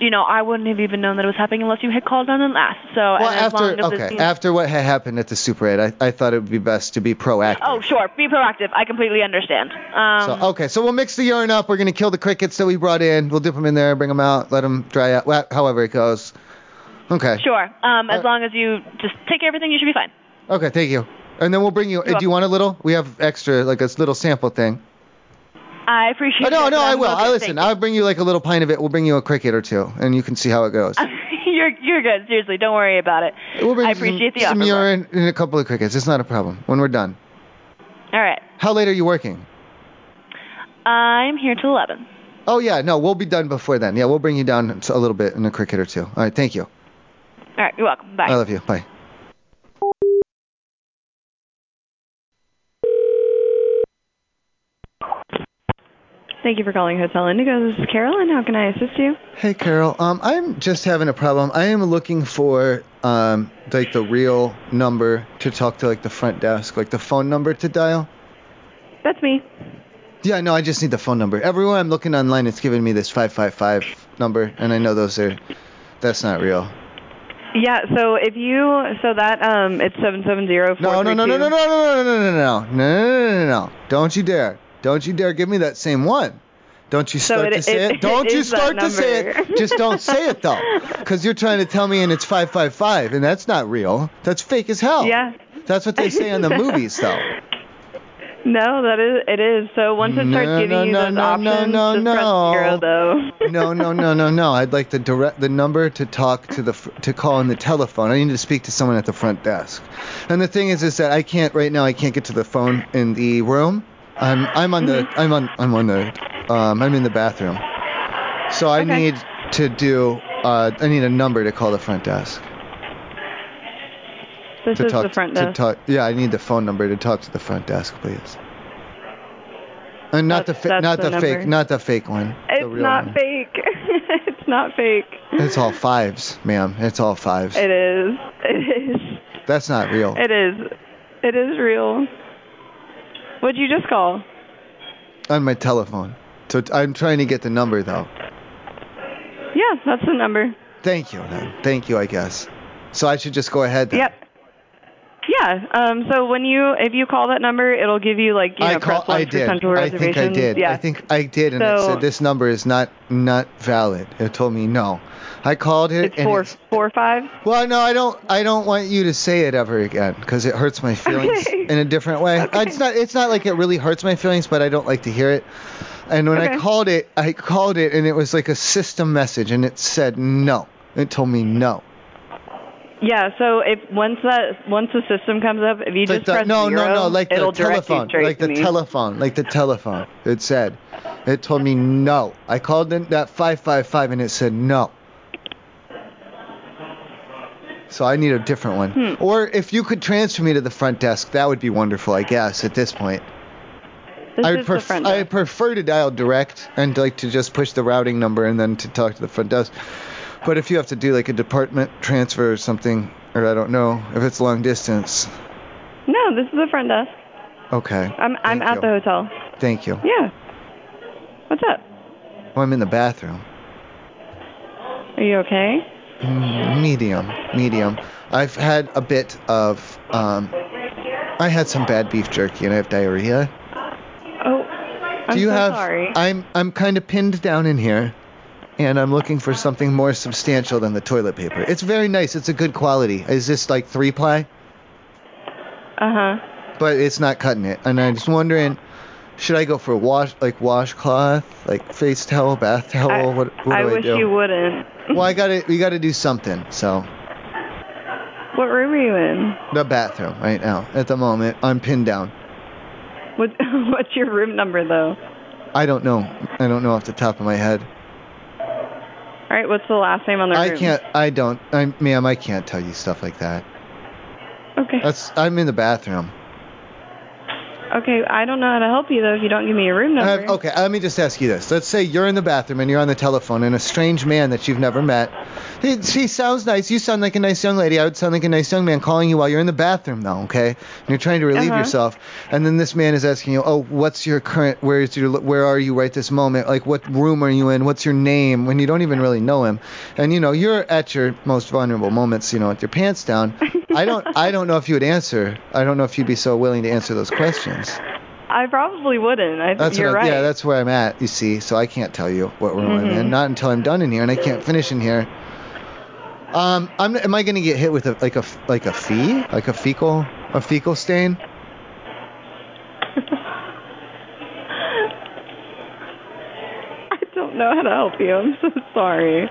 [SPEAKER 5] you know, I wouldn't have even known that it was happening unless you had called on and asked. So
[SPEAKER 2] Well,
[SPEAKER 5] and as long
[SPEAKER 2] after
[SPEAKER 5] as it's
[SPEAKER 2] okay,
[SPEAKER 5] being-
[SPEAKER 2] after what had happened at the Super 8, I, I thought it would be best to be proactive.
[SPEAKER 5] Oh, sure. Be proactive. I completely understand. Um,
[SPEAKER 2] so okay, so we'll mix the urine up. We're gonna kill the crickets that we brought in. We'll dip them in there, bring them out, let them dry out. wha- However it goes. Okay.
[SPEAKER 5] Sure. Um, as
[SPEAKER 2] Uh,
[SPEAKER 5] long as you just take everything, you should be fine.
[SPEAKER 2] Okay, thank you. And then we'll bring you. uh,
[SPEAKER 5] You're
[SPEAKER 2] do you want a little? We have extra, like a s- little sample thing.
[SPEAKER 5] I appreciate.
[SPEAKER 2] Oh, no,
[SPEAKER 5] it,
[SPEAKER 2] no,
[SPEAKER 5] but
[SPEAKER 2] I
[SPEAKER 5] I'm
[SPEAKER 2] will.
[SPEAKER 5] okay.
[SPEAKER 2] I listen.
[SPEAKER 5] Thank
[SPEAKER 2] I'll bring you like a little pint of it. We'll bring you a cricket or two, and you can see how it goes.
[SPEAKER 5] you. you're you're good. Seriously, don't worry about it.
[SPEAKER 2] We'll bring
[SPEAKER 5] I
[SPEAKER 2] you some-
[SPEAKER 5] appreciate the
[SPEAKER 2] some
[SPEAKER 5] offer.
[SPEAKER 2] urine and a couple of crickets. It's not a problem. When we're done.
[SPEAKER 5] All right.
[SPEAKER 2] How late are you working?
[SPEAKER 5] I'm here till 11.
[SPEAKER 2] Oh yeah, no, we'll be done before then. Yeah, we'll bring you down a little bit in a cricket or two. All right, thank you.
[SPEAKER 5] All right. You're welcome. Bye.
[SPEAKER 2] I love you. Uh, Bye.
[SPEAKER 1] Thank you for calling Hotel Indigo. This is Carolyn. How can I assist you?
[SPEAKER 2] Hey Carol, um, I'm just having a problem. I am looking for um, like the real number to talk to like the front desk, like the phone number to dial.
[SPEAKER 1] That's me.
[SPEAKER 2] Yeah, no, I just need the phone number. Everywhere I'm looking online, it's giving me this 555 number, and I know those are, that's not real.
[SPEAKER 1] Yeah. So if you so that um it's seven seven zero four.
[SPEAKER 2] No, no, no, no, no, no, no, no, no, no, no, no, no, no, no, no, no. Don't you dare. Don't you dare give me that same one. Don't you
[SPEAKER 1] So
[SPEAKER 2] start
[SPEAKER 1] it-
[SPEAKER 2] to say it.
[SPEAKER 1] it- it
[SPEAKER 2] Don't you
[SPEAKER 1] is that
[SPEAKER 2] start to say it.
[SPEAKER 1] number.
[SPEAKER 2] Just don't say it though, because you're trying to tell me, and it's five five five, and that's not real. That's fake as hell.
[SPEAKER 1] Yeah.
[SPEAKER 2] That's what they say on the movies though.
[SPEAKER 1] No, that is it is. So once it starts
[SPEAKER 2] No,
[SPEAKER 1] giving
[SPEAKER 2] no,
[SPEAKER 1] you
[SPEAKER 2] no,
[SPEAKER 1] those
[SPEAKER 2] no,
[SPEAKER 1] options,
[SPEAKER 2] no, no,
[SPEAKER 1] just
[SPEAKER 2] no.
[SPEAKER 1] press zero though.
[SPEAKER 2] No, no, no, no, no. I'd like the direct the number to talk to the fr- to call on the telephone. I need to speak to someone at the front desk. And the thing is, is that I can't right now. I can't get to the phone in the room. I'm I'm on the
[SPEAKER 1] Mm-hmm.
[SPEAKER 2] I'm on I'm on the um I'm in the bathroom. So I need to do uh I need a number to call the front desk.
[SPEAKER 1] This
[SPEAKER 2] to
[SPEAKER 1] is
[SPEAKER 2] talk
[SPEAKER 1] the front
[SPEAKER 2] to
[SPEAKER 1] desk.
[SPEAKER 2] talk. Yeah, I need the phone number to talk to the front desk, please. And not the fa-
[SPEAKER 1] that's
[SPEAKER 2] not
[SPEAKER 1] the
[SPEAKER 2] the, fake
[SPEAKER 1] number.
[SPEAKER 2] not the fake one.
[SPEAKER 1] It's
[SPEAKER 2] the real
[SPEAKER 1] not
[SPEAKER 2] one.
[SPEAKER 1] fake. it's not fake.
[SPEAKER 2] It's all fives, ma'am. It's Oh. all fives.
[SPEAKER 1] It is. It is.
[SPEAKER 2] That's not real.
[SPEAKER 1] It is. It is real. What'd you just call?
[SPEAKER 2] On my telephone. So t- I'm trying to get the number though.
[SPEAKER 1] Yeah, that's the number.
[SPEAKER 2] Thank you, then. Thank you, I guess. So I should just go ahead then.
[SPEAKER 1] Yep. Yeah. Um. So when you if you call that number, it'll give you like you
[SPEAKER 2] I
[SPEAKER 1] know
[SPEAKER 2] call.
[SPEAKER 1] press one
[SPEAKER 2] I
[SPEAKER 1] for
[SPEAKER 2] did.
[SPEAKER 1] central
[SPEAKER 2] I
[SPEAKER 1] reservations.
[SPEAKER 2] think I did.
[SPEAKER 1] Yeah.
[SPEAKER 2] I think I did, and it
[SPEAKER 1] So-
[SPEAKER 2] said this number is not not valid. It told me no. I called it. and
[SPEAKER 1] four
[SPEAKER 2] it's-
[SPEAKER 1] four five.
[SPEAKER 2] Well, no, I don't. I don't want you to say it ever again because it hurts my feelings in a different way. It's not. It's not like it really hurts my feelings, but I don't like to hear it. And when I
[SPEAKER 1] Okay.
[SPEAKER 2] called it, I called it, and it was like a system message, and it said no. It told me no.
[SPEAKER 1] Yeah. So if once that once the system comes up, if you
[SPEAKER 2] It's like
[SPEAKER 1] just
[SPEAKER 2] the-
[SPEAKER 1] press
[SPEAKER 2] no,
[SPEAKER 1] zero,
[SPEAKER 2] no, no, like
[SPEAKER 1] it'll
[SPEAKER 2] the
[SPEAKER 1] direct you
[SPEAKER 2] telephone,
[SPEAKER 1] straight
[SPEAKER 2] like
[SPEAKER 1] to
[SPEAKER 2] the
[SPEAKER 1] me.
[SPEAKER 2] telephone, like the telephone. It said, it told me no. I called in that 555 and it said no. So I need a different one.
[SPEAKER 1] Hmm.
[SPEAKER 2] Or if you could transfer me to the front desk, that would be wonderful, I guess. At this point,
[SPEAKER 1] This
[SPEAKER 2] I would
[SPEAKER 1] is the
[SPEAKER 2] pref-
[SPEAKER 1] front
[SPEAKER 2] I prefer to dial direct and like to just push the routing number and then to talk to the front desk. But if you have to do like a department transfer or something, or I don't know if it's long distance.
[SPEAKER 1] No, this is the front desk.
[SPEAKER 2] Okay.
[SPEAKER 1] I'm I'm
[SPEAKER 2] Thank
[SPEAKER 1] at
[SPEAKER 2] you.
[SPEAKER 1] the hotel.
[SPEAKER 2] Thank you. Oh,
[SPEAKER 1] Yeah. What's up?
[SPEAKER 2] Well, I'm in the bathroom.
[SPEAKER 1] Are you okay?
[SPEAKER 2] Mm, Medium, medium. I've had a bit of. Um, I had some bad beef jerky and I have diarrhea.
[SPEAKER 18] Oh, I'm
[SPEAKER 2] Do you
[SPEAKER 18] so
[SPEAKER 2] have?
[SPEAKER 18] sorry.
[SPEAKER 2] I'm I'm kind of pinned down in here, and I'm looking for something more substantial than the toilet paper. It's very nice. It's a good quality. Is this like three ply?
[SPEAKER 18] Uh huh.
[SPEAKER 2] But it's not cutting it, and I'm just wondering. Should I go for wash like washcloth, like face towel, bath towel?
[SPEAKER 18] I-
[SPEAKER 2] what what
[SPEAKER 18] I
[SPEAKER 2] do
[SPEAKER 18] wish
[SPEAKER 2] I do?
[SPEAKER 18] you wouldn't.
[SPEAKER 2] well, I got to we got to do something. So
[SPEAKER 18] What room are you in?
[SPEAKER 2] the bathroom right now at the moment. I'm pinned down.
[SPEAKER 18] What, what's your room number though?
[SPEAKER 2] I don't know. I don't know off the top of my head.
[SPEAKER 18] All right, what's the last name on the
[SPEAKER 2] I
[SPEAKER 18] room?
[SPEAKER 2] can't. I don't. I, ma'am, I can't tell you stuff like that.
[SPEAKER 18] Okay.
[SPEAKER 2] That's. I'm in the bathroom.
[SPEAKER 18] Okay, I don't know how to help you though if you don't give me your room
[SPEAKER 2] Uh,
[SPEAKER 18] number.
[SPEAKER 2] okay. Let me just ask you this. Let's say you're in the bathroom and you're on the telephone, and a strange man that you've never met. He, she sounds nice. You sound like a nice young lady. I would sound like a nice young man calling you while you're in the bathroom, though. Okay. And you're trying to relieve
[SPEAKER 24] Uh-huh.
[SPEAKER 2] yourself, and then this man is asking you, "Oh, what's your current? Where is your? Where are you right this moment? Like, what room are you in? What's your name?" When you don't even really know him, and you know you're at your most vulnerable moments. You know, with your pants down. I don't. I don't know if you would answer. I don't know if you'd be so willing to answer those questions.
[SPEAKER 18] I probably wouldn't. I,
[SPEAKER 2] That's
[SPEAKER 18] you're
[SPEAKER 2] what I,
[SPEAKER 18] right.
[SPEAKER 2] Yeah, that's where I'm at. You see, so I can't tell you what room I'm
[SPEAKER 18] Mhm.
[SPEAKER 24] Mm-hmm.
[SPEAKER 2] in. Not until I'm done in here, and I can't finish in here. Um, I'm, am I gonna get hit with a like a f- like a fee, like a fecal, a fecal stain?
[SPEAKER 18] I don't know how to help you. I'm so sorry.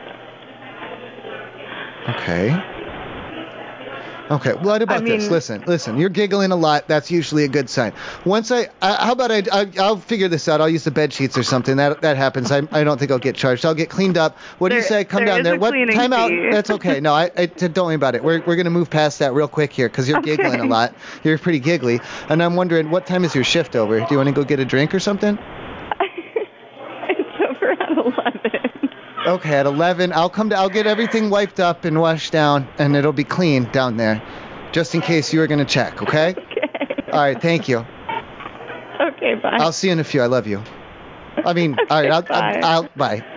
[SPEAKER 2] Okay. Okay. What about
[SPEAKER 18] I
[SPEAKER 2] this?
[SPEAKER 18] mean-
[SPEAKER 2] Listen, listen. You're giggling a lot. That's usually a good sign. Once I, I how about I, I, I'll figure this out. I'll use the bed sheets or something. That that happens. I, I don't think I'll get charged. I'll get cleaned up. What do you
[SPEAKER 24] There-
[SPEAKER 2] say? I Come
[SPEAKER 24] there
[SPEAKER 2] down
[SPEAKER 24] is
[SPEAKER 2] there.
[SPEAKER 24] a
[SPEAKER 2] what
[SPEAKER 24] cleaning
[SPEAKER 2] time out?
[SPEAKER 24] fee.
[SPEAKER 2] That's okay. No, I, I don't worry about it. We're we're gonna move past that real quick here because you're
[SPEAKER 24] Okay.
[SPEAKER 2] giggling a lot. You're pretty giggly, and I'm wondering what time is your shift over? Do you want to go get a drink or something?
[SPEAKER 18] It's over at 11.
[SPEAKER 2] Okay, at 11, I'll come to, I'll get everything wiped up and washed down, and it'll be clean down there, just in case you were gonna check. Okay. okay. All right. Thank you.
[SPEAKER 18] Okay, bye.
[SPEAKER 2] I'll see you in a few. I love you. I mean, all right. I'll,
[SPEAKER 18] bye.
[SPEAKER 2] I'll, I'll bye.